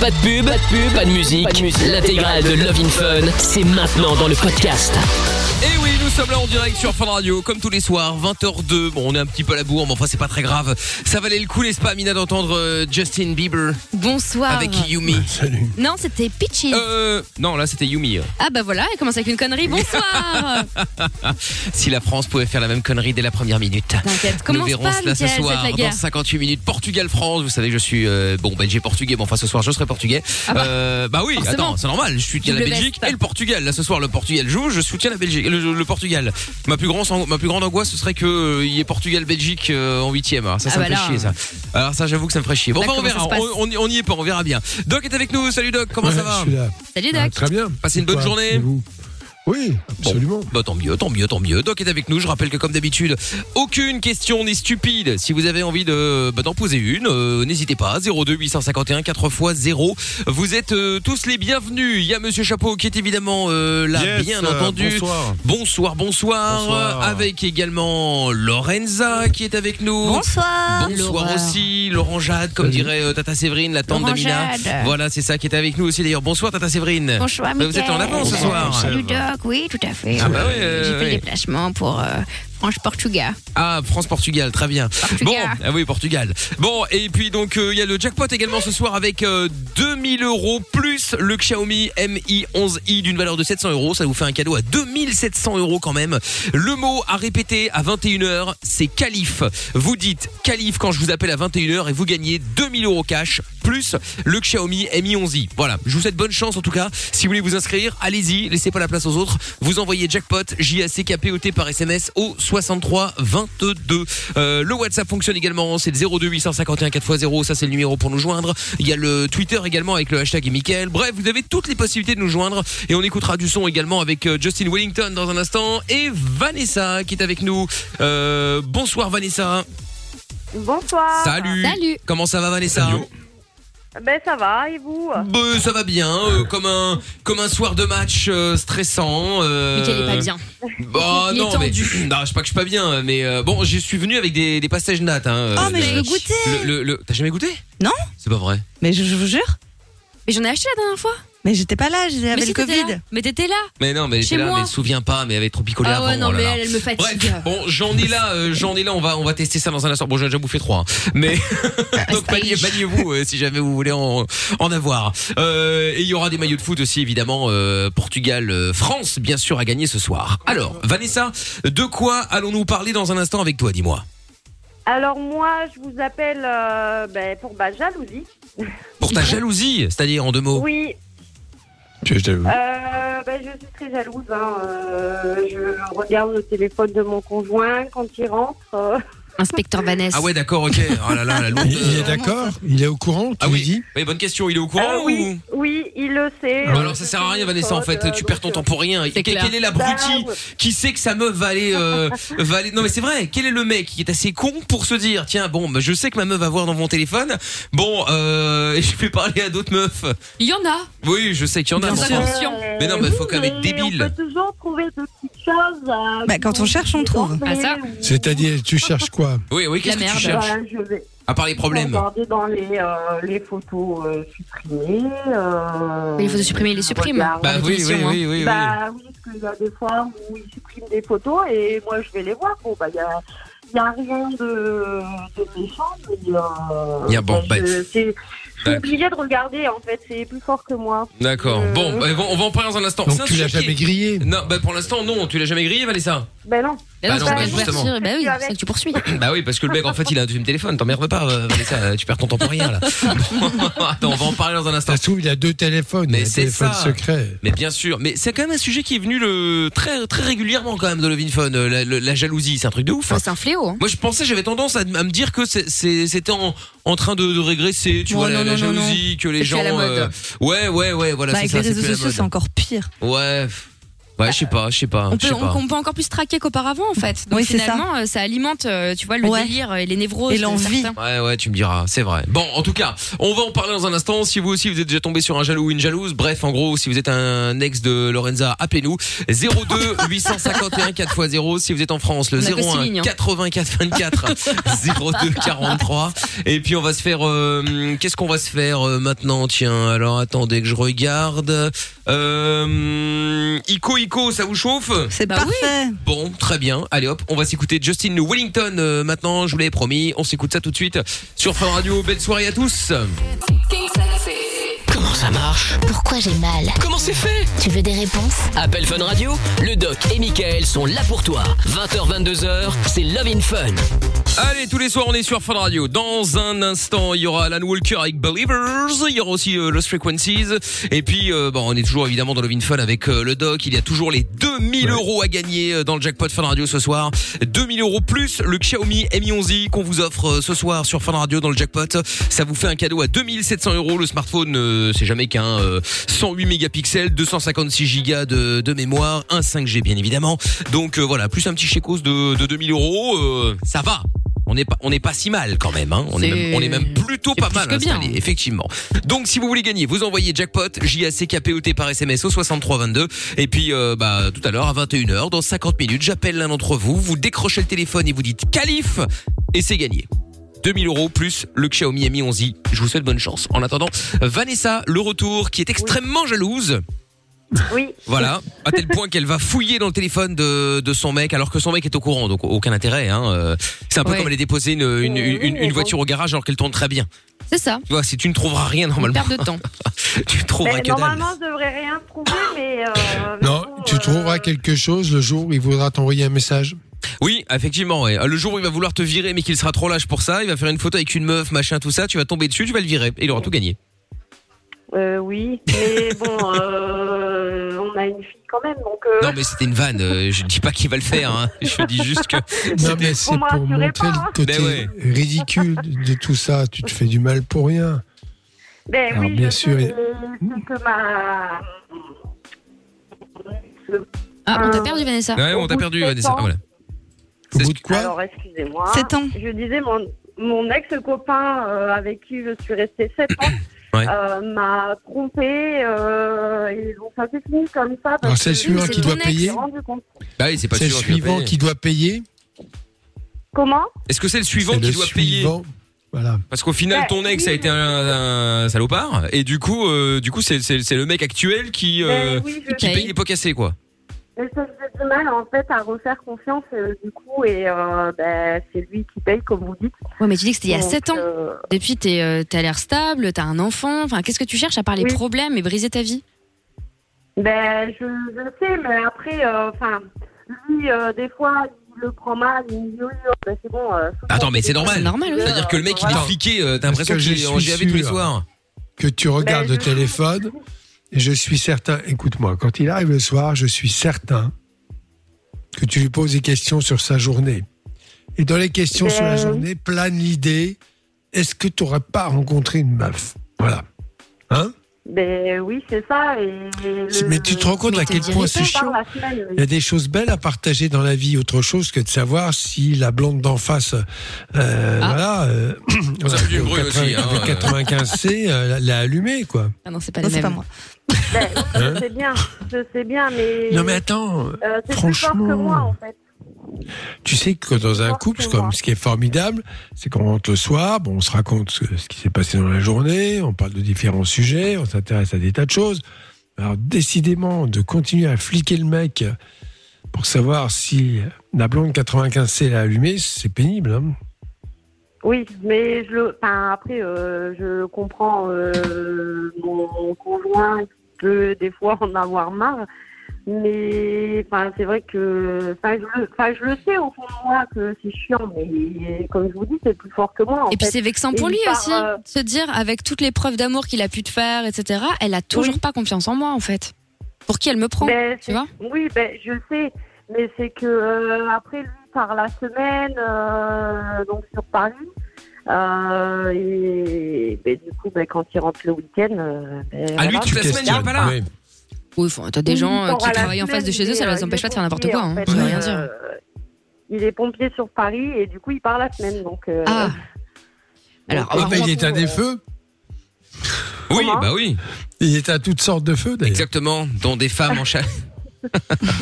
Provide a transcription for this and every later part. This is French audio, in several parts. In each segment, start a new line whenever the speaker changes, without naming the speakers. Pas de pub, pas de pub, pas de musique. L'intégrale de Love in Fun, c'est maintenant dans le podcast.
Et oui, nous sommes là en direct sur Fun Radio, comme tous les soirs, 20h02. Bon, on est un petit peu à la bourre, mais enfin, c'est pas très grave. Ça valait le coup, n'est-ce pas, Amina, d'entendre euh, Justin Bieber
Bonsoir.
avec Yumi Salut.
Non, c'était Pitchy.
Euh, non, là, c'était Yumi.
Ah bah voilà, elle commence avec une connerie. Bonsoir.
si la France pouvait faire la même connerie dès la première minute.
T'inquiète,
Nous
commence
verrons
pas,
cela ce
Mickaël,
soir
cette
dans
guerre.
58 minutes. Portugal-France, vous savez, je suis euh, bon belge et portugais, mais enfin ce soir je serai portugais. Euh, bah oui,
Ah forcément.
attends, c'est normal. Je soutiens la
Double
Belgique
veste.
et le Portugal. Là ce soir le Portugal joue, je soutiens la Belgique, le, le Portugal. Ma plus grande, sang- ma plus grande angoisse, ce serait que euh, il y ait Portugal-Belgique euh, en huitième. hein. Ça, ça
Ah
me
bah
fait
là.
chier ça. Alors ça, j'avoue que ça me ferait chier. Bon,
Là,
bah, on
comment
verra.
ça se passe
On, on y- on y est pas, on verra bien. Doc est avec nous. Salut Doc, comment
Ouais,
ça va
je suis là.
Salut
Ah,
Doc.
très bien.
Passez une bonne
Quoi,
journée.
et vous Oui, absolument.
Bah tant mieux, tant mieux, tant mieux. Doc est avec nous. Je rappelle que comme d'habitude, aucune question n'est stupide. Si vous avez envie de bah, d'en poser une, euh, n'hésitez pas. 02 851 4 x 0. Vous êtes euh, tous les bienvenus. Il y a Monsieur Chapeau qui est évidemment euh, là,
Yes,
bien
euh,
entendu.
Bonsoir.
Bonsoir, bonsoir,
Bonsoir.
Avec également Lorenza qui est avec nous.
Bonsoir.
Bonsoir aussi, Laurent Jade, comme
Salut.
dirait euh, Tata Séverine, la tante
Laurent
d'Amina.
Jade.
Voilà, c'est ça qui est avec nous aussi d'ailleurs. Bonsoir Tata Séverine.
Bonsoir,
Bah, vous êtes en
Mickaël.
avance ce soir.
Salut Doc, oui, tout à fait.
Ah bah oui, euh,
J'ai fait
oui.
le déplacement pour euh, France-Portugal.
Ah, France-Portugal, très bien.
Portugal.
Bon, ah oui, Portugal. Bon, et puis donc, euh, il y a le jackpot également ce soir avec euh, 2000 euros plus le Xiaomi Mi 11i d'une valeur de 700 euros. Ça vous fait un cadeau à 2700 euros quand même. Le mot à répéter à 21h, c'est calife. Vous dites calife quand je vous appelle à 21h et vous gagnez 2000 euros cash plus le Xiaomi Mi 11i. Voilà, je vous souhaite bonne chance en tout cas. Si vous voulez vous inscrire, allez-y, laissez pas la place aux autres. Vous envoyez jackpot j a c k p o t par SMS au 63 22. Euh, le WhatsApp fonctionne également, c'est le 02 851 4x0, ça c'est le numéro pour nous joindre. Il y a le Twitter également avec le hashtag et Mickaël. Bref, vous avez toutes les possibilités de nous joindre et on écoutera du son également avec euh, Justin Wellington dans un instant et Vanessa qui est avec nous. Euh, bonsoir Vanessa.
Bonsoir.
Salut.
Salut.
Comment ça va Vanessa
Ben ça va et vous
Bah, ça va bien, euh, comme un comme un soir de match euh, stressant. euh,
Mickaël est pas bien.
Bah
Il est
non, mais
tendu.
non, je sais pas que je suis pas bien, mais euh, bon, je suis venu avec des, des passages nattes. Hein,
Oh,
euh,
mais je
le-
veux goûter.
le- le- le- T'as jamais goûté
Non.
C'est pas vrai.
Mais je, je vous jure,
Mais j'en ai acheté la dernière fois.
mais j'étais pas là, j'avais
mais
le
si, t'étais là.
Covid.
Mais t'étais là.
Mais non, mais elle
Chez
était là,
moi.
mais elle se souvient pas, mais elle avait trop picolé
Ah
avant.
ouais, non,
oh là
mais
là.
elle, elle me fatigue.
Bref, bon, j'en ai là, euh, j'en ai là, on va, on va tester ça dans un instant. Bon, j'en ai déjà bouffé trois, hein. mais
Ah,
donc paniez- paniez-vous euh, si jamais vous voulez en, en avoir. Euh, et il y aura des maillots de foot aussi, évidemment. euh, Portugal, euh, France, bien sûr, à gagner ce soir. Alors, Vanessa, de quoi allons-nous parler dans un instant avec toi Dis-moi.
Alors moi je vous appelle euh, ben, pour ma jalousie.
Pour ta jalousie, c'est-à-dire en deux mots.
Oui,
Je- je-
euh, ben, je suis très jalouse. hein. Euh, je regarde le téléphone de mon conjoint quand il rentre. euh.
Inspecteur Vanessa.
Ah ouais, d'accord, ok. Oh là là, la
Il, il est
lourdeur.
d'accord Il est au courant Tu
Ah
lui
oui.
dis
Oui, bonne question. Il est au courant
Ah oui,
ou
oui, il le sait.
Bah
Euh,
alors ça
je
sert
fais
à rien
des
Vanessa en
choses,
fait, tu
euh,
perds ton
donc,
temps pour rien.
C'est
Quel,
clair.
quel est
euh, bah,
l'abruti
ouais.
qui sait que sa meuf va aller, euh, va aller- Non mais c'est vrai. Quel est le mec qui est assez con pour se dire tiens bon bah, je sais que ma meuf va voir dans mon téléphone. Bon euh, je vais parler à d'autres meufs.
Il y en a.
Oui je sais qu'il y en a.
Bien
mais
sûr.
enfin,
conscient.
Mais non, mais
oui,
faut quand même être
mais
débile.
On peut toujours trouver de petites choses. euh,
Bah, quand
qui
on
vont
cherche, on
nous
trouve.
déranger
Ah, ça
ou-
C'est-à-dire, tu cherches quoi
Oui oui qu'est-ce
La
que tu
merde.
cherches
Bah, je vais-
à part les problèmes.
Regardez dans les, euh, les photos euh, supprimées. euh,
Mais les photos supprimées, ils les
je
suppriment.
regarde.
Bah oui oui
Attention, hein.
oui oui. oui.
Bah oui, parce qu'il y a des fois où ils suppriment des photos et moi je vais les voir. Bon, bah il y a. Il n'y a rien de, de méchant, mais. Euh,
Il y a- bon, bah,
bah, je, c'est- je suis
d'accord.
obligée de regarder, en fait, c'est plus fort que moi.
D'accord.
Euh.
Bon bah, on va en parler dans un instant. C'est
Donc
un
tu l'as
sujet qui
jamais
est-
grillé
Non bah pour l'instant non tu l'as jamais grillé Vanessa.
Ben non.
Bah
Bah
non,
non,
tu
bah
vas
justement.
partir. Bah oui, c'est ça que tu poursuis.
Bah oui, parce que le mec, en fait, il a un deuxième téléphone. T'emmerdes pas, euh, Vanessa, tu perds ton temps pour rien, là.
Ah,
Attends, on va en parler dans un instant.
Ça se trouve, il a deux téléphones.
Mais
il a un
c'est
téléphone
ça.
secret.
Mais bien sûr, mais c'est quand même un sujet qui est venu le très très régulièrement quand même de Levin Fun. euh, La, le- la jalousie, c'est un truc de ouf.
Enfin, c'est un fléau. hein.
Moi, je pensais, j'avais tendance à, à me dire que c'est- c'est- c'était en, en train de, de régresser, tu
Non,
vois, la, la
non, non, non,
jalousie, que les
C'est plus
gens. euh,
à la mode.
ouais, ouais, ouais, voilà,
Bah,
c'est
avec
ça.
les
c'est
réseaux
plus à la
sociaux, c'est
mode.
encore pire.
Ouais. Ouais, je sais pas, je sais pas,
On
Ah, je
peut,
sais
on,
pas.
on peut encore plus traquer qu'auparavant en fait. Donc
Oui, c'est ça.
finalement, euh, ça. alimente, euh, tu vois, le
Ouais.
délire et les névroses.
Et
de
l'envie.
certains.
Ouais, ouais, tu me diras, c'est vrai. Bon, en tout cas, on va en parler dans un instant. Si vous aussi vous êtes déjà tombé sur un jaloux ou une jalouse, bref, en gros, si vous êtes un ex de Lorenza, appelez-nous 02 851 4x0. Si vous êtes en France, le
On a que six
01
lignes, hein.
84 24 02 43. Et puis on va se faire, euh, qu'est-ce qu'on va se faire euh, maintenant Tiens, alors attendez que je regarde. Euh, Ico, Ico, ça vous chauffe
C'est
Bah oui.
parfait.
Bon, très bien. Allez hop, on va s'écouter Justin Wellington euh, maintenant, je vous l'avais promis. On s'écoute ça tout de suite sur Fun Radio. Belle soirée à tous.
Comment ça marche
Pourquoi j'ai mal
Comment c'est fait Ah.
Tu veux des réponses
Appel Fun Radio, le doc et Michael sont là pour toi. 20h, 22h, c'est Love in Fun.
Allez, tous les soirs, on est sur Fun Radio. Dans un instant, il y aura Alan Walker avec Believers. Il y aura aussi euh, Lost Frequencies. Et puis, euh, bon, on est toujours évidemment dans Lovin Fun avec euh, le doc. Il y a toujours les 2000 euros à gagner euh, dans le jackpot Fun Radio ce soir. 2000 euros plus le Xiaomi Mi 11i qu'on vous offre euh, ce soir sur Fun Radio dans le jackpot. Ça vous fait un cadeau à 2700 euros. Le smartphone, euh, c'est jamais qu'un euh, 108 mégapixels, 256 gigas de, de mémoire, un 5G bien évidemment. Donc euh, voilà, plus un petit chécos de, de 2000 euros, euh, ça va. On n'est pas, on n'est pas si mal quand même. Hein. On est,
C'est-
même, on est même plutôt
c'est
pas
plus
mal
que bien.
installé, effectivement. Donc si vous voulez gagner, vous envoyez jackpot J A C K P O T par SMS au 6322 et puis euh, bah tout à l'heure à 21h dans 50 minutes, j'appelle l'un d'entre vous, vous décrochez le téléphone et vous dites calife et c'est gagné. 2000 euros plus le Xiaomi Mi 11i. Je vous souhaite bonne chance. En attendant, Vanessa, le retour, qui est extrêmement jalouse.
Oui.
Voilà, à tel point qu'elle va fouiller dans le téléphone de, de son mec, alors que son mec est au courant, donc aucun intérêt. Hein. euh. C'est un peu
Ouais.
comme aller déposer une, une, une- une- une
bon.
voiture au garage alors qu'elle tourne très bien.
C'est ça.
Tu vois, si tu ne trouveras rien
Une
normalement,
perte de temps.
tu trouveras
Ben,
que dalle.
normalement, je devrais rien trouver, mais. euh,
Non,
bon,
tu
euh,
trouveras quelque chose le jour où il voudra t'envoyer un message.
Oui, effectivement. ouais. Le jour où il va vouloir te virer, mais qu'il sera trop lâche pour ça, il va faire une photo avec une meuf, machin, tout ça. Tu vas tomber dessus, tu vas le virer, et il aura tout gagné.
euh, oui, mais bon, euh, on a une fille quand même, donc. euh,
Non, mais c'était une vanne. euh, Je dis pas qu'il va le faire. hein. Je dis juste que
Non, mais c'est
Vous me
pour
rassurez
montrer
pas, hein.
le côté
Mais Ben ouais.
ridicule de tout ça. Tu te fais du mal pour rien.
Ben
Alors,
oui,
bien
je
sûr,
sais,
il-
mais c'est que ma.
Ah, on t'a perdu Vanessa.
Ouais,
Euh, Au
on t'a
bout
perdu,
de sept
Vanessa.
ans.
Ah, voilà.
Au
C'est
bout
ce
de quoi
Alors, excusez-moi.
Sept ans.
Je disais, mon, mon ex-copain euh, avec qui je suis restée 7 ans
Ouais.
euh, m'a trompé. Euh, et donc, ça s'est fini comme ça.
Alors,
parce
Ah, c'est le
que
sûr,
suivant
mais
je
qui
c'est
doit
ton ex.
me suis
payer.
rendu compte.
Bah oui, c'est pas
C'est le
sûr, tu vas
suivant
payer.
qui doit payer.
Comment
Est-ce que c'est le suivant
C'est
qui
le
doit payer
suivant. Voilà.
Parce qu'au final,
Ouais.
ton ex a été un, un salopard, et du coup, euh, du coup, c'est c'est- c'est le mec actuel qui euh,
Ben oui, je
qui
Ok.
paye les pots cassés, quoi.
mais ça me fait du mal en fait à refaire confiance euh, du coup et euh, ben, c'est lui qui paye comme vous dites.
Ouais, mais tu dis que c'était il y a
Donc,
7 ans.
euh,
Depuis, t'es, euh, t'as l'air stable, t'as un enfant. Enfin, qu'est-ce que tu cherches à part les
Oui.
problèmes et briser ta vie
Ben, je, je sais, mais après, euh, enfin, lui, euh, des fois, il le prend mal, il me dit, oui, oh, ben, c'est bon. euh, souvent,
Attends, mais c'est normal.
C'est normal, oui.
C'est-à-dire que le mec, il
Voilà.
est fliqué. euh, T'as l'impression
Parce que
qu'il
je
est en
suis
GAV tous les
sûr.
soirs.
Que tu regardes
Ben,
le
je-
téléphone. Et je suis certain, écoute-moi, quand il arrive le soir, je suis certain que tu lui poses des questions sur sa journée. Et dans les questions sur la
Ben-
journée, plane l'idée, est-ce que tu n'aurais pas rencontré une meuf Voilà. Hein
Ben oui, c'est ça. Et, le-
Mais tu te rends compte
mais
à
te
quel
dirais
point
pas,
c'est
par
chaud
la semaine,
Il y a des choses belles à partager dans la vie, autre chose que de savoir si la blonde d'en face, euh,
Ah.
voilà, euh,
Ça fait du
le
bruit aussi, hein,
le
euh.
95C euh, l'a- l'a allumé, quoi.
Ah non, c'est pas
Non,
les
c'est
mêmes.
pas moi.
Ben,
Hein
je sais bien, je sais bien, mais.
Non mais attends,
euh, c'est plus fort que
franchement.
moi, en fait.
tu sais que dans un
Forcément.
couple, c'est comme, ce qui est formidable, c'est qu'on rentre le soir, bon, on se raconte ce, ce qui s'est passé dans la journée, on parle de différents sujets, on s'intéresse à des tas de choses. Alors décidément, de continuer à fliquer le mec pour savoir si la blonde 95C l'a allumé, c'est pénible. hein.
Oui, mais je le. Enfin, après, euh, je comprends euh, mon conjoint qui peut des fois en avoir marre. Mais enfin, c'est vrai que. Enfin, je, le- enfin, je le sais au fond de moi que c'est chiant, mais comme je vous dis, c'est plus fort que moi. En
Et puis
fait.
c'est vexant
Et
pour lui
il part,
aussi,
euh,
se dire avec toutes les preuves d'amour qu'il a pu te faire, etc. Elle a toujours
Oui.
pas confiance en moi en fait. Pour qui elle me prend
Ben,
Tu vois
Oui, ben, je sais, mais c'est que euh, après lui par la semaine, euh, donc sur Paris, euh, et ben, du coup ben, quand il rentre le week-end, euh, ben,
Ah, lui,
voilà.
tu- Toute la semaine, il est pas là.
oui.
Oui, enfin, t'as des
Il
gens euh,
sort
qui
à la
travaillent en face de chez
semaine,
eux, ça
il est,
les
euh,
empêche
il est
pas de faire n'importe quoi.
pompier,
hein.
en fait,
Ça veut rien dire.
euh, Il est pompier sur Paris et du coup, il part la semaine. Donc, euh,
Ah. Alors,
Ah, bah, il éteint des feux.
Oui,
Comment
bah oui.
Il éteint toutes sortes de feux, d'ailleurs.
Exactement, dont des femmes en chat.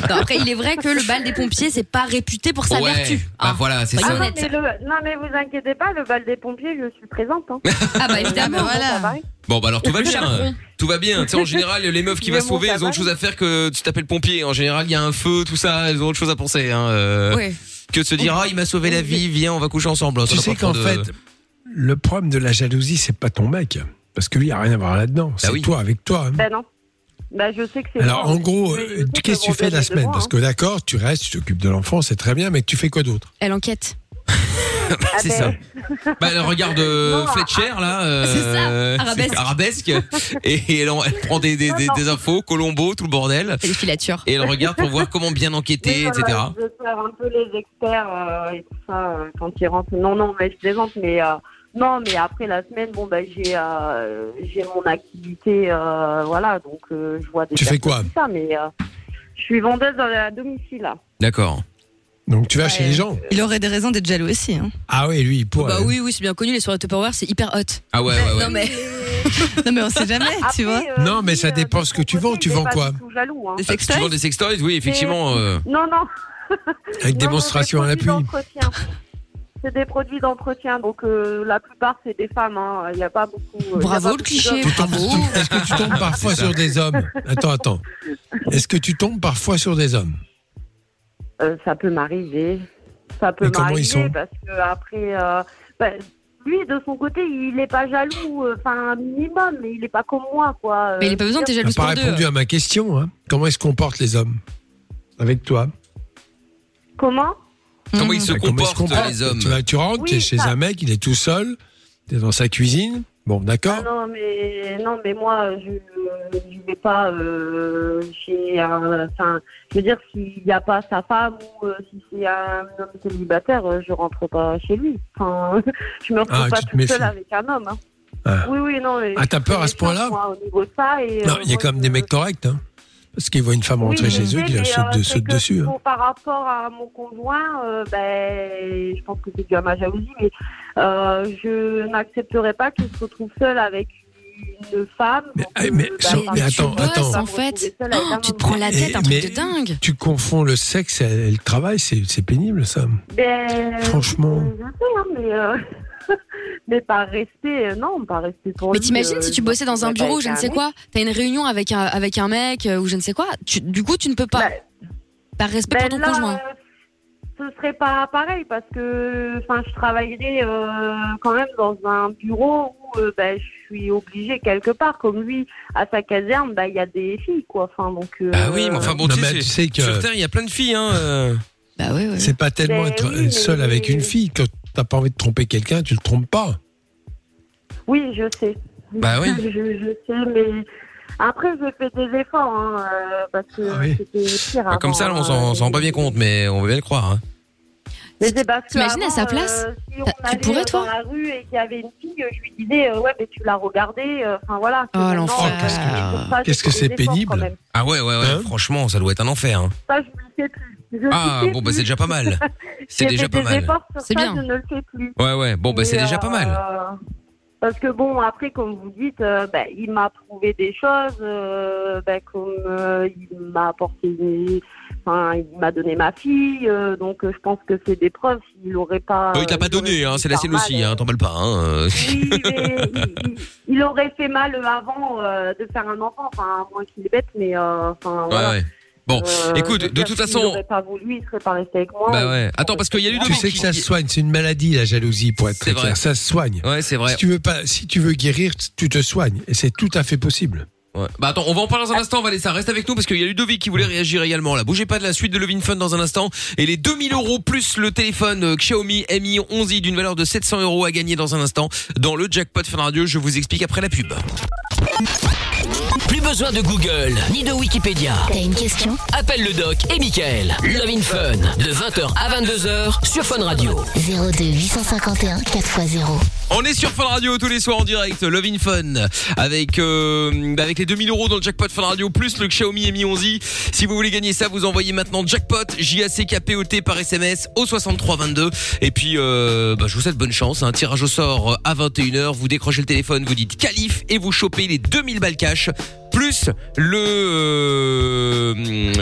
non, après, il est vrai que le bal des pompiers, c'est pas réputé pour sa
ouais,
vertu.
bah
hein.
voilà, c'est
Bah,
ah
ça.
non,
honnête,
mais le- non, mais vous inquiétez pas, le bal des pompiers, je suis présente. hein.
Ah, bah évidemment.
Ah bah voilà.
Ça va.
Bon, bah alors tout va
Le
bien.
chaperon.
Tout va bien. Tu sais, en général, les meufs qui
Il
vont
est
se
bon,
sauver,
ça
elles ont
va.
autre chose à faire que tu t'appelles pompier. En général, il y a un feu, tout ça, elles ont autre chose à penser. Hein, euh,
Ouais.
Que de se dire, ah, il m'a sauvé la vie, viens, on va coucher ensemble. Ça
Tu
n'a
sais
pas trop
qu'en
de-
fait, le problème de la jalousie, c'est pas ton mec. Parce que lui, il a rien à voir là-dedans. C'est
Bah oui.
toi avec toi. hein.
Ben non. Ben, je sais que c'est.
Alors,
moi,
en
mais
gros,
je
euh,
sais
qu'est-ce que
vont
tu fais la
donner de
semaine
moi,
Parce
hein.
que d'accord, tu restes, tu t'occupes de l'enfant, c'est très bien, mais tu fais quoi d'autre
Elle enquête.
Ah
c'est
ben,
ça. Bah, elle regarde euh,
Non,
Fletcher, là. euh,
C'est ça, arabesque.
c'est Arabesque. et elle, en- elle prend des, des, des- des infos, Colombo, tout le bordel.
Elle des filatures.
Et elle regarde pour voir comment bien enquêter,
Oui,
etc.
voilà, Je sers un peu les experts euh, et tout ça euh, quand ils rentrent. Non, non, mais je plaisante, mais euh, non, mais après la semaine, bon, bah, j'ai euh, j'ai mon activité, euh, voilà, donc euh, je vois des.
Tu fais
personnes,
quoi
tout ça, mais euh, je suis vendeuse à domicile. là.
D'accord.
Donc, tu vas chez les gens.
Il aurait des raisons d'être jaloux aussi. Hein.
Ah oui, lui, il pourrait.
Bah oui, oui, c'est bien connu, les soirées Tupperware, c'est hyper hot.
Ah ouais, ouais, ouais.
Non, mais
Non, mais on sait jamais,
Après,
tu vois.
euh,
Non, mais
lui,
ça
euh,
dépend
de
ce
son
que tu vends.
côté,
Tu
il est
vends
pas
quoi
du tout jaloux, hein.
Des
Ah, si tu
sextoys
vends des sextoys, oui, effectivement. euh,
Non, non.
Avec
Non, non,
démonstration à
des
l'appui.
produits d'entretien. C'est des produits d'entretien, donc euh, la plupart c'est des femmes. hein. Il n'y a pas beaucoup. euh, il y a pas
bravo
beaucoup
le cliché,
Tu
d'hommes.
tombes-
bravo.
tu- Est-ce que tu tombes parfois sur des hommes Attends, attends. Est-ce que tu tombes parfois sur des hommes
Euh, ça peut m'arriver. Ça peut
Et comment ils
m'arriver
sont
parce que après, euh, bah, lui de son côté, il n'est pas jaloux. euh, Enfin, un minimum, mais il n'est pas comme moi, quoi. Euh,
Mais il a pas besoin,
Tu
t'es
n'as
jalouse
Ah, pas
pour deux.
répondu à ma question. hein. Comment ils se comportent les hommes Avec toi
Comment
Comment ils se
Enfin, Mmh. Bah, comment ils
comportent, les hommes
Tu, vas- tu rentres,
Oui, bah.
tu es chez
ça.
un mec, il est tout seul, tu es dans sa cuisine. Bon,
Ah
d'accord.
Non, mais non, mais moi, je ne vais pas euh, chez un. Enfin, je veux dire, s'il n'y a pas sa femme ou euh, si c'est un homme célibataire, euh, je rentre pas chez lui. Enfin, je me retrouve
Ah,
pas
tu te
toute seule
méfies.
avec un homme. hein.
Ah.
Oui, oui, non. mais
Ah, t'as
je
peur à
suis
ce point-là
méfiante, moi, au niveau de ça, et,
Non,
euh,
il y a
moi,
quand même des
je-
mecs corrects. hein. Parce qu'ils voient une femme rentrer
Oui,
chez eux,
mais,
ils la
mais,
sautent,
euh,
de-
c'est
sautent
que
dessus. hein.
bon, par rapport à mon conjoint, euh, ben, je pense que c'est dû à ma jalousie, mais euh, je n'accepterai pas qu'il se retrouve seul avec une femme.
Mais-
Donc,
ah, mais-
ben,
so-
par
mais
contre,
attends,
je vais
attends.
pas
en
me retrouver
fait.
seule avec un
Oh, tu te
homme.
prends la
Mais-
tête, un truc
mais-
de dingue.
Tu confonds le sexe et et le travail, c'est c'est pénible ça.
Ben,
Franchement.
euh, Je sais, hein, mais, euh, mais par respect, euh, non, par respect pour
Mais
lui,
t'imagines
euh, bah,
si
je
tu bossais dans un
m'entendrais
bureau,
pas
je ne
avec
sais
un
quoi, t'as une réunion avec un, avec un mec euh, ou je ne sais quoi, tu- du coup tu ne peux pas.
Bah,
Par respect pour
Ben
ton
là,
conjoint.
euh, Ce serait pas pareil parce que enfin je travaillerais euh, quand même dans un bureau où euh, ben, je suis obligée quelque part comme lui à sa caserne ben, il y a des filles quoi enfin donc euh,
Ah oui, mais enfin bon,
Non,
tu sais,
mais tu
c'est-
sais que
Sur Terre, il y a plein de filles. Hein, euh.
Bah ouais, ouais.
c'est pas tellement
Mais
être
Ben oui, mais-
seul avec une fille. Quand t'as pas envie de tromper quelqu'un, tu le trompes pas.
oui je sais
Bah oui.
je, je sais mais après j'ai fait des efforts hein, euh, parce que
Ah oui.
c'était pire
Bah, comme
avant,
ça, on s'en on
euh,
s'en rend pas bien compte, mais on va bien le croire. hein.
Mais c'est parce que
T'imagines à
avant,
sa place
euh, si on
T'as- tu
allait,
pourrais,
euh,
toi
dans la rue et qu'il y avait une fille, je lui disais euh, ouais mais tu l'as regardée, euh, enfin voilà.
Oh,
Maintenant,
l'enfer.
euh, c'est pour ça
Qu'est-ce
j'ai
que
fait
c'est
des efforts,
pénible.
quand même.
Ah ouais, ouais, ouais.
Hein
franchement, ça doit être un enfer. hein.
Ça je ne le fais plus. Je
Ah
le fais
bon, bah c'est
plus.
déjà pas mal. C'est
J'ai
déjà
fait
pas
des
mal.
efforts sur
C'est
ça,
bien.
Je ne le fais plus.
Ouais, ouais. Bon, bah c'est
Mais,
déjà pas mal.
euh, Parce que bon, après, comme vous dites, euh, bah, il m'a prouvé des choses, euh, bah, comme euh, il m'a apporté, des- enfin, il m'a donné ma fille, euh, donc euh, je pense que c'est des preuves. Il n'aurait pas.
Euh, il t'a pas
il aurait
donné, hein,
fait
c'est la
par
sienne
mal,
aussi,
euh,
hein, t'emballe pas. Hein. euh.
Oui, mais il, il- il aurait fait mal avant euh, de faire un enfant, enfin, à moins qu'il est bête, mais euh, enfin,
Ouais,
voilà.
ouais. Bon,
Euh,
écoute,
je veux
de
dire,
toute
s'il
façon-
aurait pas voulu, il serait pas resté avec moi.
bah ouais. Attends, parce qu'il y a
Tu
Ludovic.
sais que
qui-
ça se soigne, c'est une maladie la jalousie pour être
C'est
très
vrai.
clair. Ça se soigne.
Ouais,
Si
c'est vrai.
tu veux pas, si tu veux guérir, tu te soignes et c'est tout à fait possible.
Ouais. Bah attends, on va en parler dans un instant, Vanessa. Reste avec nous parce qu'il y a Ludovic qui voulait réagir également. Là, bougez pas de la suite de Levin Fun dans un instant. Et les 2000 euros plus le téléphone euh, Xiaomi Mi 11 i d'une valeur de 700 euros à gagner dans un instant dans le jackpot Fun Radio. Je vous explique après la pub.
Plus besoin de Google ni de Wikipédia.
T'as une question
Appelle le doc et Michael. Love in Fun de 20h à 22h sur Fun Radio.
02 851 4x0.
On est sur Fun Radio tous les soirs en direct, Love in Fun, avec euh, bah, avec les et 2000 euros dans le jackpot Fun Radio plus le Xiaomi Mi 11 i. Si vous voulez gagner ça, vous envoyez maintenant jackpot J A C K P O T par SMS au 6322 et puis euh, bah, je vous souhaite bonne chance, un tirage au sort euh, à 21h, vous décrochez le téléphone, vous dites calife et vous chopez les 2000 balles cash plus le euh,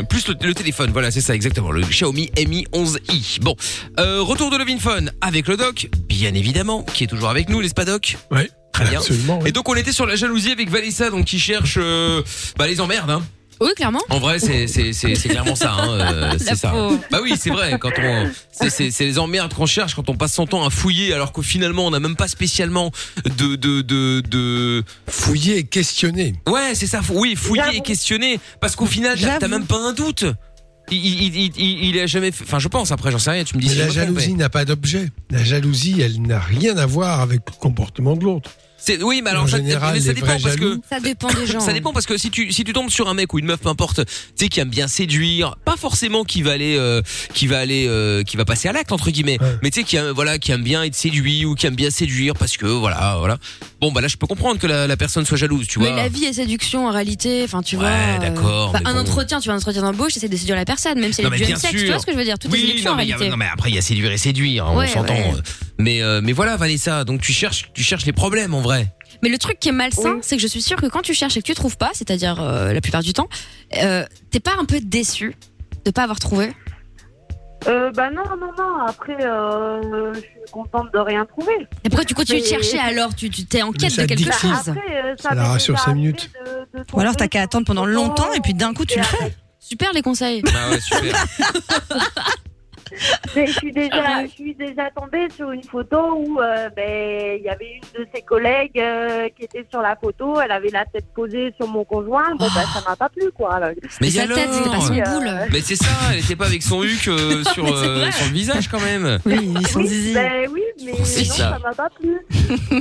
plus le, le téléphone. Voilà, c'est ça exactement, le Xiaomi Mi 11i. Bon, euh, retour de Levin Fun avec le doc, bien évidemment, qui est toujours avec nous, n'est-ce pas doc
Oui.
Très bien.
Absolument. oui.
Et donc on était sur la jalousie avec Valissa, donc qui cherche euh, bah, les emmerdes. Hein.
Oui, clairement.
En vrai, c'est c'est- c'est- c'est clairement ça. Hein, euh, c'est
La
ça.
pauvre.
Bah oui, c'est vrai. Quand on, c'est- c'est c'est les emmerdes qu'on cherche quand on passe son temps à fouiller, alors que finalement on n'a même pas spécialement de de de, de...
Fouiller et questionner.
Ouais, c'est ça. fou- Oui, fouiller et questionner, parce qu'au final, t'as- t'as
J'avoue.
même pas un doute. Il, il, il- il- il a jamais. fait- Enfin, je pense. Après, j'en sais rien. Tu me dis.
Mais
si
la
je me trompe,
jalousie
mais-
n'a pas d'objet. La jalousie, elle n'a rien à voir avec le comportement de l'autre.
C'est- Oui, mais alors
en
ça,
général,
mais ça
les
dépend
vrais
parce que.
jaloux-
Ça dépend des gens. hein.
Ça dépend parce que si tu si tu tombes sur un mec ou une meuf peu importe, tu sais qui aime bien séduire, pas forcément qui va aller euh, qui va aller euh, qui va passer à l'acte entre guillemets,
Ouais.
mais tu sais qui aime, voilà qui aime bien être séduit ou qui aime bien séduire parce que voilà voilà. Bon bah là je peux comprendre que la, la personne soit jalouse, tu
Mais
vois.
la vie et séduction, en réalité, enfin, tu
Ouais,
vois. euh,
d'accord,
enfin,
mais
un
bon.
entretien, tu vas un entretien d'embauche, t'essaies de séduire la personne, même si
Non,
elle est
mais
du
bien
même sexe.
sûr.
Tu vois ce que je veux dire Tout est
Oui,
séduction,
non
en
mais, il y a-
réalité.
non, mais après il y a séduire et séduire, hein,
Ouais,
on s'entend.
ouais.
Mais euh, mais voilà Vanessa, donc tu cherches tu cherches les problèmes en vrai.
Mais le truc qui est malsain,
Oui.
c'est que je suis sûre que quand tu cherches et que tu trouves pas, c'est-à-dire euh, la plupart du temps, euh, t'es pas un peu déçu de pas avoir trouvé
Euh, bah non, non, non. Après, euh, je suis contente de rien trouver.
Et pourquoi tu continues de
Mais-
chercher alors Tu tu- t'es en
Mais
quête
ça
de
dit
quelque
tout.
chose
Après, euh,
Ça
ça
la
m'est
rassure
déjà
cinq
arrivé
minutes.
de- de
Ou alors t'as
tomber
qu'à attendre pendant longtemps et puis d'un coup tu le fais.
Super les conseils.
Ah ouais, super.
Mais je suis
Ah
déjà, je suis déjà tombée sur une photo où euh, ben, il y avait une de ses collègues euh, qui était sur la photo. Elle avait la tête posée sur mon conjoint. Bon, ben, ça m'a pas plu, quoi. Alors,
mais
sa
alors
tête, c'était pas son
Oui,
boule.
euh,
Mais c'est ça, elle était pas avec son huc euh, sur
mais c'est
euh,
vrai.
sur le visage quand même.
Oui, ils sont
oui,
zizi.
ben, oui, mais non,
C'est ça.
ça m'a pas plu.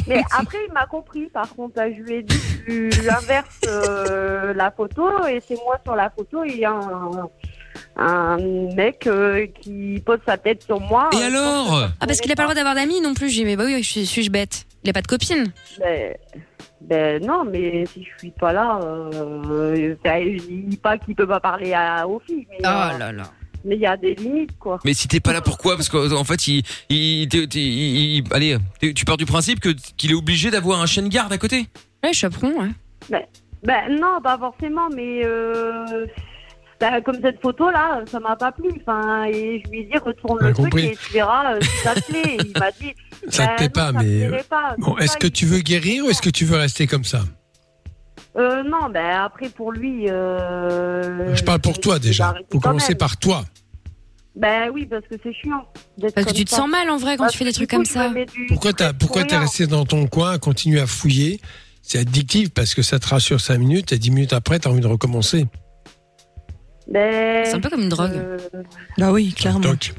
mais après, il m'a compris. Par contre, là, je lui ai dit, tu inverses euh, la photo et c'est moi sur la photo. Il y a un, un mec euh, qui pose sa tête sur moi.
Et
Euh, je pense
alors
Ah, parce qu'il a pas le droit d'avoir d'amis non plus. J'ai dit, mais bah oui, je suis- suis-je bête Il a pas de copine.
Ben, ben non, mais si je suis pas là, euh, ben, je dis pas qu'il peut pas parler à, aux filles,
Oh
mais
Ah.
euh,
là.
mais il y a des limites quoi.
Mais si t'es pas là, pourquoi Parce qu'en en fait, il, il, t'es- t'es- il- il- allez, t'es- tu pars du principe que qu'il est obligé d'avoir un chien de garde à côté.
Ouais, chaperon, ouais.
Ben non, pas forcément, mais euh, ben, comme cette photo là, ça m'a pas plu. Enfin, et je lui ai dit retourne
T'as
le truc
compris.
et tu verras euh, si ça te plaît. Il m'a dit.
Ça te plaît
ben non,
pas,
ça me
mais, euh,
plairait pas.
Bon, est-ce
Ça,
que
il-
tu veux guérir ou est-ce que tu veux rester comme ça
Euh, non, ben après pour lui. euh,
Je parle pour toi
il
déjà.
arrêté
Vous
quand
commencez
même.
par toi.
Ben oui, parce que c'est chiant. d'être
Parce que
comme
tu te
ça.
sens mal en vrai quand
Bah,
tu fais des
du
trucs
coup,
comme
je
ça.
me mets du
Pourquoi t'as
stress
pourquoi
pour
t'es
rien.
resté dans ton coin, continue à fouiller C'est addictif parce que ça te rassure 5 minutes et 10 minutes après t'as envie de recommencer.
Ben,
C'est un peu comme une drogue.
euh,
Bah oui, clairement.
Donc,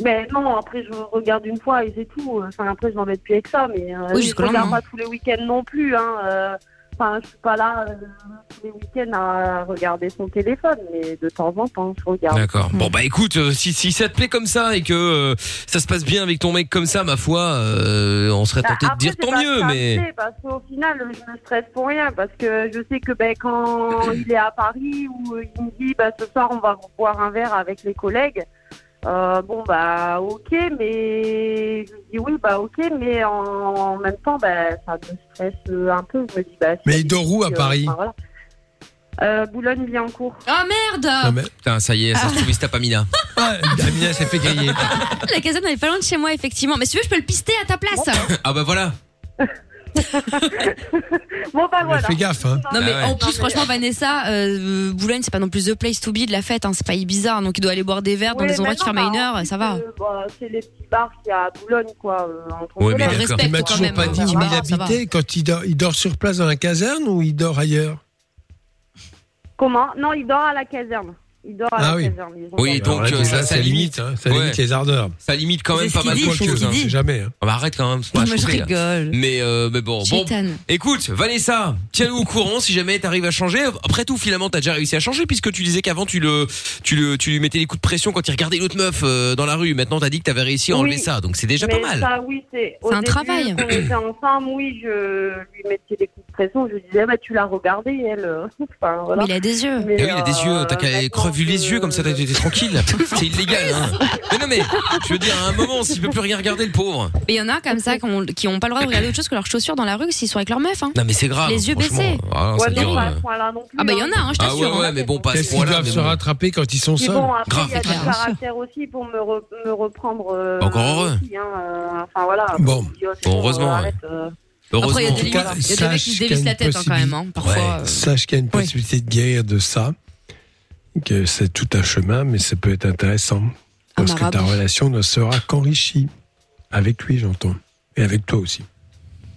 ben Euh, non, après je regarde une fois et c'est tout. Enfin après je m'embête plus avec ça, mais euh,
Oui,
je
jusqu'au
regarde
lendemain.
pas tous les week-ends non plus. hein, euh, Enfin je suis pas là euh, tous les week-ends à regarder son téléphone, mais de temps en temps je regarde.
D'accord.
Mm.
Bon bah écoute, euh, si, si ça te plaît comme ça et que euh, ça se passe bien avec ton mec comme ça, ma foi, euh, on serait
Bah,
tenté
après,
de dire
c'est
tant
pas
mieux,
ça,
mais
c'est Parce qu'au final, je me stresse pour rien. Parce que je sais que ben, quand il est à Paris ou euh, il me dit bah, ce soir, on va boire un verre avec les collègues. euh, bon, bah, ok, mais je lui dis oui, bah, ok, mais en, en même temps, bah, ça me stresse euh, un peu. Je me dis, bah, si
Mais il dort où à
euh,
Paris
enfin, voilà. Euh, Boulogne-Billancourt.
Oh merde
Non, mais-
putain, ça y est, ça se trouve, il se tape Amina.
Ah, Amina s'est fait griller.
La caserne, elle est pas loin de chez moi, effectivement. Mais si tu veux, je peux le pister à ta place.
Ah bah voilà.
Bon, bah,
Mais
voilà.
Fais gaffe, hein.
Non mais
Ah ouais.
en plus franchement Vanessa euh, Boulogne c'est pas non plus the place to be de la fête hein, c'est pas Ibiza hein, donc il doit aller boire des verres dans
Ouais,
des endroits
mais
qui
non,
ferment à
bah,
une
en
heure
plus,
ça va
euh, bah, c'est les petits bars qu'il y a à Boulogne, quoi. euh, entre
Ouais, mais
collègues.
d'accord.
Il m'a
quand
toujours
même,
pas
hein,
dit
ça
où
va,
il
ça va.
habitait quand il dort, il dort sur place dans la caserne ou il dort ailleurs
Comment Non, il dort à la caserne. il dort
Ah
à
oui.
16 heures. ils ont
Oui,
dormi.
donc,
Alors là,
euh,
déjà,
ça, ça
ça
limite.
limite, hein, ça
Ouais.
limite les ardeurs.
Ça limite quand
C'est
même
ce
pas
qu'il
mal
dit,
de
c'est ce
choses.
qu'il
hein.
dit.
C'est jamais. hein.
Ah bah, arrête quand même, c'est
Non,
pas
mais je
chauffer, là.
rigole.
Mais, euh, mais bon, bon.
Ah,
Chétane.
Écoute, Vanessa, tiens-nous au courant si jamais t'arrives à changer. Après tout, finalement, t'as déjà réussi à changer puisque tu disais qu'avant tu le, tu le, tu lui mettais les coups de pression quand il regardait l'autre meuf euh, dans la rue. Maintenant, t'as dit que t'avais réussi à
Oui.
enlever ça, donc c'est déjà
Mais
pas mal.
ça, Ah oui, c'est au
C'est un
début,
travail.
Quand on était ensemble, oui, je lui mettais des coups de pression. Je lui disais, bah, tu l'as regardée, elle. euh, Enfin, voilà.
Mais il a des yeux.
Mais,
Eh oui, il a des
euh,
yeux, t'as qu'à
maintenant
crever les
que-
yeux comme ça, t'as été tranquille. C'est illégal. Hein. Mais non, mais je veux dire, à un moment, s'il peut plus rien regarder, le pauvre.
Mais il y en a comme ça qui ont- qui ont pas le droit de regarder autre chose que leurs chaussures dans la rue s'ils sont avec leur meuf. Hein.
Non, mais c'est grave.
Les yeux
franchement.
baissés.
Ah, non,
Ouais,
ça
mais
dure,
pas
euh.
à ce point-là non plus,
Ah bah il y
hein.
en a, hein, je
Ah
t'assure.
ouais,
hein.
ouais, mais bon, pas à ce
Qu'est-ce qu'ils
point-là.
doivent
mais
se
bon.
rattraper quand ils sont
Mais
seuls
bon, après,
Grave,
il y
c'est
a du
clair, bien sûr.
caractère aussi pour me, re- me reprendre. euh,
Encore heureux.
aussi, hein, euh, enfin, voilà.
Bon.
Je me dis, oh, c'est
Bon, heureusement,
arrête, euh.
Après, il y a
Heureusement.
des limites.
En tout cas,
Il y a des mecs qui
sache
se dévissent la
qu'il y a une
tête hein, quand même. hein. Parfois.
Ouais.
euh,
Sache qu'il y a une
Oui.
possibilité de guérir de ça, que c'est tout un chemin, mais ça peut être intéressant.
Un
Parce que ta
marabout.
relation ne sera qu'enrichie. Avec lui, j'entends. Et avec toi aussi.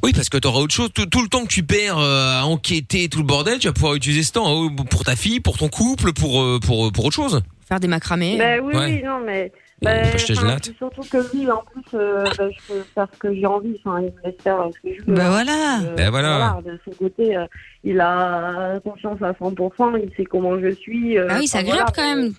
Oui, parce que t'auras autre chose. Tout, tout le temps que tu perds euh, à enquêter tout le bordel, tu vas pouvoir utiliser ce temps hein, pour ta fille, pour ton couple, pour euh, pour pour autre chose.
Faire des macramés.
Ben oui,
Ouais.
oui, non,
Euh,
mais. ben,
je te
enfin,
gênate.
puis surtout que lui, en plus, euh, ben, je peux faire ce que j'ai envie. Enfin, il me laisse faire ce que je veux.
Bah
hein.
voilà.
Euh,
Ben voilà.
De son côté, euh, il a confiance à 100%, il sait comment je suis. euh,
Ah oui, ça
enfin,
grippe
voilà,
quand même.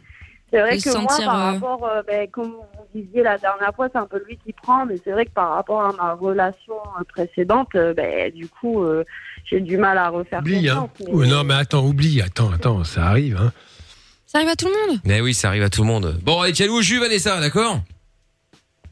C'est vrai
de
que
se sentir,
moi, par
euh,
rapport, euh, ben, comme vous disiez la dernière fois, c'est un peu lui qui prend, mais c'est vrai que par rapport à ma relation euh, précédente, euh, ben, du coup, euh, j'ai du mal à refaire
Oublie, hein.
confiance,
Oh,
mais-
non, mais attends, oublie, attends, attends, ça arrive, hein.
Ça arrive à tout le monde.
Mais oui, ça arrive à tout le monde. Bon, et tiens-nous au jus, Vanessa, d'accord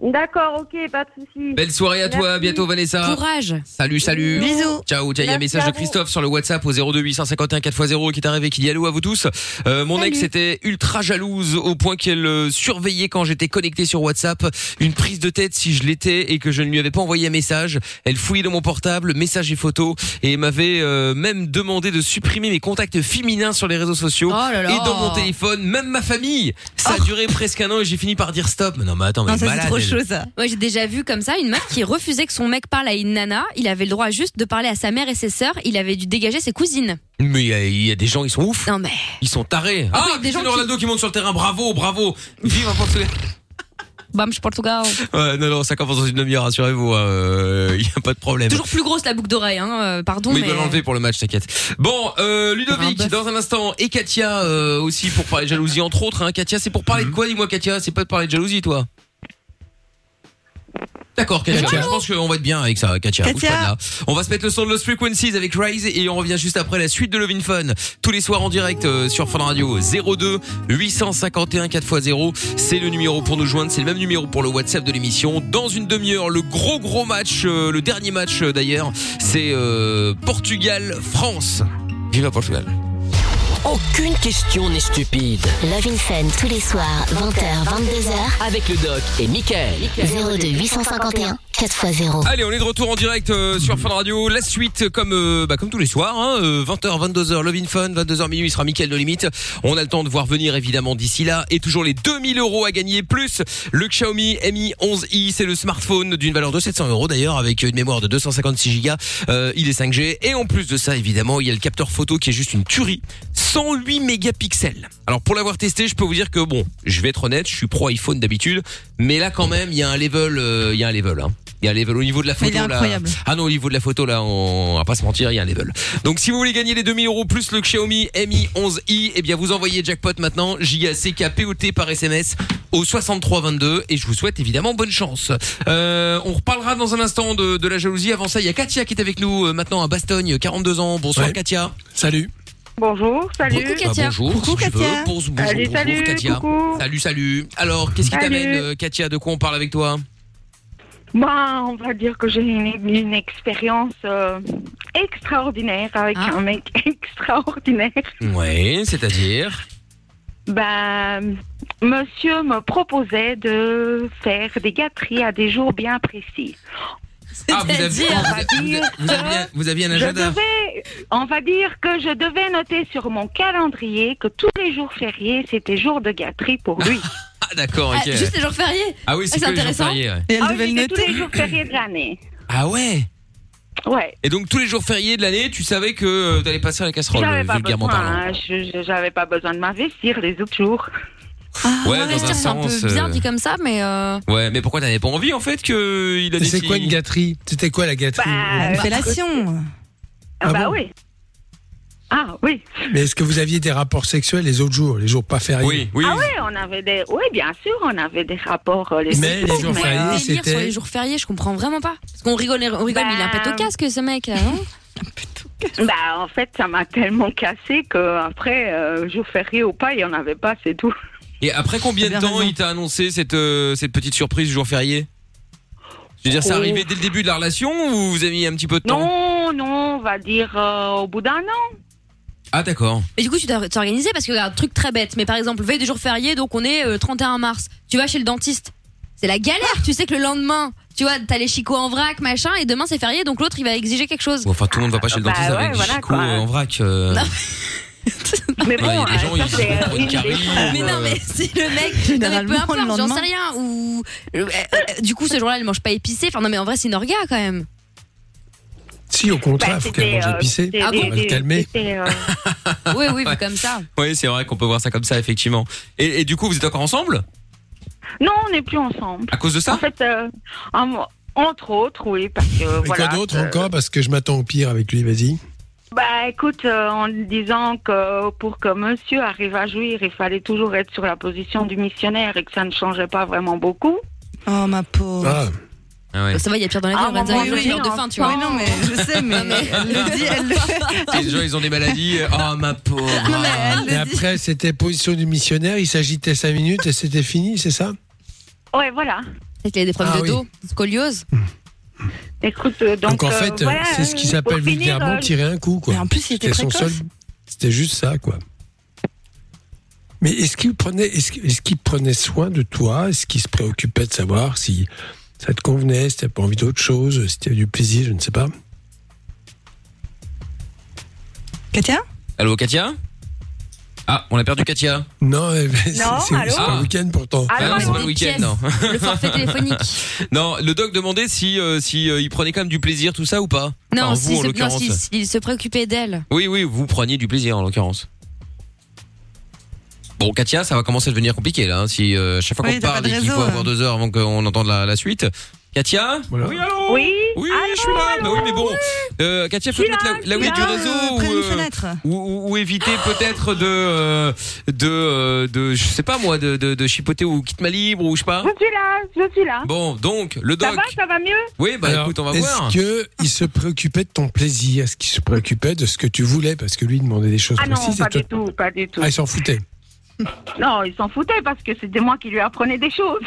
D'accord, ok, pas de souci.
Belle soirée à toi, à
Merci.
bientôt, Vanessa.
Courage.
Salut, salut.
Bisous.
Ciao, tiens, il y a un
Merci
message
à
de
vous.
Christophe sur le WhatsApp au 02851 4x0 qui est arrivé, qui dit allô à vous tous. Euh, mon
Salut.
ex était ultra jalouse au point qu'elle euh, surveillait quand j'étais connecté sur WhatsApp. Une prise de tête si je l'étais et que je ne lui avais pas envoyé un message. Elle fouillait dans mon portable, messages et photos et m'avait euh, même demandé de supprimer mes contacts féminins sur les réseaux sociaux.
Oh là là.
Et dans mon téléphone, même ma famille. Ça a duré presque un an et j'ai fini par dire stop. Mais non, mais attends, mais
Non,
elle est
ça c'est
malade.
trop
elle.
chaud ça.
Moi, j'ai déjà vu comme ça une meuf qui refusait que son mec parle à une nana. Il avait le droit juste de parler à sa mère et ses sœurs. Il avait dû dégager ses cousines.
Mais il y a- il y, a des gens, ils sont ouf.
Non, mais.
Ils sont tarés.
Ah,
Ah,
il y a des gens
Cristiano
qui-
Ronaldo qui... monte sur le terrain. Bravo, bravo. Vive un Portugais.
Bam, je Portugal.
Ouais, non, non, ça commence dans une demi-heure, rassurez-vous. hein, euh, Il n'y a pas de problème.
Toujours plus grosse la boucle d'oreille, hein. euh, pardon.
Mais
Mais,
il doit l'enlever pour le match, t'inquiète. Bon, euh, Ludovic,
Un bœuf.
dans un instant, et Katia euh, aussi pour parler de jalousie, entre autres. Hein. Katia, c'est pour parler de quoi Dis-moi, Katia, c'est pas de parler de jalousie, toi D'accord, Katia.
Katia.
Je pense qu'on va être bien avec ça, Katia. Bouge
Katia.
pas de là. On va se mettre le son de Lost Frequencies avec Rise et on revient juste après la suite de Love in Fun. Tous les soirs en direct euh, sur Fun Radio 02 851 4x0. C'est le numéro pour nous joindre. C'est le même numéro pour le WhatsApp de l'émission. Dans une demi-heure, le gros gros match, euh, le dernier match euh, d'ailleurs, c'est euh, Portugal-France. Vive la Portugal.
Aucune question n'est stupide.
Love in Fun tous les soirs, 20h, 22h,
Avec le doc et Michael.
02 851 4x0.
Allez, on est de retour en direct euh, sur Fun Radio. La suite, comme euh, bah, comme tous les soirs, 20h, 22h, Love in Fun, 22h minuit, il sera Mickaël de Limite. On a le temps de voir venir évidemment d'ici là. Et toujours les 2000 euros à gagner, plus le Xiaomi Mi 11i. C'est le smartphone d'une valeur de 700 euros d'ailleurs, avec une mémoire de 256 gigas. Euh, il est 5G. Et en plus de ça, évidemment, il y a le capteur photo qui est juste une tuerie. 108 mégapixels. Alors pour l'avoir testé, je peux vous dire que bon, je vais être honnête, je suis pro iPhone d'habitude, mais là quand même, il y a un level, euh, il y a un level. hein. Il y a un level au niveau de la
Mais
photo
il est
là.
incroyable.
Ah non, au niveau de la photo, là, on, on va pas se mentir, il y a un level. Donc, si vous voulez gagner les 2000 euros plus le Xiaomi Mi 11i, eh bien, vous envoyez jackpot maintenant, J-A-C-K-P-O-T par SMS au 6322 et je vous souhaite évidemment bonne chance. Euh, on reparlera dans un instant de, de la jalousie. Avant ça, il y a Katia qui est avec nous euh, maintenant à Bastogne, 42 ans. Bonsoir,
Ouais.
Katia.
Salut.
Bonjour, salut.
Coucou, Katia.
Ah, bonjour,
Coucou,
si tu veux.
Katia.
Bonjour, bonjour,
Salut,
bonjour,
salut,
Katia.
coucou.
Salut, salut. Alors, qu'est-ce qui
Salut.
t'amène, euh, Katia De quoi on parle avec toi
Bah, on va dire que j'ai une, une expérience euh, extraordinaire avec
Ah.
un mec extraordinaire.
Ouais, c'est-à-dire
Bah, monsieur me proposait de faire des gâteries à des jours bien précis.
Ah, vous avez-
C'est-à-dire-
vous avez-
On va dire
vous aviez- vous aviez un
Je
agenda
devais, on va dire que je devais noter sur mon calendrier que tous les jours fériés, c'était jour de gâterie pour lui.
Ah d'accord,
Ah,
ok.
juste les jours fériés.
Ah oui, c'est
Ah, c'est
que les jours
intéressant.
fériés, ouais.
Et elle
Ah oui,
devait le
c'était tous
noter.
les jours fériés de l'année.
Ah ouais
Ouais.
Et donc tous les jours fériés de l'année, tu savais que euh, t'allais passer à la casserole,
J'avais
euh,
pas,
vulgairement
besoin,
parlant.
hein, je- je- j'avais pas besoin de m'investir les autres jours.
Ouais, dans un
Ah, Investir, c'est un
sens,
peu bien
euh,
dit comme ça, mais.
Ah,
euh,
Ouais, mais pourquoi t'avais pas envie en fait que il a
Et C'est
décidé
quoi une gâterie C'était quoi la gâterie
Bah,
Une fellation.
Ah
Ah
bah
bon
oui. Ah oui.
Mais est-ce que vous aviez des rapports sexuels les autres jours, les jours pas fériés
Oui, oui.
Ah oui, on avait des. Oui, bien sûr, on avait des rapports euh, les
Mais
autres
les jours
mais,
fériés,
euh,
le délire
c'était-
sur les jours fériés, je comprends vraiment pas. Parce qu'on rigole, on rigole, mais il a un
Bah.
pète au casque, ce mec, hein. là, non
Bah, en fait, ça m'a tellement cassé qu'après, euh, jour férié ou pas, il n'y en avait pas, c'est tout.
Et après combien de
T'as bien
temps
raison.
il t'a annoncé cette euh, cette petite surprise du jour férié Je veux dire, c'est
Oh.
arrivé dès le début de la relation ou vous avez mis un petit peu de temps
Non, non, on va dire euh, au bout d'un an.
Ah d'accord.
Mais du coup, tu dois t'organiser parce que, regarde, truc très bête, mais par exemple, veille des jours fériés, donc on est euh, 31 mars, tu vas chez le dentiste. C'est la galère, tu sais que le lendemain, tu vois, t'as les chicots en vrac, machin, et demain c'est férié, donc l'autre il va exiger quelque chose.
Bon, enfin tout le monde va pas chez le
Bah,
dentiste
ouais,
avec des
voilà,
chicots
quoi.
euh, en vrac. euh.
Non.
Mais
Ouais,
bon,
il y a des
hein,
gens
ça,
ils se
c'est,
font
euh,
pour une
une
carie.
des-
ou,
Mais non,
euh,
mais c'est le mec. Non, mais peu
Généralement, le
importe, j'en
lendemain.
sais rien. Ou. euh, euh, du coup, ce jour-là, elle mange pas épicé. Enfin, non, mais en vrai, c'est une orga quand même.
Si, au
bah,
contraire, il faut qu'elle
c'était,
mange
euh,
épicé.
c'était
Ah
des-
bon, on va le
des-
calmer.
c'était, euh,
Oui, oui, vu comme ça.
Oui, c'est vrai qu'on peut voir ça comme ça, effectivement. Et, et du coup, vous êtes encore ensemble
Non, on n'est plus ensemble.
à cause de
En
ça
fait, euh, en- entre autres, oui, parce que
Et
voilà.
quoi d'autre
euh,
encore Parce que je m'attends au pire avec lui, vas-y.
Bah écoute, euh, en disant que pour que monsieur arrive à jouir, il fallait toujours être sur la position du missionnaire et que ça ne changeait pas vraiment beaucoup.
Oh ma pauvre.
Ah,
Ah ouais.
Ça va, il y a pire dans la vie,
Ah,
on va dire,
maman,
il y a
oui,
pire
oui,
de
en
faim, tu
Oui,
vois.
temps.
non, mais je sais, mais elle le dit, elle le
Les gens, ils ont des maladies. Oh, ma pauvre.
Ah,
Non, mais elle
Et
le dit.
après, c'était position du missionnaire, il s'agitait cinq minutes et c'était fini, c'est ça
Ouais, voilà.
Peut-être qu'il y a des problèmes
Ah
de
oui.
dos, scoliose.
Écoute, euh, donc,
Donc, en
euh,
fait,
voilà,
c'est ce qui
euh,
s'appelle
pour finir,
vulgairement
euh,
tirer un coup, quoi.
Mais en plus, il était
C'était son
précoce.
seul. C'était juste ça, quoi. Mais est-ce qu'il prenait, est-ce, que- est-ce qu'il prenait soin de toi Est-ce qu'il se préoccupait de savoir si ça te convenait, si t'avais pas envie d'autre chose, si t'avais du plaisir, je ne sais pas.
Katia
Allô, Katia Ah, on a perdu Katia.
Non, eh ben, c'est, c'est-
allô
c'est pas
Ah.
le week-end pourtant.
Ah,
Ah
non,
non, c'est
non,
pas le
des
week-end,
pièces.
non.
Le forfait téléphonique.
Non, le doc demandait si, euh, si euh, il prenait quand même du plaisir, tout ça ou pas
Non,
Enfin, vous,
s'il
en
se- non,
l'occurrence.
s'il s'il se préoccupait d'elle.
Oui, oui, vous preniez du plaisir, en l'occurrence. Bon, Katia, ça va commencer à devenir compliqué, là. hein, si euh, chaque fois qu'on
Oui,
te
t'as
parle
pas de
et qu'il faut
réseau,
avoir
hein.
deux heures avant qu'on entende la, la suite. Katia
Voilà.
allô
Oui,
Oui, je suis là. Bah oui, mais bon. Euh, Katia, faut
Je suis
mettre la,
là,
la
je
oui
suis
du
là.
réseau
Euh,
ou,
près d'une
euh,
fenêtre.
ou, ou- ou éviter peut-être de, euh, de, euh, de, je sais pas moi, de, de, de chipoter ou quitte ma libre ou je sais pas.
je suis là, je suis là.
Ah. Bon, donc le doc.
ça va, ça va mieux
Oui, bah
Alors,
écoute, on va
est-ce
voir.
que il se préoccupait de ton plaisir Est-ce qu'il se préoccupait de ce que tu voulais Parce que lui, il demandait des choses
Ah non,
précises. et
pas
toi-
du tout, pas du tout.
Ah, il s'en foutait.
Non, il s'en foutait parce que c'était moi qui lui apprenais des choses.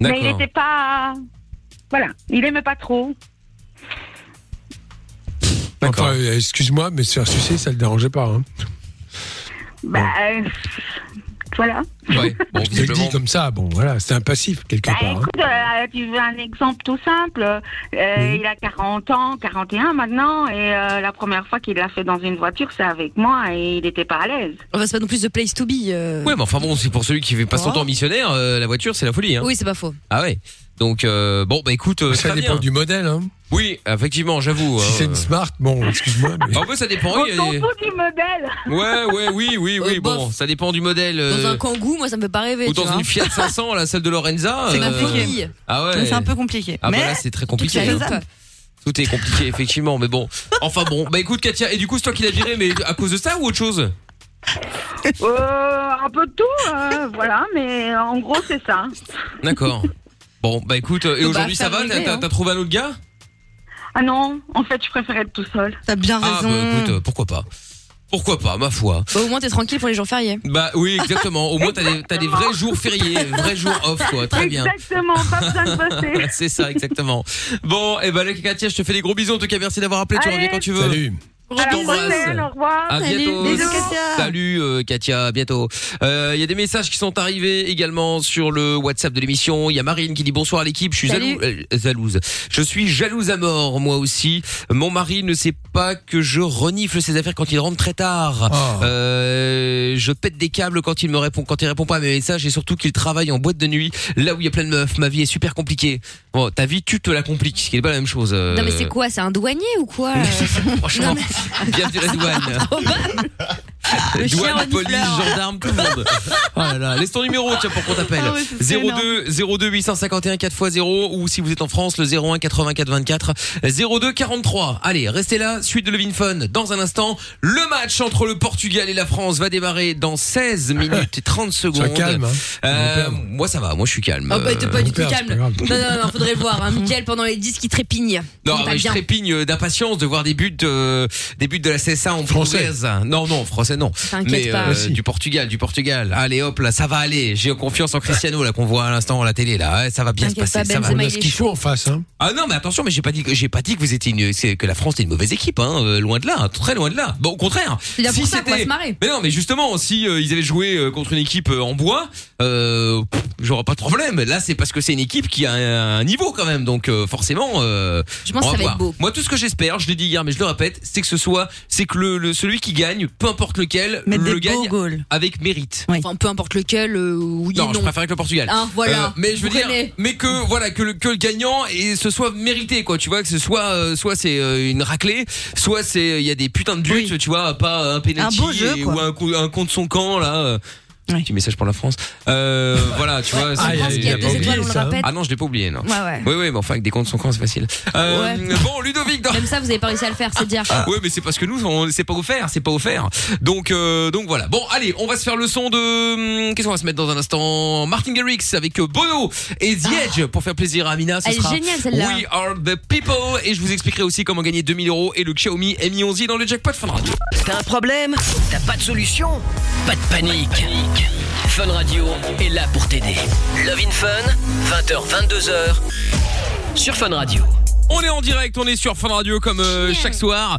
Mais il
D'accord.
n'était pas... Voilà, il aimait pas trop.
D'accord.
Enfin, euh, excuse-moi, mais se faire sucer, ça le dérangeait pas. Hein.
Bah, euh, voilà.
Ouais. Bon,
je te le
visiblement.
dis comme ça, bon, voilà, c'est un passif quelque
Bah,
part. hein.
écoute, euh, tu veux un exemple tout simple. Euh, Il a 40 ans, 41 maintenant, et euh, la première fois qu'il l'a fait dans une voiture, c'est avec moi, et il n'était pas à l'aise.
Enfin, c'est pas non plus de place to be. euh.
Ouais, mais enfin bon, c'est pour celui qui fait pas son
Oh.
temps missionnaire, euh, la voiture, c'est la folie. Hein.
Oui, c'est pas faux.
Ah ouais. Donc euh, bon, bah écoute, euh,
ça
très
dépend
bien.
du modèle. Hein.
Oui, effectivement, j'avoue.
Si
hein,
c'est une
euh. Ah,
smart, bon, excuse-moi, mais
En fait, ça dépend.
On
oui,
s'en
euh,
fout du modèle.
Ouais, ouais, oui, oui, oui.
Euh,
bon,
bof.
ça dépend du modèle.
Dans
euh,
un kangou, moi ça me fait pas rêver.
Ou
tu
dans
vois.
une Fiat 500, la salle de Lorenza.
C'est
euh,
compliqué.
Ah ouais.
C'est un peu compliqué.
Ah bah
mais
là, c'est très
Toute
compliqué.
la
hein.
loupe.
Tout est compliqué, effectivement, mais bon. Enfin bon, bah écoute, Katia, et du coup, c'est toi qui l'as viré, mais à cause de ça ou autre chose
Euh, un peu de tout, euh, voilà, mais en gros, c'est ça.
D'accord. Bon, bah écoute, euh, et
Bah,
aujourd'hui, ça
ça va
va T'as
arriver,
t'as-
hein.
t'as trouvé un autre gars
Ah non, en fait, je préférais être tout seul.
t'as bien
Ah, bah
raison.
écoute, euh, pourquoi pas Pourquoi pas, ma foi
Bah, au moins t'es tranquille pour les jours fériés.
Bah oui, exactement. Au moins, t'as des, t'as des vrais jours fériés, vrais jours off, quoi. Très bien.
Exactement, pas besoin de bosser.
eh ben, C'est ça, exactement. Bon, et bah, Katia, je te fais des gros bisous. En tout cas, merci d'avoir appelé. Tu
Allez.
reviens quand tu veux.
salut.
On t'embrasse.
Au revoir.
À
Salut.
bientôt.
Bisous.
Salut euh, Katia, à bientôt. Euh, Il y a des messages qui sont arrivés également sur le WhatsApp de l'émission. Il y a Marine qui dit bonsoir à l'équipe, je suis
Salut.
jaloux, euh, jalouse. Je suis jalouse à mort moi aussi. Mon mari ne sait pas que je renifle ses affaires quand il rentre très tard. Euh, je pète des câbles quand il me répond quand il répond pas à mes messages et surtout qu'il travaille en boîte de nuit là où il y a plein de meufs. Ma vie est super compliquée. Bon, ta vie tu te la compliques, ce qui n'est pas la même chose. euh,
Non mais c'est quoi C'est un douanier ou quoi euh
Franchement, bienvenue à la douane.
Le chien
Douane,
renifleur.
police, gendarme, tout le monde. Oh là là, laisse ton numéro, tiens, pour qu'on t'appelle.
Ah ouais, c'est
02 02 851 4x0 ou si vous êtes en France, le 01 84 24 02 43. Allez, restez là, suite de Levin Fun. Dans un instant, le match entre le Portugal et la France va démarrer dans
Ah.
16 minutes et 30 secondes.
calme, hein.
Euh, moi, ça va, moi, je suis calme.
Oh bah t'es pas
Euh,
du tout calme. Non non non, faudrait le voir. Hein, Mickaël pendant les disques qui trépigne.
non,
il va
mais je
bien.
trépigne d'impatience de voir des buts, euh, des buts de la CSA en française. Non, non, français non.
T'inquiète
Mais
pas.
euh, du Portugal, du Portugal. Allez, hop, là, ça va aller. J'ai confiance en Cristiano là qu'on voit à l'instant à la télé là. Ouais, Ça va bien se
T'inquiète
passer.
pas,
ça va.
Benzema, On a il ce est qu'il chaud.
en face.
hein.
Ah non, mais attention, mais j'ai pas dit que j'ai pas dit que vous étiez une, c'est- que la France était une mauvaise équipe. Hein, euh, loin de là, très loin de là. Bon, au contraire.
C'est bien pour ça qu'on va
c'était-
se marrer.
Mais non, mais justement, si euh, ils avaient joué euh, contre une équipe euh, en bois, euh, pff, j'aurais pas de problème. Là, c'est parce que c'est une équipe qui a un, un niveau quand même, donc euh, forcément. euh,
Je pense que
on
ça va
voir.
être beau.
Moi, tout ce que j'espère, je l'ai dit hier, mais je le répète, c'est que ce soit, c'est que le, le- celui qui gagne, peu importe lequel,
Mettre
le
des beaux
gagne avec mérite.
Enfin peu importe lequel. euh, oui et
Non,
non,
je préfère avec le Portugal. Euh,
Ah, voilà.
mais je veux
Vous
dire,
connaissez.
mais que voilà que le, que le gagnant et ce soit mérité quoi. Tu vois que ce soit euh, soit c'est euh, une raclée, soit c'est euh, il y a des putains de buts. Tu vois pas un penalty
Un beau jeu,
et-
quoi.
ou un coup un contre son camp là. euh, Petit message pour la France. Euh, voilà, tu vois.
Ah,
c'est-
je pense qu'il y a
pas
deux
oublié
étoiles, on le
ça.
répète.
Ah non, je l'ai pas oublié, non.
Ouais, ouais. Oh,
Oui, oui, mais enfin, avec des comptes son camp, c'est facile. Euh,
Ouais.
Bon, Ludovic. Ah.
Même ça vous avez pas réussi à le faire, c'est dire.
Ouais, mais c'est parce que nous, on c'est pas offert, c'est pas offert. Donc, euh, donc voilà. Bon, allez, on va se faire le son de. hum, Qu'est-ce qu'on va se mettre dans un instant Martin Garrix avec euh, Bono et The Edge pour faire plaisir à Amina. Ce
Ah. Elle est
sera
géniale, celle-là.
We are the people et je vous expliquerai aussi comment gagner 2000 euros et le Xiaomi Mi 11 dans le jackpot Fun Radio.
T'as un problème T'as pas de solution Pas de panique. Fun Radio est là pour t'aider. Love in Fun, 20h, 22h, sur Fun Radio.
On est en direct, on est sur Fun Radio comme euh, chaque soir.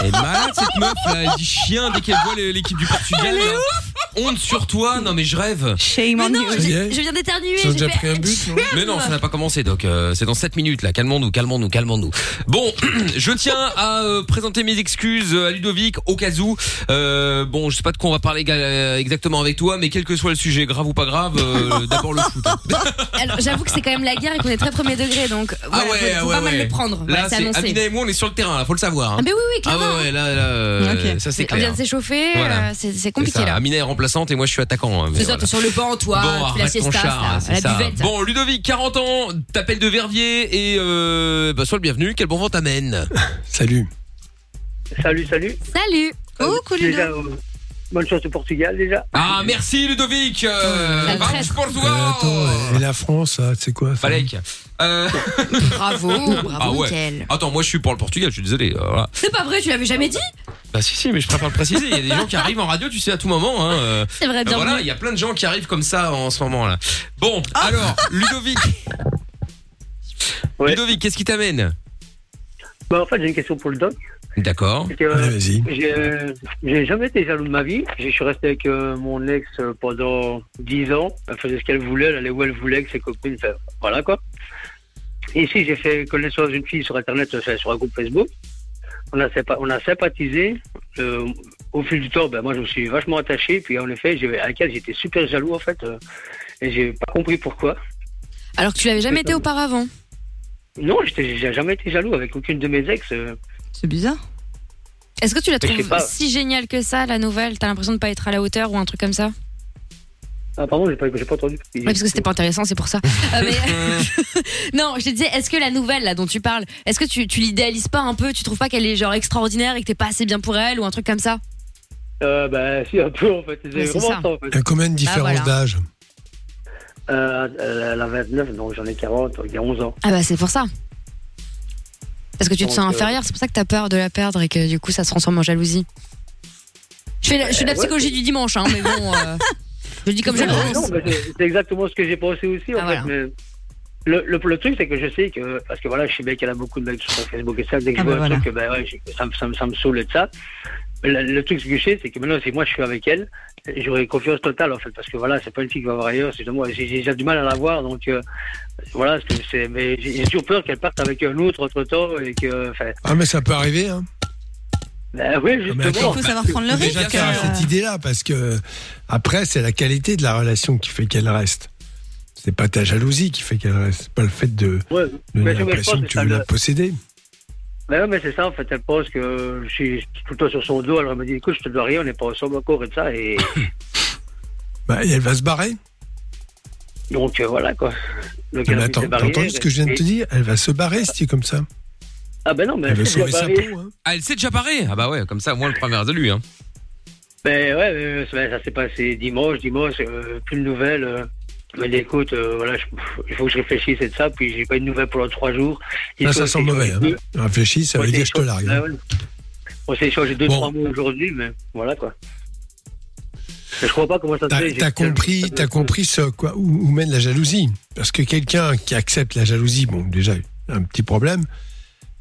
Elle est malade cette meuf là, elle dit chien dès qu'elle voit l'équipe du Portugal.
Elle est
là. Honte sur toi, non mais je rêve.
Shame
Mais non, je, je viens d'éternuer. j'ai fait-
Mais non, ça n'a pas commencé, Doc. Euh, c'est dans 7 minutes, là. Calmons-nous, calmons-nous, calmons-nous. Bon, je tiens à euh, présenter mes excuses euh, à Ludovic, au cas où. Euh, bon, je sais pas de quoi on va parler euh, exactement avec toi, mais quel que soit le sujet, grave ou pas grave, euh, d'abord le foot.
Alors, j'avoue que c'est quand même la guerre et qu'on est très premier degré, donc voilà,
ah ouais,
faut,
ah
faut
ouais,
pas mal
ouais.
le prendre.
Là,
Voilà, c'est
c'est Amina
annoncé.
et moi, on est sur le terrain, là, faut le savoir. hein.
Ah, mais oui, oui,
Ah
clairement.
ouais, ouais, là, là, euh,
Ok.
ça c'est
On vient
clair.
de s'échauffer,
Voilà.
euh, c'est c'est
C'est
compliqué
ça.
là.
Amina est remplaçante et moi je suis attaquant. hein, mais
C'est ça,
voilà.
t'es sur le banc, toi,
Bon,
tu fais la
arrête ton
siesta,
char,
là,
c'est
à la
ça.
buvette.
Bon, Ludovic, 40 ans, t'appelles de Verviers et euh, bah, sois le bienvenu. Quel bon vent t'amène
Salut.
Salut, salut.
Salut.
Déjà, euh, bonne chance au Portugal déjà.
Ah, merci Ludovic. Euh,
La
vamos
traître.
Portugal.
Et la France, là, c'est quoi ça
Balek. Euh,
Bravo, Oh, bravo,
ah ouais.
Mickaël.
Attends, moi je suis pour le Portugal, je suis désolé. euh, voilà.
C'est pas vrai, tu l'avais jamais dit
Bah si si, mais je préfère le préciser. Il y a des gens qui arrivent en radio, tu sais, à tout moment. Hein, euh,
C'est vrai,
euh,
bienvenue. Ah.
Voilà, il y a plein de gens qui arrivent comme ça en ce moment là. Bon, alors Ludovic. Ludovic, qu'est-ce qui t'amène
Bah, en fait, j'ai une question pour le doc.
D'accord.
C'est que, euh, j'ai, euh, J'ai jamais été jaloux de ma vie. Je suis resté avec euh, mon ex euh, pendant 10 ans. Elle faisait ce qu'elle voulait, elle allait où elle voulait, avec ses copines. enfin, Voilà quoi. Ici, j'ai fait connaissance d'une fille sur Internet, euh, sur un groupe Facebook. On a, sympa- on a sympathisé. Euh, au fil du temps, ben, moi, je me suis vachement attaché. Puis en effet, j'ai- avec elle, j'étais super jaloux en fait. euh, et j'ai pas compris pourquoi.
Alors que tu l'avais jamais été auparavant.
Non, j'étais- j'ai jamais été jaloux avec aucune de mes ex. euh.
C'est bizarre.
Est-ce que tu la
Mais je sais
trouves
pas.
si géniale que ça, la nouvelle T'as l'impression de pas être à la hauteur ou un truc comme ça
Ah, pardon, j'ai pas, j'ai pas entendu.
Ouais, parce que c'était pas intéressant, c'est pour ça. Euh, mais- non, je te disais, est-ce que la nouvelle là dont tu parles, est-ce que tu, tu l'idéalises pas un peu Tu trouves pas qu'elle est genre extraordinaire et que t'es pas assez bien pour elle ou un truc comme ça
Euh, bah, si, un peu, en fait. C'est
Ouais, c'est
vraiment
ça. Bah,
ça, en fait.
T'as combien de différence
voilà.
d'âge
Euh, elle a 29, donc j'en ai 40, il y a 11 ans.
Ah bah c'est pour ça. Parce que tu te
Donc,
sens
euh,
inférieure, c'est pour ça que t'as peur de la perdre et que du coup ça se transforme en jalousie. Je fais la, je fais de la
Euh, ouais.
psychologie du dimanche, hein, mais bon. euh, je le dis comme je le
Non,
pense.
Ah,
non, mais c'est c'est exactement ce que j'ai pensé aussi, en fait. mais le, le, le truc, c'est que je sais que, parce que voilà, je sais bien qu'il y en a beaucoup de mecs sur Facebook et ça, dès que
Ah,
je vois
bah
un
voilà.
truc, que, ben, ouais, je- ça, me- ça me- ça me saoule et de ça. Mais Le, le truc, ce que je sais, c'est que maintenant, si moi je suis avec elle, j'aurai confiance totale, en fait, parce que voilà, c'est pas une fille qui va voir ailleurs, c'est de moi, j'ai j'ai déjà du mal à la voir, donc euh, voilà, c'est- c'est, mais j'ai j'ai toujours peur qu'elle parte avec un autre entre temps et que, enfin,
Ah, mais ça peut arriver, hein.
ben, oui,
Ah, mais
justement.
attends,
Il faut savoir prendre le
faut
risque. hein.
Déjà, qu'il y a
euh.
cette idée-là, parce que après, c'est la qualité de la relation qui fait qu'elle reste. C'est pas ta jalousie qui fait qu'elle reste. C'est pas le fait de
Ouais,
donner
mais je- mais je pense
l'impression que
que
tu
ça
veux
le-
la posséder.
Ben ouais, mais c'est ça, en fait, elle pense que je suis tout le temps sur son dos, alors elle me dit, écoute, je te dois rien, on n'est pas ensemble encore et de ça, et
Bah, et elle va se barrer.
donc euh, voilà, quoi. Donc,
Mais
elle a mis
attends,
ses
t'as entendu
barrières,
ce que je viens de te
et-
dire Elle va se barrer si tu es comme ça.
Ah ben non, mais
Elle va
elle s'est
sauver
déjà
sa
barrée.
peau. hein.
Ah, elle s'est déjà parée Ah bah ouais, comme ça, au moins le premier de lui. Hein.
Ben ouais, euh, ça, ça s'est passé dimanche, dimanche, euh, plus de nouvelles. euh. mais écoute, euh, voilà, je- il faut que je réfléchisse et de ça, puis j'ai pas eu de nouvelles pendant trois jours.
Là, ça sent mauvais. Hein. Réfléchis, ça
Ouais,
veut
des
dire je te
choses-
largue.
Ah
hein.
ouais. On s'est échangé deux,
Bon.
trois mots aujourd'hui, mais voilà quoi. Je crois pas comment ça se
T'as
fait. j'ai-
t'as compris, t'as compris ce quoi où, où mène la jalousie Parce que quelqu'un qui accepte la jalousie, bon, déjà un petit problème,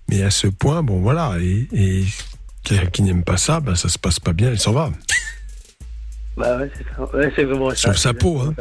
mais à ce point, bon, voilà, et, et quelqu'un qui n'aime pas ça, ben ça se passe pas bien, elle s'en va.
Bah ouais, c'est ça. Ouais, c'est vraiment ça.
Sauf sa peau, hein.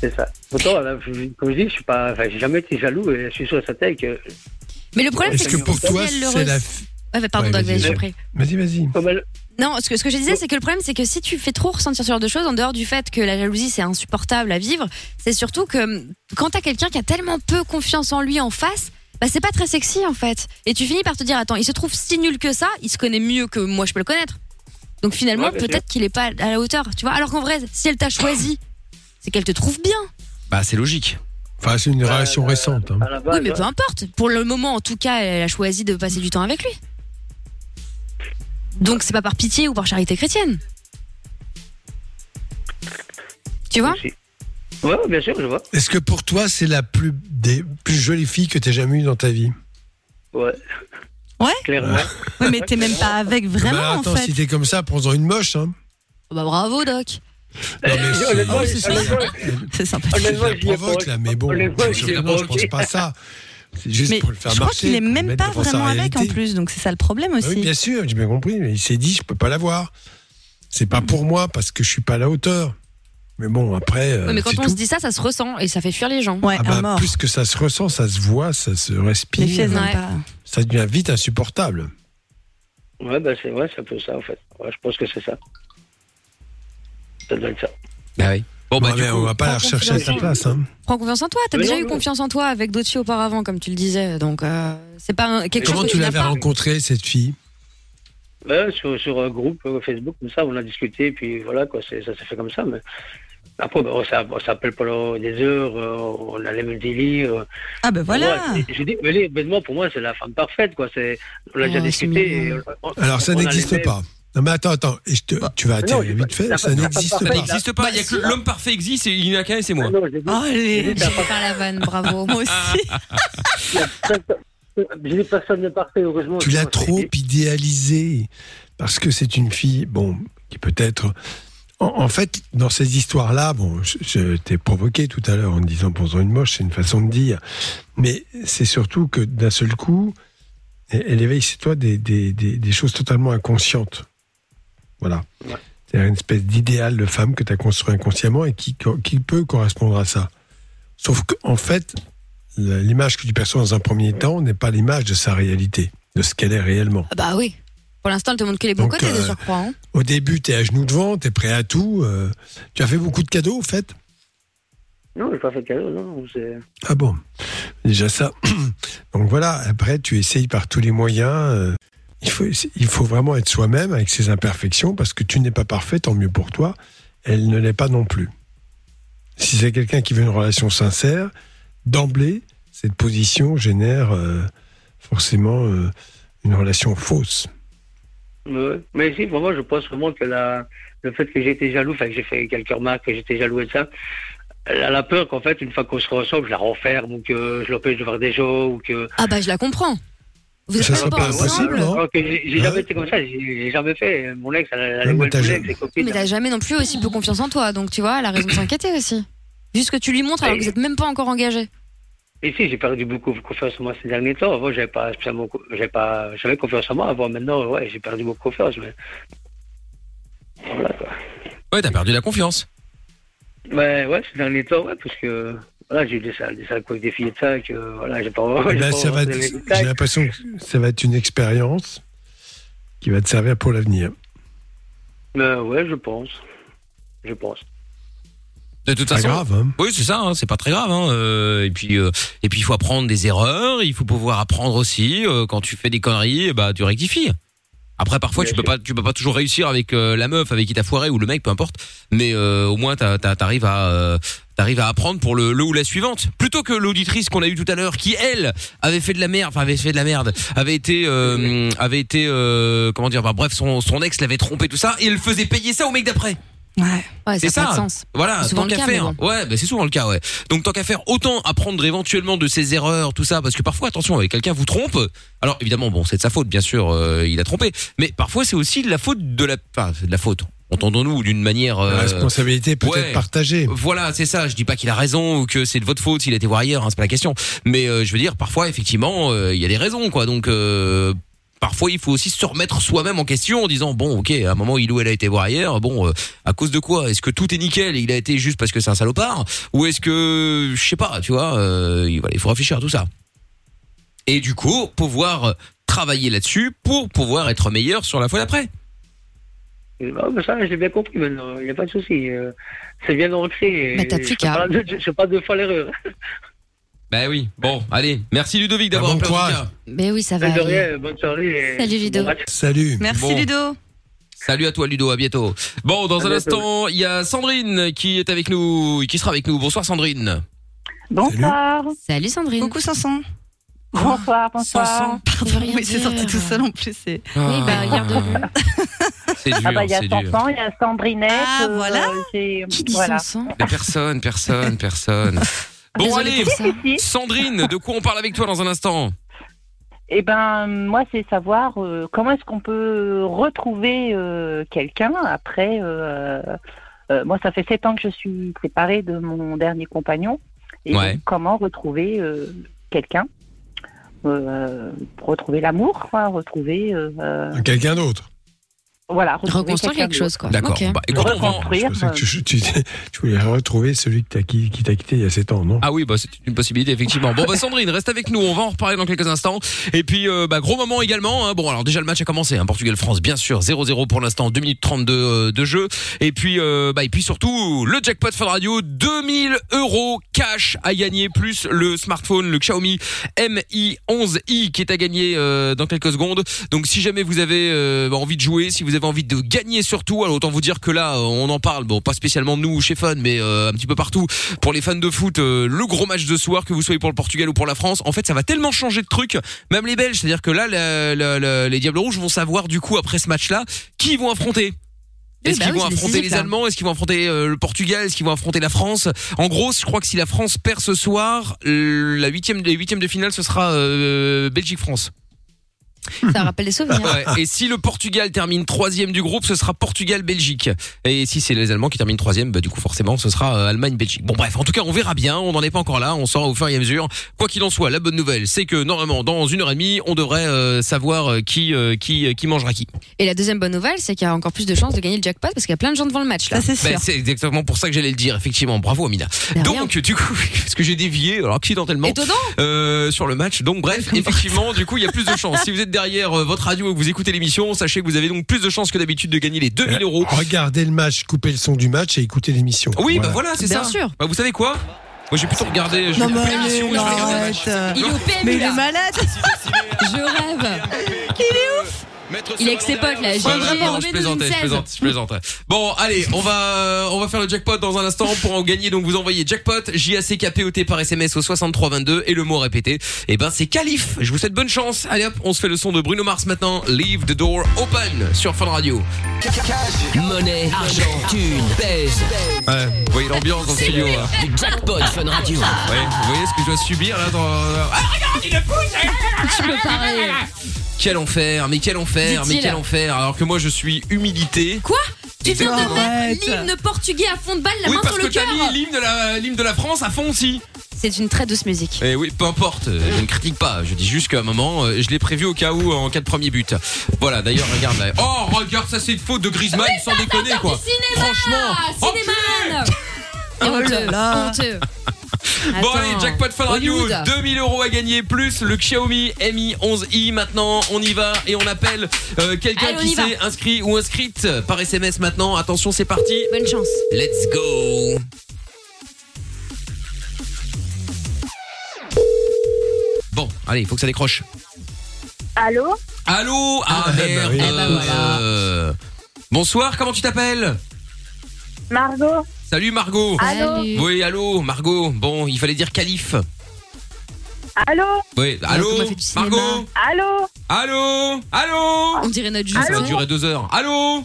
C'est ça. Pourtant, voilà, je- comme je dis, je suis pas, enfin, j'ai jamais été jaloux et je suis sur sa tête que,
Mais le problème,
Est-ce
c'est que,
que pour
si
toi,
elle le
c'est la
ressent-
fi-
Ouais, mais pardon,
Ouais,
Doc,
vas-y,
vas-y, je
vas-y.
t'en prie.
Vas-y, vas-y.
comme elle,
Non, ce que, ce que je disais, c'est que le problème, c'est que si tu fais trop ressentir ce genre de choses, en dehors du fait que la jalousie, c'est insupportable à vivre, c'est surtout que hum, quand t'as quelqu'un qui a tellement peu confiance en lui en face, bah c'est pas très sexy en fait. Et tu finis par te dire, attends, il se trouve si nul que ça, il se connaît mieux que moi, je peux le connaître. Donc finalement,
Ouais, bien sûr.
peut-être qu'il est pas à la hauteur, tu vois. Alors qu'en vrai, si elle t'a choisi, c'est qu'elle te trouve bien.
Bah c'est logique.
Enfin, c'est une
Euh,
relation récente. hein.
à la base,
oui, mais
ouais.
peu importe. Pour le moment, en tout cas, elle a choisi de passer du temps avec lui. Donc c'est pas par pitié ou par charité chrétienne. Tu vois
Aussi. Ouais, ouais, bien sûr, je vois.
Est-ce que pour toi, c'est la plus, des, plus jolie fille que t'aies jamais eue dans ta vie Ah.
Ouais.
Ouais.
Clairement.
Oui, mais t'es même pas avec vraiment
Bah,
en
Attends,
fait.
si t'es comme ça, prends-en une moche. Hein.
Bah bravo Doc.
Non, mais
Oh,
c'est-
honnêtement,
ah, si, si,
honnêtement,
C'est sympa.
Je
honnêtement,
la
j'y ai
provoque,
pas-
là, mais bon,
honnêtement,
je,
j'y ai
non,
pas
je pense
pensé.
pas à ça. C'est juste
Mais
pour le faire
je crois
marcher.
qu'il est
pour
même
mettre
pas
devant sa
vraiment avec en
réalité.
plus, donc c'est ça le problème
Ah Oui,
aussi.
bien sûr, j'ai bien compris, mais il s'est dit, je peux pas l'avoir. C'est pas pour moi parce que je suis pas à la hauteur. Mais bon, après, euh,
Ouais, mais quand
c'est
on
tout.
se dit ça, ça se ressent et ça fait fuir les gens.
Ouais,
Ah bah,
un mort.
plus que ça se ressent, ça se voit, ça se
Les filles,
respire,
elles aiment
Ouais.
pas.
ça devient vite insupportable.
Ouais, bah c'est vrai, c'est un peu ça en fait. Ouais, je pense que c'est ça. Ça doit être ça.
Bah oui. Bon bah
Ouais,
du
mais
coup,
on va pas la
prends
rechercher à sa
confiance
place. Hein.
Prends confiance en toi. T'as
Mais
déjà
non,
eu
mais-
confiance en toi avec d'autres filles auparavant, comme tu le disais. Donc euh, c'est pas un- quelque
Comment
chose que
tu
n'as
l'avais
pas.
rencontrée, cette fille
Ouais, sur, sur un groupe euh, Facebook, comme ça, on a discuté, puis voilà, quoi, c'est- ça s'est fait comme ça. Mais... Après, bah, on s'a- on s'appelle pendant des heures, euh, on a les mêmes délires. euh.
Ah ben voilà.
Moi, je, je dis, mais les- bêtement, pour moi, c'est la femme parfaite, quoi. C'est, on l'a déjà
Oh, c'est
discuté.
mignon.
et on- on-
Alors, ça
on a les
n'existe
mêmes-
pas. Non, mais attends, attends, et je te- tu vas
non,
atterrir
j'ai
vite
pas-
fait,
la-
ça
la-
n'existe
la-
ça
pas.
n'existe pas. Il y a que l'homme parfait existe et il n'y en a qu'un et c'est moi.
Non, je dis-
Oh, les...
Je vais faire la vanne, bravo.
Moi aussi.
J'ai dit, personne n'est parfait, heureusement.
Tu l'as
Sinon, c'est-
trop idéalisée parce que c'est une fille, bon, qui peut-être. En, en fait, dans ces histoires-là, bon, je, je t'ai provoqué tout à l'heure en disant pour une moche, c'est une façon de dire. Mais c'est surtout que d'un seul coup, elle, elle éveille chez toi des, des- des- des choses totalement inconscientes. Voilà.
Ouais.
C'est une espèce d'idéal de femme que tu as construit inconsciemment et qui, co- qui peut correspondre à ça. Sauf qu'en fait, la- l'image que tu perçois dans un premier temps n'est pas l'image de sa réalité, de ce qu'elle est réellement.
Ah bah oui. Pour l'instant, elle te montre que les bons
Donc,
côtés de
euh,
surcroît. hein.
Au début, tu es à genoux devant, tu es prêt à tout. euh, tu as fait beaucoup de cadeaux, en fait
Non, j'ai pas fait de cadeau, non, non. c'est-
Ah bon Déjà ça. Donc voilà, après, tu essayes par tous les moyens. euh, il, faut, il faut vraiment être soi-même avec ses imperfections parce que tu n'es pas parfait, tant mieux pour toi. Elle ne l'est pas non plus. Si c'est quelqu'un qui veut une relation sincère, d'emblée, cette position génère euh, forcément euh, une relation fausse.
Ouais. Mais si, vraiment, je pense vraiment que la... le fait que j'ai été jaloux, enfin que j'ai fait quelques remarques, que j'étais jaloux et de ça, elle a la peur qu'en fait, une fois qu'on sera ensemble, je la renferme ou que je l'empêche de voir des gens ou que... Ah,
Ah bah je la comprends. Vous êtes
Ça
même
serait
pas
pas
ensemble.
impossible, non
Alors que j'ai j'ai
Ouais.
jamais été comme ça, j'ai j'ai jamais fait. Mon ex, elle, elle
Ouais,
allait
mais
voir le
t'as
poulet
jamais-
avec ses copines.
Mais t'as jamais non plus aussi peu confiance en toi. Donc tu vois, elle a raison de s'inquiéter aussi. Juste que tu lui montres alors que vous êtes même pas encore engagé.
Et si, j'ai perdu beaucoup confiance en moi ces derniers temps. Avant, j'avais pas spécialement, co- j'avais pas, j'avais confiance en moi. Avant, maintenant, ouais, j'ai perdu beaucoup confiance. Mais
Ouais, t'as perdu la confiance.
ouais, ouais, ces derniers temps, ouais, parce que voilà, j'ai eu des sales, des sales coups avec des filles de ça, que voilà, j'ai pas.
Eh
j'ai
ben,
pas
ça va
vraiment
être-
aimé le
J'ai
tac.
l'impression que ça va être une expérience qui va te servir pour l'avenir.
Mais ouais, je pense, je pense.
De toute
Pas
façon.
grave, hein.
Oui, c'est ça. hein, c'est pas très grave. hein, euh, et puis, euh, et puis, il faut apprendre des erreurs. Il faut pouvoir apprendre aussi. euh, quand tu fais des conneries, eh bah, tu rectifies. Après, parfois, tu peux pas, tu peux pas toujours réussir avec euh, la meuf avec qui t'as foiré ou le mec, peu importe. Mais euh, au moins, t'as- t'as- t'arrives à, euh, t'arrives à apprendre pour le, le ou la suivante. Plutôt que l'auditrice qu'on a eue tout à l'heure, qui elle avait fait de la merde, enfin avait fait de la merde, avait été, euh, avait été, euh, comment dire, bah, bref, son, son ex l'avait trompé tout ça, et elle faisait payer ça au mec d'après.
Ouais.
c'est ça. Voilà, tant qu'à faire. Ouais, bah, c'est souvent le cas, ouais. Donc tant qu'à faire, autant apprendre éventuellement de ses erreurs, tout ça, parce que parfois, attention, euh, quelqu'un vous trompe. Alors évidemment, bon, c'est de sa faute, bien sûr, euh, il a trompé. Mais parfois, c'est aussi de la faute de la, enfin, c'est de la faute. Entendons-nous d'une manière. euh,
La responsabilité peut
ouais.
être partagée.
Voilà, c'est ça. Je dis pas qu'il a raison ou que c'est de votre faute s'il a été voir ailleurs, hein, c'est pas la question. Mais euh, je veux dire, parfois, effectivement, euh, il y a des raisons, quoi. Donc, euh, parfois, il faut aussi se remettre soi-même en question en disant, bon, ok, à un moment, il ou elle a été voir ailleurs. Bon, euh, à cause de quoi Est-ce que tout est nickel et il a été juste parce que c'est un salopard Ou est-ce que, je sais pas, tu vois, euh, il- voilà, il faut réfléchir à tout ça. Et du coup, pouvoir travailler là-dessus pour pouvoir être meilleur sur la fois d'après.
Et, bah, mais ça, j'ai bien compris maintenant. Il n'y a pas de souci. euh, c'est bien ancré.
Mais t'as
et
plus
je
qu'à.
fais pas- Je ne fais pas deux fois l'erreur.
Bah oui. Bon, allez. Merci Ludovic
Bah
d'avoir appelé en tout cas.
Mais oui, ça
va. De
aller.
rien, bonne soirée. et
Salut, Ludo.
bon match.
Salut.
Bon.
Ludo.
Salut à toi Ludo, à bientôt. Bon, dans un
À bientôt.
instant, il y a Sandrine qui est avec nous, qui sera avec nous. Bonsoir Sandrine.
Bonsoir.
Salut Sandrine. Oh,
Coucou Sanson. Bonsoir,
bonsoir.
Pardon, mais c'est sorti tout seul en plus. Oui,
Ah. bah, regarde. C'est dur,
Ah bah il y a
c'est dur.
Sanson, il y a Sandrinette. Ah voilà. Qui dit voilà.
Mais personne, personne, personne. Bon
Désolée
allez,
pour ça.
Sandrine, de quoi on parle avec toi dans un instant
Eh ben moi c'est savoir euh, comment est-ce qu'on peut retrouver euh, quelqu'un après. euh, euh, moi ça fait sept ans que je suis séparée de mon dernier compagnon. Et
Ouais.
donc, comment retrouver euh, quelqu'un, Euh, retrouver l'amour, quoi, retrouver. euh,
Quelqu'un d'autre.
Voilà, retrouver
Reconstruire
quelqu'un
quelque chose,
d'autre.
quoi. D'accord. Ok. Bah,
écoute, on va-
Reconstruire, euh,
Je pensais que tu, tu- tu voulais retrouver celui que t'as- qui, qui t'a quitté il y a 7 ans, non
Ah oui, bah c'est une possibilité effectivement. Bon bah Sandrine, reste avec nous, on va en reparler dans quelques instants. Et puis euh, bah gros moment également. hein. Bon alors déjà le match a commencé, hein. Portugal-France bien sûr, 0-0 pour l'instant, 2 minutes 32 euh, de jeu. Et puis euh, bah et puis surtout le jackpot Fun Radio, 2000 euros cash à gagner plus le smartphone, le Xiaomi Mi 11i qui est à gagner euh, dans quelques secondes. Donc si jamais vous avez euh, bah, envie de jouer, si vous avez envie de gagner surtout, alors autant vous dire que là euh, on en parle, bon pas spécialement nous chez Fun, mais euh, un petit peu partout pour les fans de foot, euh, le gros match de soir que vous soyez pour le Portugal ou pour la France, en fait ça va tellement changer de truc, même les Belges, c'est-à-dire que là la- la- la- les Diables Rouges vont savoir du coup après ce match-là qui ils vont affronter.
Oui,
Est-ce
bah
qu'ils
oui,
vont
c'est
affronter
décisif,
les
là.
Allemands Est-ce qu'ils vont affronter euh, le Portugal Est-ce qu'ils vont affronter la France En gros, je crois que si la France perd ce soir, euh, la huitième, les huitièmes de finale, ce sera euh, Belgique-France.
Ça rappelle des souvenirs.
Ouais, et si le Portugal termine troisième du groupe, ce sera Portugal-Belgique. Et si c'est les Allemands qui terminent troisième, bah, du coup forcément, ce sera euh, Allemagne-Belgique. Bon bref, en tout cas, on verra bien. On n'en est pas encore là. On saura au fur et à mesure. Quoi qu'il en soit, la bonne nouvelle, c'est que normalement, dans une heure et demie, on devrait euh, savoir euh, qui euh, qui euh, qui mangera qui.
Et la deuxième bonne nouvelle, c'est qu'il y a encore plus de chances de gagner le jackpot parce qu'il y a plein de gens devant le match là.
Ben, c'est exactement pour ça que j'allais le dire, effectivement. Bravo, Amina. Donc, du coup, parce que j'ai dévié, alors accidentellement,
Étonnant.
euh, sur le match. Donc, bref, effectivement, du coup, il y a plus de chances. Si vous êtes derrière euh, votre radio et que vous écoutez l'émission, sachez que vous avez donc plus de chances que d'habitude de gagner les 2000 euros.
Euh, Regardez le match, coupez le son du match et écoutez l'émission.
Oui, bah voilà, c'est ça. Bah, vous savez quoi Moi, j'ai plutôt regardé. je vais
Non, mais
regarder
allez,
l'émission, je vais
non,
regarder le match.
arrête, euh,
Ben, Il est au PMU,
Mais il est
là.
malade.
Je rêve. Il est ouf. Il est avec ses potes là.
Ouais,
GG,
vraiment,
remets-nous
je
une
plaisante, je
seize.
plaisante, je plaisante. Bon, allez, on va, on va faire le jackpot dans un instant pour en gagner. Donc, vous envoyez jackpot, J-A-C-K-P-O-T par SMS au 6322 et le mot répété. Et ben, c'est Calif. Je vous souhaite bonne chance. Allez hop, on se fait le son de Bruno Mars maintenant. Leave the door open sur Fun Radio.
Monnaie, argent, thune, pèse.
Ouais, vous voyez l'ambiance dans le studio, là.
Du jackpot Fun Radio.
Ouais, vous voyez ce que je dois subir là dans. Ah, regarde, il le pousse
Tu peux parler.
Quel enfer, mais quel enfer, mais
Dit-il.
quel enfer. Alors que moi, je suis humilité.
Quoi Tu viens de
Arrête.
mettre l'hymne portugais à fond de balle, la
oui,
main
parce
sur
que
le
t'as
cœur.
mis l'hymne de, la, l'hymne de la France à fond aussi.
C'est une très douce musique.
Eh oui, peu importe, euh, je ne critique pas. Je dis juste qu'à un moment, euh, je l'ai prévu au cas où en cas de premier but. Voilà, d'ailleurs, regarde là. Oh, regarde, ça c'est une faute de Griezmann, sans déconner quoi. Franchement,
cinéman
Oh
Honteux, honteux.
Bon
Attends.
allez, jackpot Fun Radio,
Hollywood.
2000 euros à gagner plus le Xiaomi Mi 11i. Maintenant, on y va et on appelle euh, quelqu'un
Allez, on
qui
y va.
s'est inscrit ou inscrite par SMS maintenant. Attention, c'est parti.
Bonne chance.
Let's go. Bon, allez, il faut que ça décroche.
Allô
Allô Ah, merde. euh, Bonsoir, comment tu t'appelles
Margot
Salut Margot.
Allô
Oui, allô Margot. Bon, il fallait dire calife.
Allô
Oui, allô Margot.
Allô
Allô Allô
On dirait notre
Ça va durer deux heures. Allô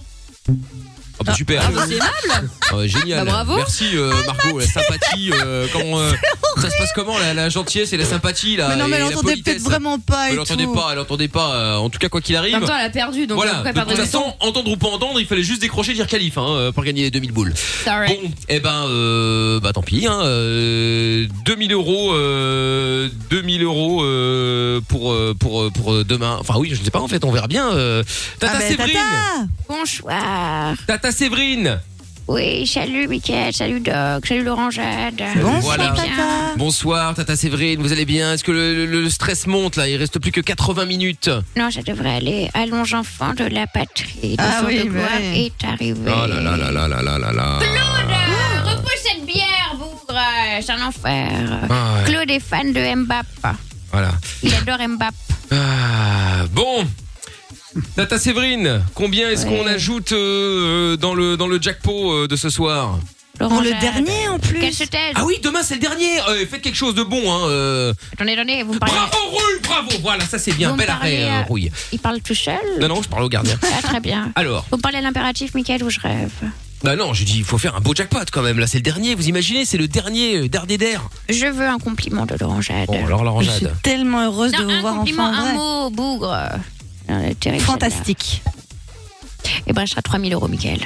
Oh bah super.
Ah, c'est aimable.
Euh, génial.
Bah, bravo.
Merci euh, Margot, la sympathie. euh, comment, euh, ça se passe comment la, la gentillesse et la sympathie là
Mais non, mais
et
elle
la
entendait
politesse
peut-être vraiment pas.
Elle
et
entendait
tout.
pas, elle entendait pas. euh, en tout cas, quoi qu'il arrive.
En même temps, elle a perdu, donc
voilà.
pourquoi
De
perdre
toute
du temps
façon, entendre ou pas entendre, il fallait juste décrocher, dire calife hein, euh, pour gagner les 2000 boules.
Sorry.
Bon, eh ben, euh, bah tant pis. Hein, euh, 2000 euros, euh, 2000 euros euh, pour euh, pour euh, pour euh, demain. Enfin oui, je ne sais pas en fait, on verra bien. euh. Tata
Ah ben,
Séverine.
Tata. Bonsoir.
Tata Séverine.
Oui, salut Mickaël, salut Doc, salut Laurent Jade.
Voilà. Bonsoir Tata Séverine, vous allez bien Est-ce que le, le- le stress monte là Il reste plus que 80 minutes.
Non, ça devrait aller. Allons, enfants de la patrie. Le
Ah
jour
oui,
de
bah
gloire
oui.
est arrivé.
Oh là là là là là là là là. Ah.
Ah, Repousse cette bière, bougre, c'est un enfer.
Ah ouais.
Claude est fan de Mbappé.
Voilà.
Il adore Mbappé.
Ah, bon. Tata Séverine, combien est-ce
Ouais.
qu'on ajoute euh, dans le dans le jackpot euh, de ce soir Oh,
Laurent Oh, le dernier en plus. Qu'elle se taise.
Ah oui, demain c'est le dernier. Euh, faites quelque chose de bon hein. euh.
Attendez, attendez, vous me parlez.
Bravo Rouille, bravo. Voilà, ça c'est bien.
Vous me
Bel
parlez,
arrêt euh,
euh,
Rouille.
Il parle tout seul
Non non, je parle au gardien.
Ah, Très bien.
Alors,
Vous me parlez à l'impératif, Mickaël, ou je rêve
bah non, j'ai dit il faut faire un beau jackpot quand même. Là, c'est le dernier. Vous imaginez, c'est le dernier euh, dernier d'air.
Je veux un compliment de Laurent Jade.
Bon, alors Oh, Laurent Jade.
tellement heureuse
de vous voir enfin
compliment,
en vrai.
Un mot, bougre. Non, elle est terrible,
Fantastique.
celle-là. Eh ben, je serai à 3000 euros, Mickaël.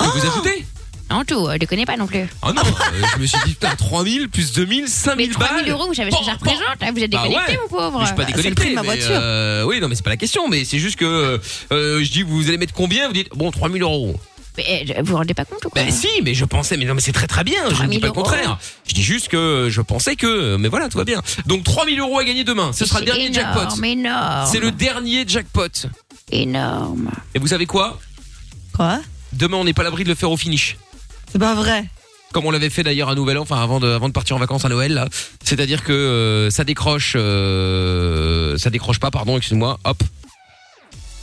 vous ajoutez
En tout, euh, déconnez pas non plus.
Ah non, euh, je me suis dit putain 3000 plus 2000, 5000 balles.
3000 euros, vous savez ce que ça représente hein, Vous êtes
Bah
déconnecté,
ouais.
mon pauvre. Ah,
Mais je suis pas déconnecté. mais, euh, oui, non, mais c'est pas la question. Mais c'est juste que euh, je dis, vous allez mettre combien Vous dites, bon, 3000 euros.
Mais, euh, vous vous rendez pas compte ou quoi
Ben si, mais je pensais, mais non, mais c'est très très bien. Je ne dis
3000
pas le contraire. Je dis juste que euh, je pensais que, euh, mais voilà, tout va bien. Donc 3000 euros à gagner demain. Ce sera le dernier
énorme,
jackpot.
énorme.
C'est le dernier jackpot.
Énorme.
Et vous savez quoi
Quoi
Demain, on n'est pas à l'abri de le faire au finish.
C'est pas vrai.
Comme on l'avait fait d'ailleurs à Nouvel An, enfin avant de, avant de partir en vacances à Noël, là. C'est-à-dire que euh, ça décroche, euh, ça décroche pas, pardon, excuse-moi. Hop,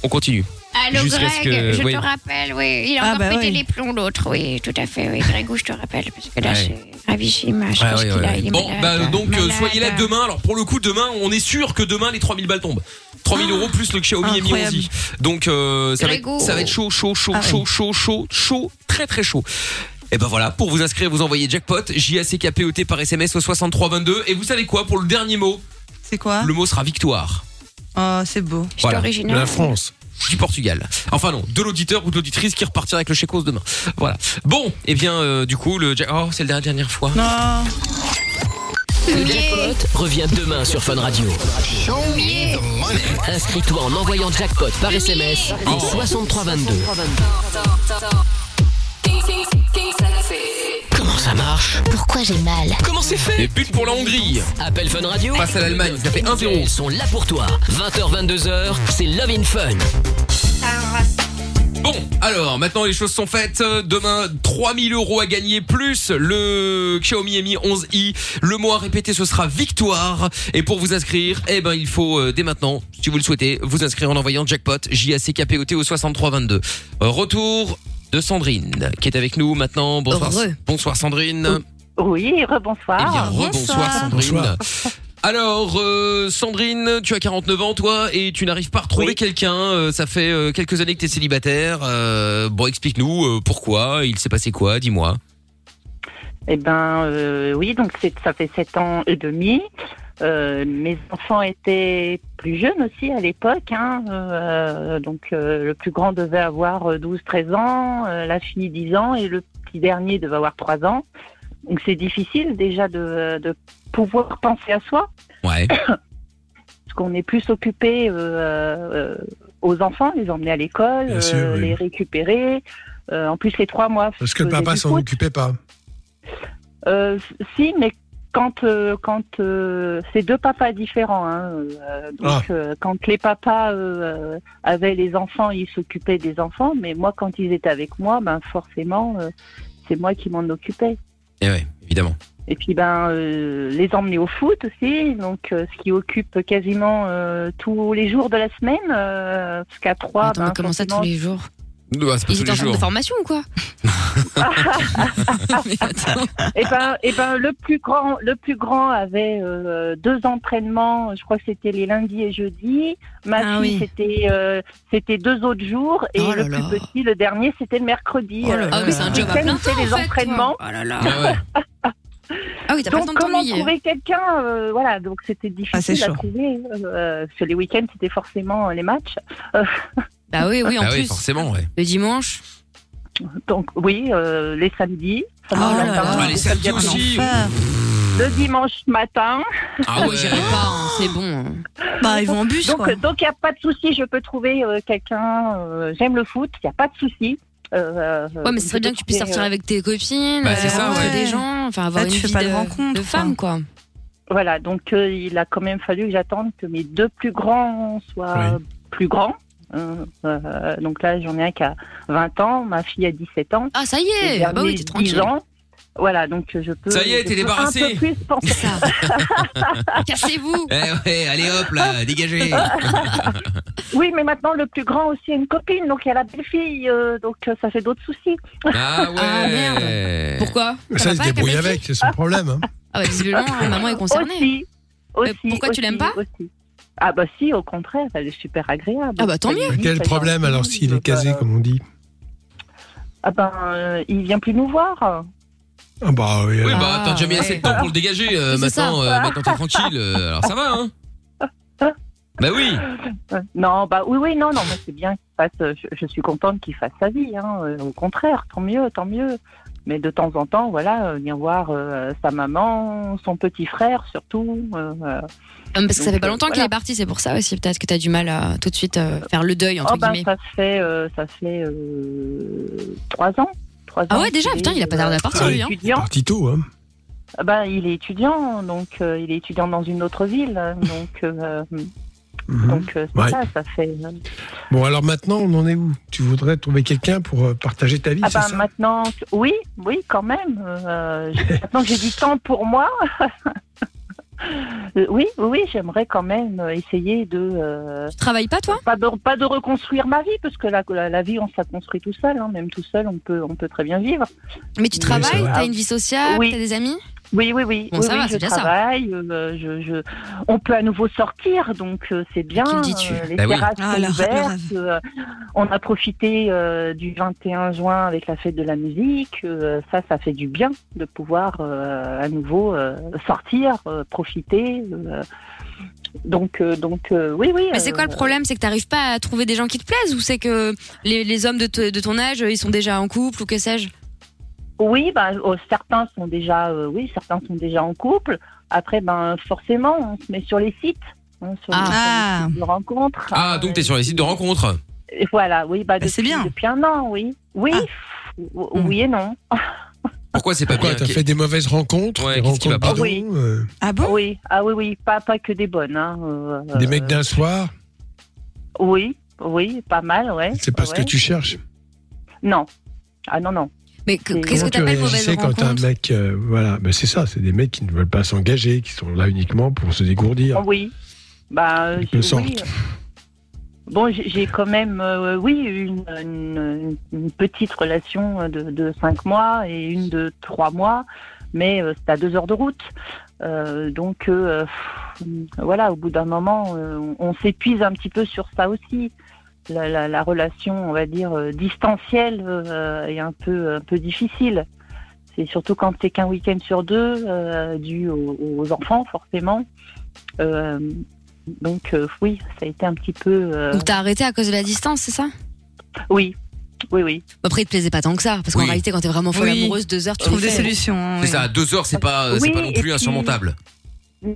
on continue.
Allô,
Jusqu'à
Greg,
ce que-
je
oui.
te rappelle, oui. Il a
Ah,
encore
bah
pété
oui.
les plombs, l'autre, oui, tout à fait, oui. Gregou, je te rappelle, parce que là,
Ouais.
c'est gravissime. Je
Ouais,
pense qu'il
ouais,
a,
ouais.
il est
Bon,
malade.
bah, donc euh,
Malade.
soyez là demain. Alors pour le coup, demain, on est sûr que demain les 3000 balles tombent. 3000
Ah.
euros plus le Xiaomi Mi
Incroyable.
11i. Donc euh, ça, va être,
Grégo.
ça va être chaud, chaud, chaud,
Ah ouais.
chaud, chaud, chaud, chaud, très très chaud. Et ben voilà, pour vous inscrire, vous envoyez jackpot, J-A-C-K-P-O-T par SMS au 6322. Et vous savez quoi pour le dernier mot
C'est quoi
Le mot sera victoire.
Oh, c'est beau.
Voilà. Du Portugal. Enfin non, de l'auditeur ou de l'auditrice qui repartira avec le chèque demain. Voilà. Bon, et bien euh, du coup le jack- oh c'est la dernière fois.
Non.
Le jackpot revient demain sur Fun Radio. Inscris-toi en envoyant jackpot par SMS au 6322. Comment ça marche
Pourquoi j'ai mal
Comment c'est fait
Les buts pour la Hongrie.
Appel Fun Radio.
Face à l'Allemagne, ça fait 1-0.
Ils sont là pour toi. 20h, 22h, c'est Love in Fun.
Bon, alors maintenant les choses sont faites. Euh, Demain, 3000 euros à gagner plus le Xiaomi Mi 11i. Le mot à répéter, ce sera victoire. Et pour vous inscrire, eh ben il faut euh, dès maintenant, si vous le souhaitez, vous inscrire en envoyant jackpot J A C K P O T au 6322. Euh, Retour de Sandrine qui est avec nous maintenant. Bonsoir.
Heureux.
Bonsoir Sandrine.
Oui, rebonsoir.
Eh bien, rebonsoir Sandrine.
Bonsoir.
Alors, euh, Sandrine, tu as 49 ans, toi, et tu n'arrives pas à retrouver quelqu'un. Euh, ça fait euh, quelques années que tu es célibataire. Euh, bon, explique-nous euh, pourquoi, il s'est passé quoi, dis-moi.
Eh ben, euh, oui, donc c'est- ça fait sept ans et demi. Euh, mes enfants étaient plus jeunes aussi à l'époque. hein, euh, donc euh, le plus grand devait avoir 12-13 ans, euh, la fille 10 ans et le petit dernier devait avoir 3 ans. Donc c'est difficile déjà de, de pouvoir penser à soi. Parce qu'on est plus occupé euh, euh, aux enfants, les emmener à l'école,
Bien sûr,
euh,
oui.
les récupérer. Euh, en plus les trois mois.
Parce que
faisaient
papa
du
s'en
foot.
occupait pas.
Euh, si, mais quand, euh, quand euh, c'est deux papas différents. hein, euh, donc,
Ah.
euh, quand les papas euh, avaient les enfants, ils s'occupaient des enfants. Mais moi, quand ils étaient avec moi, ben forcément, euh, c'est moi qui m'en occupais.
Et Eh ouais, évidemment.
Et puis ben euh, les emmener au foot aussi, donc euh, ce qui occupe quasiment euh, tous les jours de la semaine, euh, parce qu'à trois.
Attends, mais comment ça, tous les jours
Bah, c'est pas
Ils
tous
étaient
les
en centre de
jours.
formation ou quoi
et ben, et ben, le plus grand, le plus grand avait euh, deux entraînements. Je crois que c'était les lundis et jeudis. Ma
Ah
fille,
oui.
c'était, euh, c'était deux autres jours. Et
Oh là
le
là.
plus petit, le dernier, c'était le mercredi. Euh,
Oh là là. Ah oui, c'est un
Le
job à
week-end,
plein
c'est
temps,
les
en fait,
entraînements.
toi. Oh là là.
Ah
oui, t'as pas le
donc
temps de
comment
t'ennuyer.
trouver quelqu'un euh, Voilà, donc c'était difficile à
chaud.
trouver. Euh, parce que les week-ends, c'était forcément euh, les matchs.
Bah oui, oui, en
ah
plus.
oui, forcément, ouais.
Le dimanche.
Donc oui, euh, les samedis. Samedi
là
matin,
là. Ah, les
le
samedis
samedi
aussi.
après- Le dimanche matin.
Ah ouais.
J'irai pas, hein, c'est bon.
Bah, ils vont en bus,
Donc
quoi.
il n'y a pas de souci, je peux trouver euh, quelqu'un. euh, J'aime le foot, il n'y a pas de souci. Euh, euh,
Ouais, mais ce
je
serait
peux
bien que tu puisses
trouver,
sortir
euh,
avec tes copines,
Bah, c'est
euh,
ça,
rencontrer
ouais.
des gens, enfin avoir
Là,
une
tu fais
vie
pas de
de,
rencontre,
de
quoi.
femme, quoi.
Voilà, donc euh, il a quand même fallu que j'attende que mes deux plus grands soient plus grands. Euh, euh, donc là, j'en ai un qui a 20 ans, ma fille a 17 ans.
Ah, ça y est,
Le
ah bah oui,
dernier,
t'es tranquille.
10 ans. Voilà, donc euh, je peux.
Ça y est,
je
t'es
peux
débarrassée.
Un peu plus penser.
Cassez-vous
Eh ouais, allez hop là, dégagez.
Oui, mais maintenant, le plus grand aussi a une copine, donc il y a la belle-fille, euh, donc euh, ça fait d'autres soucis.
Ah ouais. Eh.
Pourquoi
Ça, il se débrouille avec, c'est son problème. hein.
Ah bah visiblement, maman est concernée. Euh,
Aussi, aussi,
pourquoi tu
aussi,
l'aimes pas
aussi. Ah bah si, au contraire, elle est super agréable.
Ah bah, tant
Elle
mieux.
est bah, euh,
Quel
très
problème
gentille.
alors s'il est casé, comme on dit
Ah ben, euh, il vient plus nous voir.
Ah bah oui.
Oui,
alors.
bah t'as déjà mis
ouais.
assez de temps pour le dégager. euh,
C'est
maintenant,
ça.
euh, maintenant t'es tranquille. euh, alors ça va, hein Bah oui.
Euh, Non, bah oui, oui, non, non, mais c'est bien qu'il fasse, euh, je, je suis contente qu'il fasse sa vie, hein, euh, au contraire, tant mieux, tant mieux. Mais de temps en temps, voilà, euh, vient voir euh, sa maman, son petit frère surtout. euh, euh.
Hum, Parce que ça
Donc,
fait pas longtemps
euh,
qu'il
voilà.
est parti, c'est pour ça aussi peut-être que t'as du mal à tout de suite euh, faire le deuil entre
Oh, ben,
guillemets.
ça se fait, euh, ça se fait euh, trois ans. Trois
Ah
ans
ouais, déjà,
qu'il
putain,
est,
il a pas tardé à partir,
euh,
lui, hein.
étudiant.
Parti tôt, hein.
Ah ben, il est étudiant, donc euh, il est étudiant dans une autre ville, hein, donc euh, donc euh, c'est
Mhm. Ouais.
ça, ça fait. euh,
Bon, alors maintenant, on en est où Tu voudrais trouver quelqu'un pour euh, partager ta vie,
Ah
c'est
ben
ça
maintenant, que- oui, oui, quand même. euh, j'ai- maintenant que j'ai du temps pour moi, euh, oui, oui, oui, j'aimerais quand même essayer de. euh,
Tu travailles pas toi
pas de, pas de reconstruire ma vie, parce que la, la, la vie, on se la construit tout seul. hein, même tout seul, on peut, on peut très bien vivre.
Mais tu travailles,
voilà.
t'as une vie sociale,
Oui.
t'as des amis
Oui, oui, oui.
Bon,
oui,
ça
oui,
va,
je
c'est déjà ça.
travaille. euh, je, je... On peut à nouveau sortir, donc euh, c'est bien.
qui le dis-tu
euh, les
Bah oui.
terrasses
Ah,
sont
le- le
ouvertes,
rêve.
euh, on a profité euh, du 21 juin avec la fête de la musique. euh, ça, ça fait du bien de pouvoir euh, à nouveau euh, sortir, euh, profiter. euh, donc, euh, donc euh, oui, oui.
Mais c'est quoi
euh,
le problème C'est que t'arrives pas à trouver des gens qui te plaisent ou c'est que les, les hommes de, te- de ton âge, ils sont déjà en couple ou que sais-je
Oui, ben, euh, certains sont déjà, euh, oui, certains sont déjà en couple. Après, ben, forcément, on se met sur les sites, hein, sur, les-
Ah.
sur les sites de rencontres.
Ah donc t'es sur les sites de rencontres.
Et voilà, oui,
Ben,
bah, depuis, depuis un an, oui, oui,
Ah.
F- oui et non.
Pourquoi c'est pas
Pourquoi
bien
T'as
Qu'est-
fait des mauvaises rencontres Des
qu'est-ce qui
rencontres
va pas
bidons
Oui.
euh,
Ah bon Oui, ah oui, oui, pas, pas que des bonnes. hein, euh,
Des
euh,
mecs d'un soir
Oui, oui, pas mal, ouais.
C'est pas ce que
Ah ouais.
tu cherches.
Non, ah non, non.
Mais
Comment tu réagissais quand t'as un mec. euh, voilà, mais c'est ça, c'est des mecs qui ne veulent pas s'engager, qui sont là uniquement pour se dégourdir.
Ah Oui. Bah, euh,
Ils
j'ai-
le
oui.
sortent.
Bon, j'ai j'ai quand même, euh, oui, une, une- une petite relation de, de 5 mois et une de 3 mois, mais euh, c'est à 2 heures de route. Euh, donc, euh, pff, voilà, au bout d'un moment, euh, on, on s'épuise un petit peu sur ça aussi. La, la- la relation, on va dire, euh, distancielle euh, est un peu, un peu difficile. C'est surtout quand c'est qu'un week-end sur deux, euh, dû aux, aux enfants, forcément. Euh, donc euh, oui, ça a été un petit peu. euh,
Donc t'as arrêté à cause de la distance, c'est ça
Oui. Oui, oui.
Après, il te plaisait pas tant que ça, parce qu'en
Oui.
réalité, quand t'es vraiment folle
Oui.
amoureuse, deux heures, tu
Trouve
les
des
fais.
solutions. hein,
C'est
oui.
ça, à deux heures, c'est pas, c'est
Oui,
pas non
et
plus
puis-
insurmontable.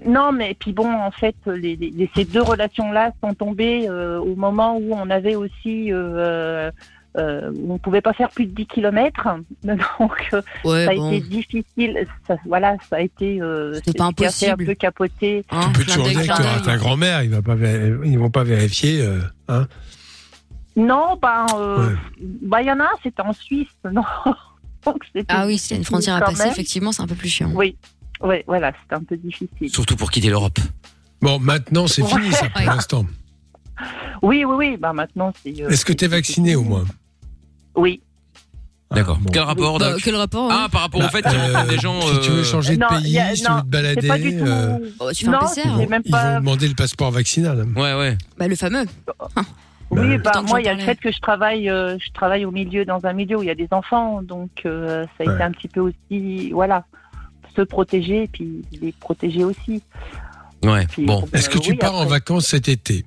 Non, mais puis bon, en fait, les, les- les- ces deux relations-là sont tombées euh, au moment où on avait aussi, euh, euh, où on pouvait pas faire plus de 10 kilomètres, donc euh,
Ouais,
ça a
bon.
été difficile. Ça, voilà, ça a été.
pas
Euh, ce qui a fait un
impossible.
peu capoter.
Hein,
Tu peux
clin
toujours
d'œil,
dire
clin
que t'auras
d'œil.
ta grand-mère, ils, va pas vé- euh, ils vont pas vérifier. euh, hein.
Non, ben, euh,
Ouais.
bah, il y en a un, c'était en Suisse, non. Donc, c'était
Ah oui, s'il y a une frontière à
quand
passer,
même.
effectivement, c'est un peu plus chiant.
Oui, ouais, voilà, c'était un peu difficile.
Surtout pour quitter l'Europe.
Bon, maintenant, c'est fini, ça, pour
Ouais.
l'instant.
Oui, oui, oui, bah maintenant, c'est. euh,
Est-ce que
c'est-
t'es vacciné au moins
Oui.
D'accord.
Ah, bon.
Quel rapport,
Bah,
Doc
quel rapport hein
Ah, par rapport au
Bah,
fait
euh,
que des gens.
Si tu veux
euh,
changer de
Non,
pays,
il y a-
si tu
non,
veux te balader,
C'est pas du tout.
euh,
Oh, tu fais un
non,
PCR,
c'est
ils, vont,
même
ils
pas-
vont demander le passeport vaccinal. hein.
Ouais, ouais.
Bah, le fameux.
Oui, bah,
Tant que j'en
moi, il y a le
parlais.
fait que je travaille, euh, je travaille au milieu, dans un milieu où il y a des enfants, donc euh, ça a
Ouais.
été un petit peu aussi, voilà, se protéger, puis les protéger aussi.
Ouais.
Puis,
Bon.
Est-ce que
euh,
tu
oui,
pars en
après.
vacances cet été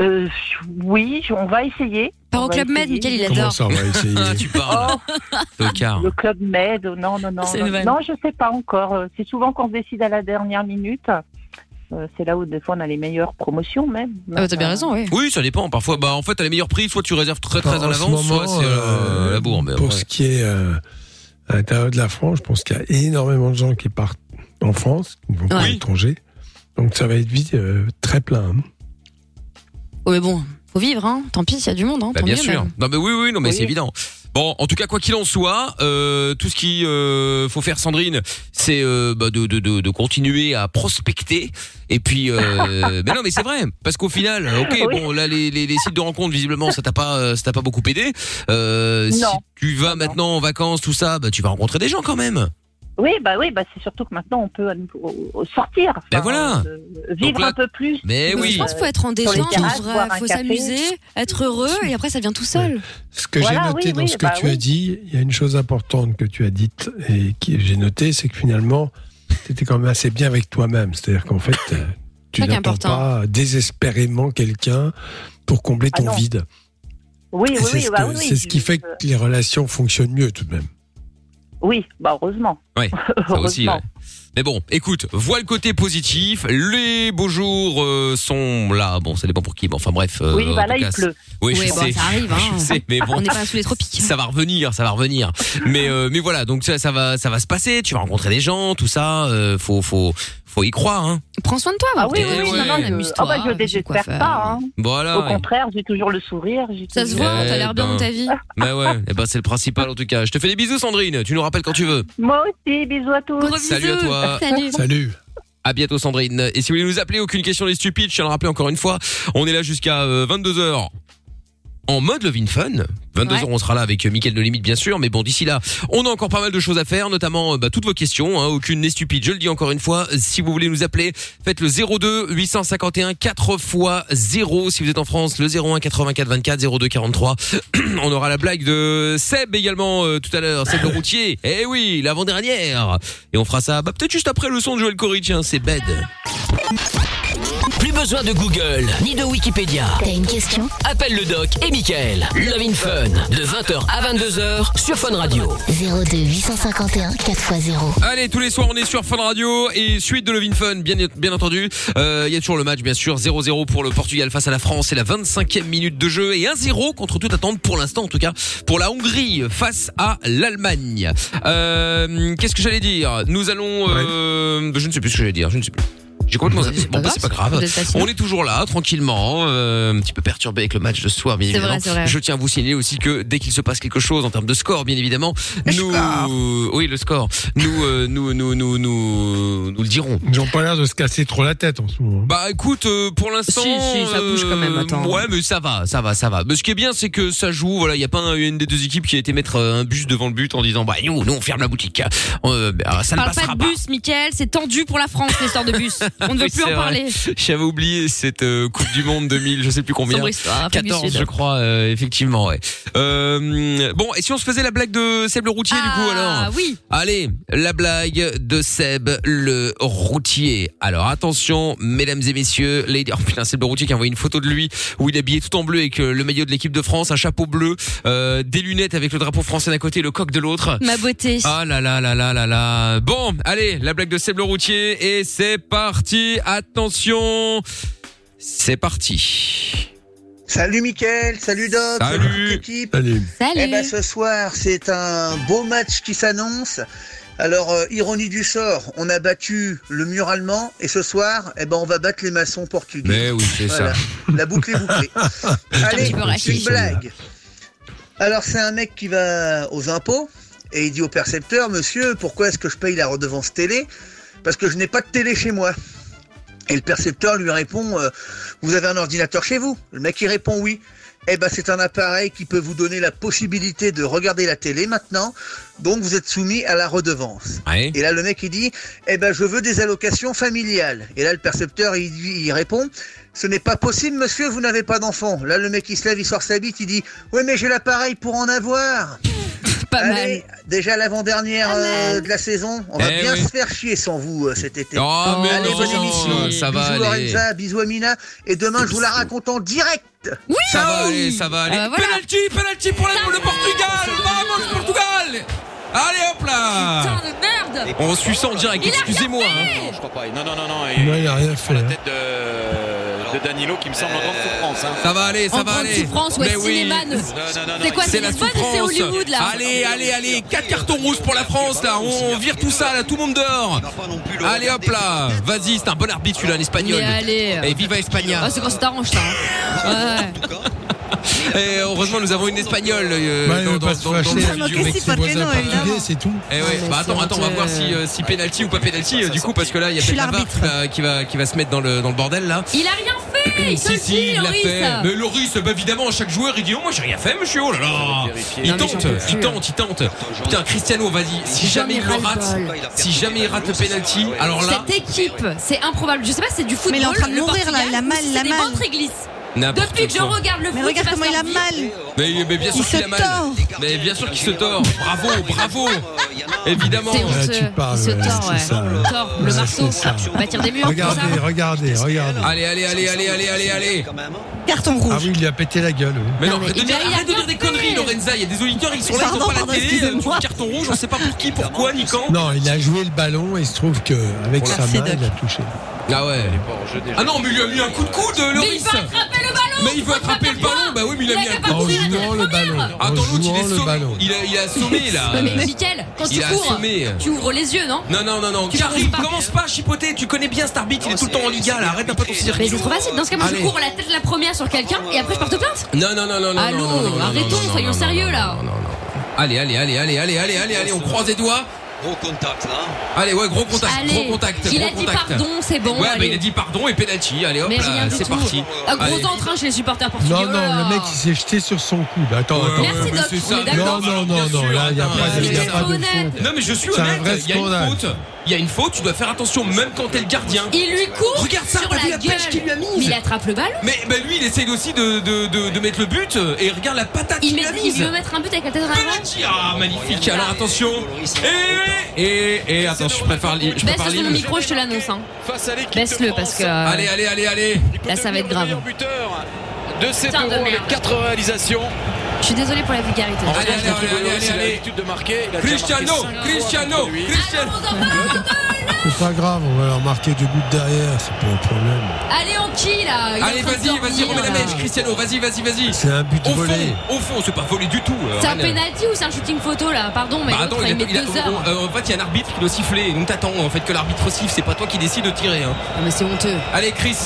Euh, Oui, je- on va essayer.
Par
On
au
va
Club Med,
essayer.
Mickaël, il
Comment
adore.
ça, on va essayer
Ah, tu parles.
Oh,
Tocard.
le Club Med, euh, non, non, non.
C'est une
Non,
vanne.
non, je sais pas encore. Euh, C'est souvent qu'on se décide à la dernière minute. Euh, C'est là où, des fois, on a les meilleures promotions, même.
Ah, bah, t'as bien raison, oui.
Oui, ça dépend. Parfois, bah, en fait, t'as les meilleurs prix. Soit tu réserves très très
Enfin,
en
Bah, ce
avance, soit
moment,
c'est euh,
euh,
la bourre. mais
Pour
ouais.
ce qui est euh, à l'intérieur de la France, je pense qu'il y a énormément de gens qui partent en France, qui ne vont pas à
Oui.
l'étranger. Donc ça va être vite euh, très plein. hein.
Oh, mais bon, faut vivre, hein. Tant pis, il y a du monde, hein.
Bah,
Tant
bien
mieux,
sûr.
même.
Non mais oui oui non mais
Oui.
c'est évident. Bon en tout cas quoi qu'il en soit, euh, tout ce qui euh, faut faire Sandrine, c'est euh, bah, de, de, de de continuer à prospecter et puis euh, mais non mais c'est vrai parce qu'au final euh,
Ah
ok
Oui.
bon là les, les, les sites de rencontres visiblement ça t'a pas euh, ça t'a pas beaucoup aidé. Euh, si
Non.
tu vas
Non.
maintenant en vacances tout ça bah tu vas rencontrer des gens quand même.
Oui, bah oui, bah c'est surtout que maintenant on peut à nouveau, euh, sortir, enfin,
Ah,
Ben voilà.
euh, vivre
là-
un peu plus. Euh,
Mais
Donc,
oui.
Je pense qu'il faut être en
les
détente,
terrasses,
faut-
boire un
faut
café.
s'amuser, être heureux, et après ça vient tout seul.
Ce que
Voilà,
j'ai noté
oui,
dans
oui,
ce que
bah
tu as
oui.
dit, il y a une chose importante que tu as dite et que j'ai noté, c'est que finalement, tu étais quand même assez bien avec toi-même. C'est-à-dire qu'en fait, euh, tu
Ça qui est
n'attends
important.
pas désespérément quelqu'un pour combler
Ah
ton
non.
vide.
Oui,
Et
oui,
c'est
oui,
ce,
bah
que-
oui,
c'est ce qui
je-
fait que les relations fonctionnent mieux tout de même.
Oui, bah heureusement.
Ouais, Ça aussi,
Heureusement.
ouais. Mais bon, écoute, vois le côté positif. Les beaux jours euh, sont là. Bon, ça dépend pour qui. mais enfin bref. euh,
Oui,
en
bah
tout
là
cas,
il pleut.
Oui,
Ouais,
je
bon,
sais.
ça arrive, hein.
Je sais, mais
On
bon.
n'est pas sous les tropiques.
Ça va revenir, ça va revenir. Mais euh, mais voilà, donc ça ça va ça va se passer. Tu vas rencontrer des gens, tout ça. euh, faut faut faut y croire. Hein.
Prends soin de toi, va.
Ah oui,
Eh
oui, oui,
ouais.
non, non, je-
amuse-toi.
ah bah, je
je sais quoi
désespère
faire.
pas. hein.
Voilà.
Au contraire, j'ai toujours le sourire. j'ai
Ça se
toujours-
voit,
Eh
t'as l'air bien
ben.
dans ta vie.
Mais ouais, eh ben c'est le principal en tout cas. Je te fais des bisous, Sandrine. Tu nous rappelles quand tu veux.
Moi aussi, bisous à tous.
Gros
Salut à
bisous. Ah,
toi.
Salut.
Salut
À bientôt Sandrine. Et si vous voulez nous appeler, aucune question n'est stupide, je tiens à le rappeler encore une fois, on est là jusqu'à euh, 22h en mode Love in Fun. 22h
Ouais.
on sera là avec euh, Mickaël de Limite bien sûr, mais bon d'ici là, on a encore pas mal de choses à faire, notamment euh, bah, toutes vos questions, hein, aucune n'est stupide, je le dis encore une fois, euh, si vous voulez nous appeler, faites le 02 851 4 x 0 si vous êtes en France, le 01 84 24 02 43. on aura la blague de Seb également euh, tout à l'heure, Seb le routier. Eh oui, l'avant-dernière. Et on fera ça bah, peut-être juste après le son de Joël Corry, tiens, c'est bête.
Plus besoin de Google ni de Wikipédia.
T'as une question
Appelle le doc et Michael. Love in Fun de 20h à 22h sur Fun Radio.
02 851 4x0.
Allez, tous les soirs, on est sur Fun Radio et suite de Levin Fun, bien, bien entendu. Euh, Il y a toujours le match, bien sûr, 0-0 pour le Portugal face à la France. C'est la 25e minute de jeu et 1-0 contre toute attente pour l'instant, en tout cas, pour la Hongrie face à l'Allemagne. Euh, Qu'est-ce que j'allais dire Nous allons... euh, Je ne sais plus ce que j'allais dire, je ne sais plus. J'ai complètement zappé. Bon, bah, c'est pas grave.
Vous êtes
On
fascinés.
est toujours là, tranquillement, euh, un petit peu perturbé avec le match de ce soir, bien
C'est
évidemment.
vrai, c'est vrai.
Je tiens à vous signaler aussi que dès qu'il se passe quelque chose en termes de score, bien évidemment, nous, oui, le score, nous, euh, nous, nous, nous, nous, nous le dirons.
Ils n'ont pas l'air de se casser trop la tête en ce moment.
Bah écoute, euh, pour l'instant, euh,
Si, si, ça bouge quand même, attends.
Ouais, mais ça va, ça va, ça va. Mais ce qui est bien, c'est que ça joue. Voilà, il y a pas un- une des deux équipes qui a été mettre euh, un bus devant le but en disant, bah nous, nous on ferme la boutique. Euh, bah, ça ne
Parle
passera
pas de bus, Mickaël, c'est tendu pour la France, l'histoire de bus. On ne veut
Oui,
plus en
c'est vrai.
parler.
J'avais oublié cette euh, Coupe du Monde 2000, je sais plus combien.
Sombre histoire, famille
14,
Sud.
je crois, euh, effectivement, ouais. Euh, bon, et si on se faisait la blague de Seb le routier, du coup, alors
Ah oui.
Allez, la blague de Seb le routier. Alors attention, mesdames et messieurs, les... oh putain, Seb le routier qui a envoyé une photo de lui où il est habillé tout en bleu avec euh, le maillot de l'équipe de France, un chapeau bleu, euh, des lunettes avec le drapeau français d'un côté et le coq de l'autre.
Ma beauté.
Ah là là là là là là. Bon, allez, la blague de Seb le routier et c'est parti. Attention, c'est parti.
Salut Mickaël, salut Doc,
Salut.
toute l'équipe.
Salut.
Eh ben ce soir, c'est un beau match qui s'annonce. Alors euh, ironie du sort, on a battu le mur allemand et ce soir, eh ben on va battre les maçons portugais.
Mais oui, c'est
Voilà.
ça.
La boucle est bouclée. Allez,
petit peu raciste,
une blague. Alors c'est un mec qui va aux impôts et il dit au percepteur, monsieur, pourquoi est-ce que je paye la redevance télé Parce que je n'ai pas de télé chez moi. Et le percepteur lui répond, euh, vous avez un ordinateur chez vous Le mec il répond oui. Eh ben c'est un appareil qui peut vous donner la possibilité de regarder la télé maintenant, donc vous êtes soumis à la redevance.
Ouais.
Et là le mec il dit, eh ben je veux des allocations familiales. Et là le percepteur il, dit- il répond, ce n'est pas possible monsieur, vous n'avez pas d'enfant. Là le mec il se lève, il sort sa bite, il dit, ouais mais j'ai l'appareil pour en avoir.
Pas
Allez, déjà l'avant-dernière euh, de la saison, on va
Eh
bien
oui.
se faire chier sans vous euh, cet été.
Oh, mais
Allez,
non,
bonne émission.
ça va
bisous
aller.
Lorenza, bisous Amina, et demain je vous la raconte en direct.
Oui,
Ça va aller, ça va aller.
Ah, voilà.
Penalty, penalty pour la- le Portugal. Vamos Portugal. Allez hop là.
Merde
Ah. On suit ça en direct,
Il a
excusez-moi. hein.
Non, non, non, non.
Non, il a rien fait. hein.
de, de Danilo qui me semble en grande souffrance. hein.
Ça va aller, ça
En
va
grande
aller.
souffrance, ouais,
Mais oui.
cinéma, ne- C'est quoi, c'est Lisbonne ou c'est Hollywood, là
Allez, allez, allez. Quatre cartons rouges pour la France, là. On vire tout ça, là. Tout le monde dehors. Allez, hop là. Vas-y, c'est un bon arbitre, celui-là, l'espagnol.
Mais allez.
Et viva Espagna.
Ah, c'est quand ça t'arrange, ça. hein. Ouais.
Eh, heureusement, nous avons une espagnole euh,
Bah, il
dans,
veut
dans,
pas se
dans, dans,
fâcher
dans
avec
le
ses
studio.
voisins portugais, c'est tout.
Eh ouais,
Ah,
bah attends, attends, on va voir si, euh, si penalty ou pas penalty, euh, du coup, parce que là, il y a
Je suis
peut-être la barre qui va, qui, va, qui va se mettre dans le, dans le bordel, là.
Il a rien fait Il te
si,
le dit,
si, il l'a
Loris.
fait. Mais Loris, bah évidemment, chaque joueur, il dit Oh, moi, j'ai rien fait, monsieur. Oh là là. Il
Non, mais
tente,
j'en peux
il
plus.
tente, il tente. Putain, Cristiano, vas-y. Si
J'en
jamais
ai
il le rate,
ras-le-bol.
si jamais il rate le penalty, alors là,
Cette équipe, c'est improbable. Je sais pas, c'est du football.
Mais il est en train de
le
mourir,
Portugal,
là, il a
ou
mal,
si
il a
c'est des
mal.
ventres et glisse.
n'importe
Depuis que je
quoi.
regarde le foot,
Mais regarde
il passe
comment il a
leur vie.
mal.
Mais, mais bien sûr
Il
qu'il
se
a mal.
tord.
Mais bien sûr qu'il se tord.
euh,
Bravo, bravo. Évidemment.
C'est honteux. il se tord, ouais. Tord, le marteau. Bâtir des murs, tout ça.
Regardez, regardez, regardez.
Allez, allez, allez, allez, allez, allez, allez.
Carton rouge. Ah oui, il lui a pété la gueule. oui.
Mais non,
mais
arrête de dire, arrête de dire des conneries, Lorenza. Il y a des auditeurs, ils sont là, ils
Pardon,
ont pas la
pardon,
télé. euh,
excusez-moi.
du carton rouge, on sait pas pour qui, pourquoi, ni quand.
Non, il a joué le ballon et il se trouve que avec sa
Merci,
main,
Doc.
il a touché.
Ah ouais. Ah non, mais il lui a mis un coup de coude, euh,
Mais il
Loris.
veut attraper le ballon
Mais il veut attraper le ballon. Bah oui, mais il a mis un
avait pas
coup de
couru
coude.
la tête
le ballon.
Attends, l'autre, il est
le
sommé.
ballon.
Il a, il a assommé, là.
Ouais, Mais Mickaël, quand
Il
tu
a
cours,
assommé.
tu ouvres les yeux, non
Non, non, non, non.
Tu
Karim,
commences pas.
commence pas à chipoter. Tu connais bien cet arbitre, il est tout le temps en Liga, là. Arrête un peu ton cirque.
Mais c'est trop facile. Dans ce cas, moi, je
Allez.
cours la tête la première sur quelqu'un et après, je porte plainte.
Non, non, non, non, non. non, non, non,
Allô,
non, non,
arrêtons,
non,
soyons
non,
sérieux, là.
Allez, allez, allez, allez, allez, allez, allez, allez, on croise les doigts. Gros contact là. Allez, ouais, gros contact,
Allez,
gros contact.
il
gros
a dit
contact.
pardon, c'est bon,
Ouais, bah,
allez.
il a dit pardon et penalty. Allez, hop,
Mais
là,
rien du
c'est
tout.
parti.
Un
Allez.
gros entrain chez les supporters portugais.
Non, non,
Oh
le
là
mec, il s'est jeté sur son coude. Attends,
Euh,
attends.
Merci,
attends.
Doc, on est
Non,
d'accord.
non, non, non, là, il n'y a pas de- il y a pas de faute.
Non mais je suis
C'est un
honnête,
vrai
il y a une
scandale.
faute. Il y a une faute, tu dois faire attention même quand t'es le gardien.
Il lui court
Regarde ça,
sur
t'as vu
la
la pêche
gueule.
qu'il lui a mise
Mais il attrape le ballon.
Mais bah, lui il essaye aussi de, de, de, de mettre le but euh, et regarde la patate
Oh Il,
qu'il
met,
lui a
il
mise.
veut mettre un but avec la tête dans la
Penalty, ah magnifique. Alors attention. Et et, et
Bah,
attends, je prépare li- je
Baisse
prépare
sur le
l'image.
Bah, micro, je te l'annonce. Hein. Baisse-le parce que. euh,
Allez, allez, allez, allez.
Là, ça va être grave.
De 7
Putain de
euros
merde.
avec 4 réalisations.
Je suis désolée pour la vulgarité.
En revanche,
allez,
contre
allez,
Loris,
allez,
il a
allez.
l'habitude de marquer. Il a déjà marqué
Cristiano,
cinq fois
Cristiano,
contre lui.
Cristiano.
C'est pas grave, on va leur marquer deux buts derrière, c'est pas un problème.
Allez, on qui là Il est
Allez,
en train de
vas-y, vas-y,
dormir,
remets la
là.
mèche, Cristiano, vas-y, vas-y, vas-y.
C'est un but
Au fond,
volé.
au fond, c'est pas volé du tout. euh,
C'est un
Rennes.
penalty ou c'est un shooting photo là Pardon, mais
Bah
l'autre,
attends,
il
il a-
met
il a-
deux
on-
heures.
on- euh, en fait, il y a un arbitre qui doit siffler. Nous t'attendons en fait que l'arbitre siffle, c'est pas toi qui décide de tirer. hein.
Ah, mais c'est honteux.
Allez, Chris.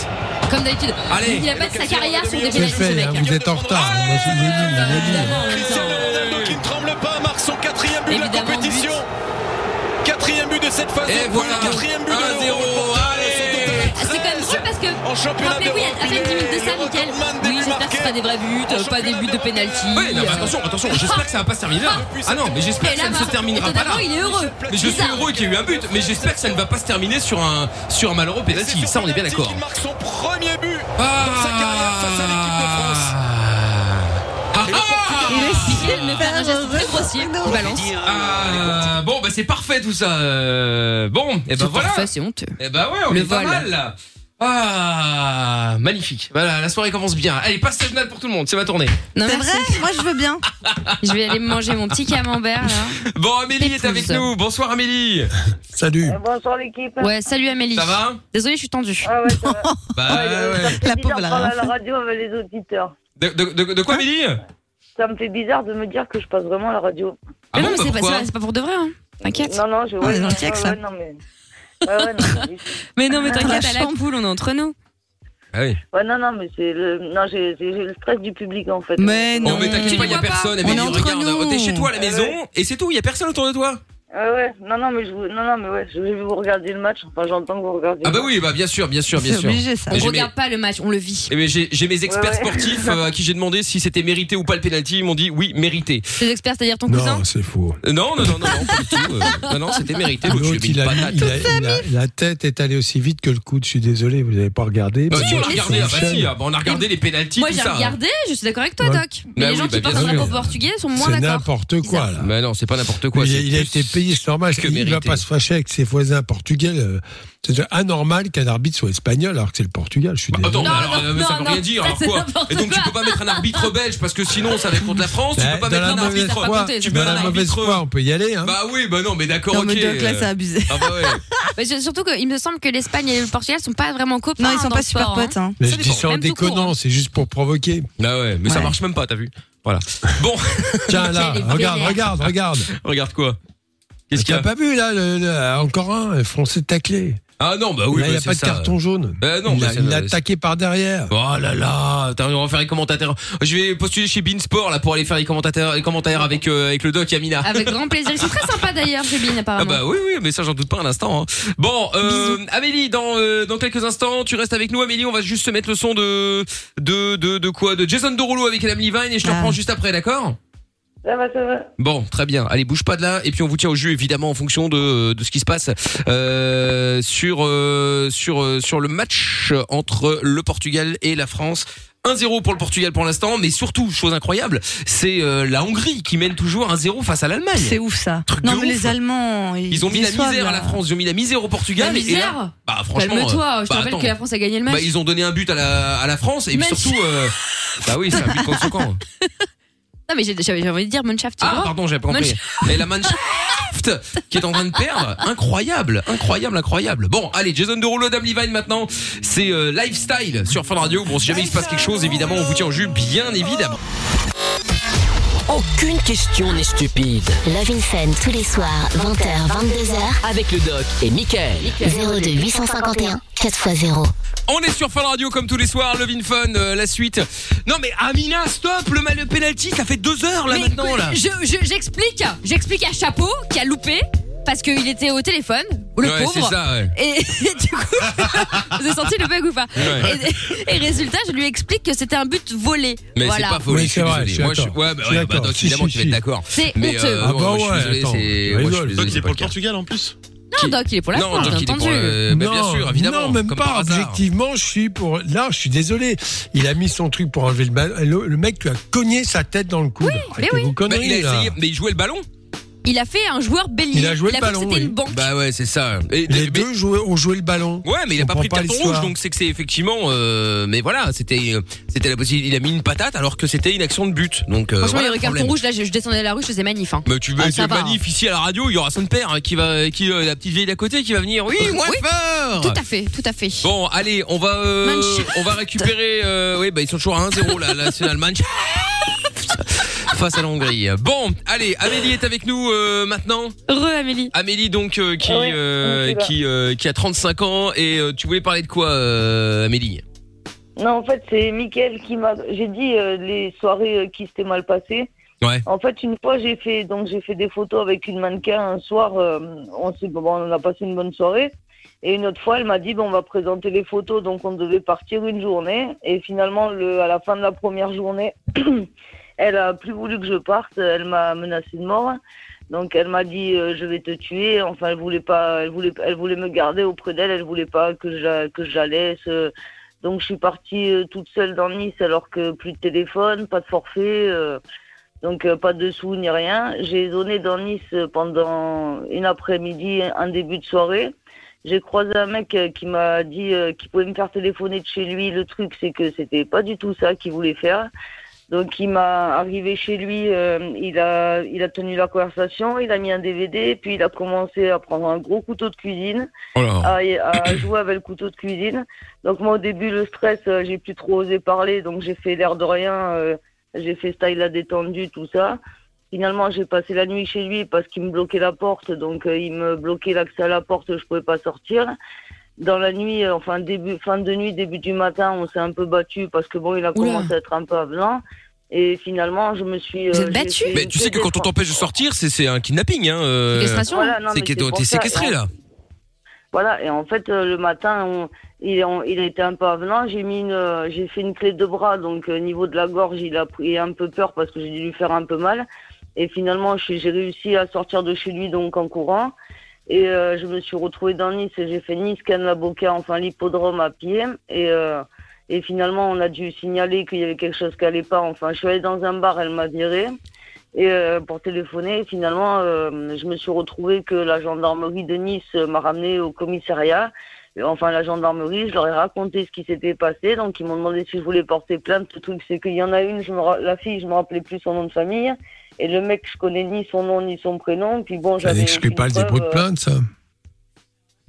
Comme d'habitude.
Allez.
Il a pas de sa carrière sur des
C'est
pénaltys, ce
fait,
mec.
hein, vous êtes en retard. Moi, je vous l'ai dit, je vous l'ai dit.
Cristiano Ronaldo qui ne tremble pas marque son quatrième but de la compétition. Quatrième but de cette phase.
Et
de poule,
voilà.
Quatrième but de
1-0.
l'Euro.
Allez.
Ah, C'est quand même drôle parce que
en championnat
Rappelez-vous, il y a à
d'Europe.
peine 10 minutes de
euh,
ça, Mickaël. Oui, j'espère que ce sera des vrais buts, euh, pas des buts de pénalty.
Oui, Eh, non, mais attention, attention, j'espère que ça va pas se terminer là. Ah non, mais j'espère
Et
que ça
là,
ne se
Marc,
terminera pas là.
étonnamment, il est heureux. hein,
Mais je suis
Bizarre.
heureux qu'il y ait eu un but, mais j'espère que ça ne va pas se terminer sur un, sur un malheureux pénalty. Ça, on est bien d'accord.
Son premier but dans sa carrière face à l'équipe de France.
Ah,
Et le Portugal-
Il a essayé de me faire un geste très grossier. Il balance.
Ah, bon, bah c'est parfait tout ça. Euh, Bon, et ben
C'est
voilà.
parfait, c'est honteux.
Et bah ouais, on
Le
est pas
vol.
mal là. Ah, magnifique. Voilà, la soirée commence bien. Allez, passage nade pour tout le monde, c'est ma tournée.
C'est vrai Moi, je veux bien. Je vais aller me manger mon petit camembert, là.
Bon, Amélie est avec nous. Bonsoir Amélie.
Salut.
Bonsoir l'équipe.
Ouais, salut Amélie.
Ça va
Désolée, je suis tendue.
Ah ouais, ça va.
Bah ouais.
La
pauvre, elle a rien
la
fait.
radio avec les auditeurs.
De, de- de- de
Ah.
quoi Amélie
Ça me fait bizarre de me dire que je passe vraiment à la radio.
Ah
mais non,
bon,
mais
bah
c'est pas,
pourquoi
c'est pas pour de vrai, hein. T'inquiète.
Non, non, je
On est dans le
ouais,
siècle,
ouais,
ça.
ouais, non, mais... Ouais, ouais, non, mais- Ah,
Mais non, mais t'inquiète,
La
à la poule, on est entre nous.
Ah oui.
ouais, non, non, mais c'est le... non, j'ai j'ai- j'ai le stress du public en fait.
Mais
Non, Oh, mais t'inquiète pas, il y a personne. Amélie, regarde, t'es chez toi à la maison et c'est tout, il y a personne autour de toi.
Ouais, ouais, non, non, mais je vous... non, non, mais ouais, je vais vous regarder le match. Enfin, j'entends que vous regardez.
Ah bah oui, bah bien sûr, bien sûr, bien sûr.
On
Mais j'ai mes-
regarde pas le match, on le vit.
eh ben, j'ai j'ai mes experts
Ouais, ouais.
sportifs euh, à qui j'ai demandé si c'était mérité ou pas le penalty. Ils m'ont dit oui, mérité. Euh,
Tes experts, c'est-à-dire ton cousin
c'est faux.
Non, non, non, non, non, pas du tout. euh, non, non, c'était mérité.
Ah,
L'autre, je lui ai mis
il
une
a mis-
patate.
il a- il a- la tête est allée aussi vite que le coude. Je suis désolé, vous n'avez pas regardé.
Bah,
mais
si, on
sur
a regardé, ah, bah,
chaîne,
si, ah, bah, on a regardé les pénaltys,
Moi,
tout
j'ai
ça.
regardé, je suis d'accord avec toi,
Ouais.
Doc. Mais
Bah
les
oui,
gens
bah,
qui portent
bien
un drapeau
sûr.
portugais sont moins
C'est
d'accord.
n'importe quoi là.
Bah non, c'est pas n'importe quoi.
Il a,
c'est
il a
plus-
été payé, c'est normal.
que
Il ne va
mérité.
pas se fâcher avec ses voisins portugais. euh, C'est anormal qu'un arbitre soit espagnol alors que c'est le Portugal. Je suis désolé.
Attends, mais alors, euh, ça veut
non,
rien dire.
ça,
alors
c'est
quoi
n'importe
Et donc, tu peux pas mettre un arbitre belge parce que sinon, ça va être contre la France. Tu
Bah,
peux pas
dans
mettre
la
un
mauvaise
arbitre.
foi,
tu
dans
mets
la
un
mauvaise
arbitre.
foi, on peut y aller. Hein.
Bah oui, bah non, mais d'accord,
Non,
ok.
mais Doc, là, c'est abusé.
Ah bah ouais.
Mais c'est surtout qu'il me semble que l'Espagne et le Portugal sont pas vraiment copains.
Non, ils sont
dans
pas
le
super
sport, hein.
potes, hein.
Mais
Ça
je dis
dépend.
ça en
Même tout court, hein.
déconnant, c'est juste pour provoquer.
Bah ouais, mais ça
Ouais.
marche même pas, t'as vu Voilà. Bon.
Tiens là,
Quel est
regarde,
vénère.
regarde, regarde.
Regarde quoi Qu'est-ce qu'il y
T'as pas
a
vu là, le- le- encore un, le français taclé.
Ah non, bah oui,
Là, il n'y
bah,
a
c'est
pas de
ça.
carton jaune.
Bah non,
il
bah,
l'a-
c'est-
il l'a attaqué par derrière.
Oh là là, attends, on va faire les commentateurs. Je vais postuler chez Beansport là pour aller faire les commentateurs, les commentaires avec euh, avec le doc Yamina.
Avec grand plaisir. Ils sont très sympas d'ailleurs, Jubine,
Ah
apparemment.
bah oui oui, mais ça j'en doute pas un instant. hein. Bon, euh, Amélie, dans euh, dans quelques instants, tu restes avec nous. Amélie, on va juste se mettre le son de de de, de quoi De Jason Derulo avec Adam Levine et je te reprends juste après, d'accord
Ça va, ça va.
Bon, très bien. Allez, bouge pas de là. Et puis on vous tient au jus évidemment en fonction de, de ce qui se passe euh, sur euh, sur euh, sur le match entre le Portugal et la France. 1-0 pour le Portugal pour l'instant, mais surtout chose incroyable, c'est euh, la Hongrie qui mène toujours 1-0 face à l'Allemagne.
C'est ouf ça.
Truc
non,
de
mais
ouf.
les Allemands. Ils,
Ils ont mis la
déçoivent,
misère à
là.
la France, ils ont mis la misère au Portugal.
La
et- et
misère
là, bah franchement.
Calme-toi,
euh,
je te
bah,
rappelle
attends.
que la France a gagné le match.
Bah, ils ont donné un but à la, à la France et puis
Mais-
surtout. euh, bah oui, c'est un but contre son camp.
Non, mais j'ai j'avais envie de dire Munchaft. tu
Ah,
vois.
pardon, j'avais pas compris. Et la Mannschaft qui est en train de perdre. Incroyable, incroyable, incroyable. Bon, allez, Jason Derulo, Adam Levine maintenant. C'est euh, Lifestyle sur Fun Radio. Bon, si jamais il se passe quelque chose, évidemment, on vous tient au jus, bien évidemment.
Aucune question n'est stupide.
Love in Fun tous les soirs, 20h, 22h.
Avec le doc et Michael.
02 851 4x0.
On est sur Fun Radio comme tous les soirs, Love in Fun, euh, la suite. Non mais Amina, stop, le mal le penalty, ça fait deux heures là
Mais
maintenant là.
je- je- J'explique, j'explique à Chapeau qui a loupé parce qu'il était au téléphone, le
Ouais,
pauvre.
c'est ça, ouais.
Et, et du coup, vous avez senti le bug ou pas
Ouais.
et, et résultat, je lui explique que c'était un but volé.
Mais
Voilà.
c'est pas faux,
Oui,
je suis
c'est vrai,
désolé.
je suis
Moi, je
d'accord.
ouais, bah,
Je suis
ouais, bah,
d'accord.
donc,
Si,
évidemment,
si,
tu vas être
si.
d'accord.
C'est
Mais,
honteux.
euh,
Ah
ouais,
bah
moi, je suis
ouais,
désolé,
attends, tu
c'est- moi, je suis
rigoles.
désolé,
Donc, il
c'est
est
pas
pour
le
le
cas.
Portugal en plus
Non, Doc, il est pour la
Non,
France,
Doc,
bien
il est pour
entendu.
le- mais bien
Non,
sûr, évidemment.
Non, même
comme par
pas.
hasard.
Objectivement, je suis pour. Là, je suis désolé. Il a mis son truc pour enlever le ballon. Le, le mec lui a cogné sa tête dans le coude.
mais
Arrêtez
oui.
vos
Bah,
conneries,
il a
là.
essayé, mais il jouait le ballon.
Il a fait un joueur bélier.
Il a joué le
fait que
ballon,
C'était
oui.
une banque.
Bah ouais, c'est ça.
Les
Et, mais-
deux jouaient- ont joué le ballon.
Ouais, mais il
Je
a pas pris de
comprends
carton
l'histoire.
rouge, donc c'est que c'est effectivement. euh, mais voilà, c'était, euh, c'était la possibilité. Il a mis une patate alors que c'était une action de but. Donc euh,
Franchement, il y
voilà le
aurait carton
problème.
rouge. Là, je, je descendais de la rue, je faisais manif. hein.
Mais tu veux
Ah,
être
ça va, hein.
manif ici à la radio, il y aura son père hein, qui va, qui euh, la petite vieille d'à côté qui va venir. Oui, moi
Oui.
fort.
Tout à fait, tout à fait.
Bon, allez, on va euh,
Manchester.
on va récupérer. euh, oui, bah ils sont toujours à 1-0 là, la nationale Manchester face à la Hongrie. Bon, allez, Amélie est avec nous euh, maintenant.
Heureux, Amélie.
Amélie donc euh, qui
Oui,
euh,
on est là.
qui euh, qui a 35 ans et euh, tu voulais parler de quoi, euh, Amélie
Non, en fait, c'est Mickaël qui m'a. J'ai dit euh, les soirées euh, qui s'étaient mal passées.
Ouais.
En fait, une fois, j'ai fait donc j'ai fait des photos avec une mannequin un soir. euh, on s'est bon, on a passé une bonne soirée.
Et une autre fois, elle m'a dit, bon, on va présenter les photos, donc on devait partir une journée. Et finalement, le, à la fin de la première journée,
Ah.
elle a plus voulu que je parte, elle m'a menacé de mort. Donc elle m'a dit, euh, je vais te tuer. Enfin, elle voulait pas, elle voulait, elle voulait me garder auprès d'elle, elle voulait pas que je, la- que je la laisse. euh. Donc je suis partie euh, toute seule dans Nice, alors que plus de téléphone, pas de forfait. euh. Donc euh, pas de sous ni rien. J'ai zoné dans Nice euh, pendant une après-midi, un début de soirée. J'ai croisé un mec euh, qui m'a dit euh, qu'il pouvait me faire téléphoner de chez lui. Le truc, c'est que c'était pas du tout ça qu'il voulait faire. Donc il m'a arrivé chez lui, euh, il, a, il a tenu la conversation, il a mis un DVD, puis il a commencé à prendre un gros couteau de cuisine, à, à jouer avec le couteau de cuisine. Donc moi au début le stress, euh, j'ai plus trop osé parler, donc j'ai fait l'air de rien, euh, j'ai fait style à détendu, tout ça. Finalement j'ai passé la nuit chez lui parce qu'il me bloquait la porte, donc euh, il me bloquait l'accès à la porte, je pouvais pas sortir. Dans la nuit, euh, enfin début, fin de nuit, début du matin, on s'est un peu battu parce que bon, il a commencé à être un peu avenant. Et finalement, je me suis. euh, j'ai fait
Mais
une
tu sais que quand on t'empêche de sortir, c'est c'est un kidnapping, hein. euh,
Séquestration. Voilà, non,
c'est
mais
que
c'est
t'es
pour
t'es
ça,
séquestré
et
là.
Voilà, et en fait, euh, le matin, on- il, on- il était un peu avenant. J'ai mis une, euh, j'ai fait une clé de bras, donc au niveau de la gorge, il a pris un peu peur parce que j'ai dû lui faire un peu mal. Et finalement, je suis- j'ai réussi à sortir de chez lui, donc en courant. Et euh, je me suis retrouvée dans Nice. et J'ai fait Nice, Cannes, la Boca, enfin l'hippodrome à pied. Et, euh, et finalement, on a dû signaler qu'il y avait quelque chose qui allait pas. Enfin, je suis allée dans un bar, elle m'a virée et euh, pour téléphoner. Et finalement, euh, je me suis retrouvée que la gendarmerie de Nice euh, m'a ramenée au commissariat. Et Enfin, la gendarmerie, je leur ai raconté ce qui s'était passé. Donc, ils m'ont demandé si je voulais porter plainte. Le truc, c'est qu'il y en a une, je me ra- la fille, je me rappelais plus son nom de famille. Et le mec, je connais ni son nom ni son prénom. Puis bon,
Ça
j'avais.
n'exclut
aucune
pas le dépôt de
preuve, euh,
plainte, ça.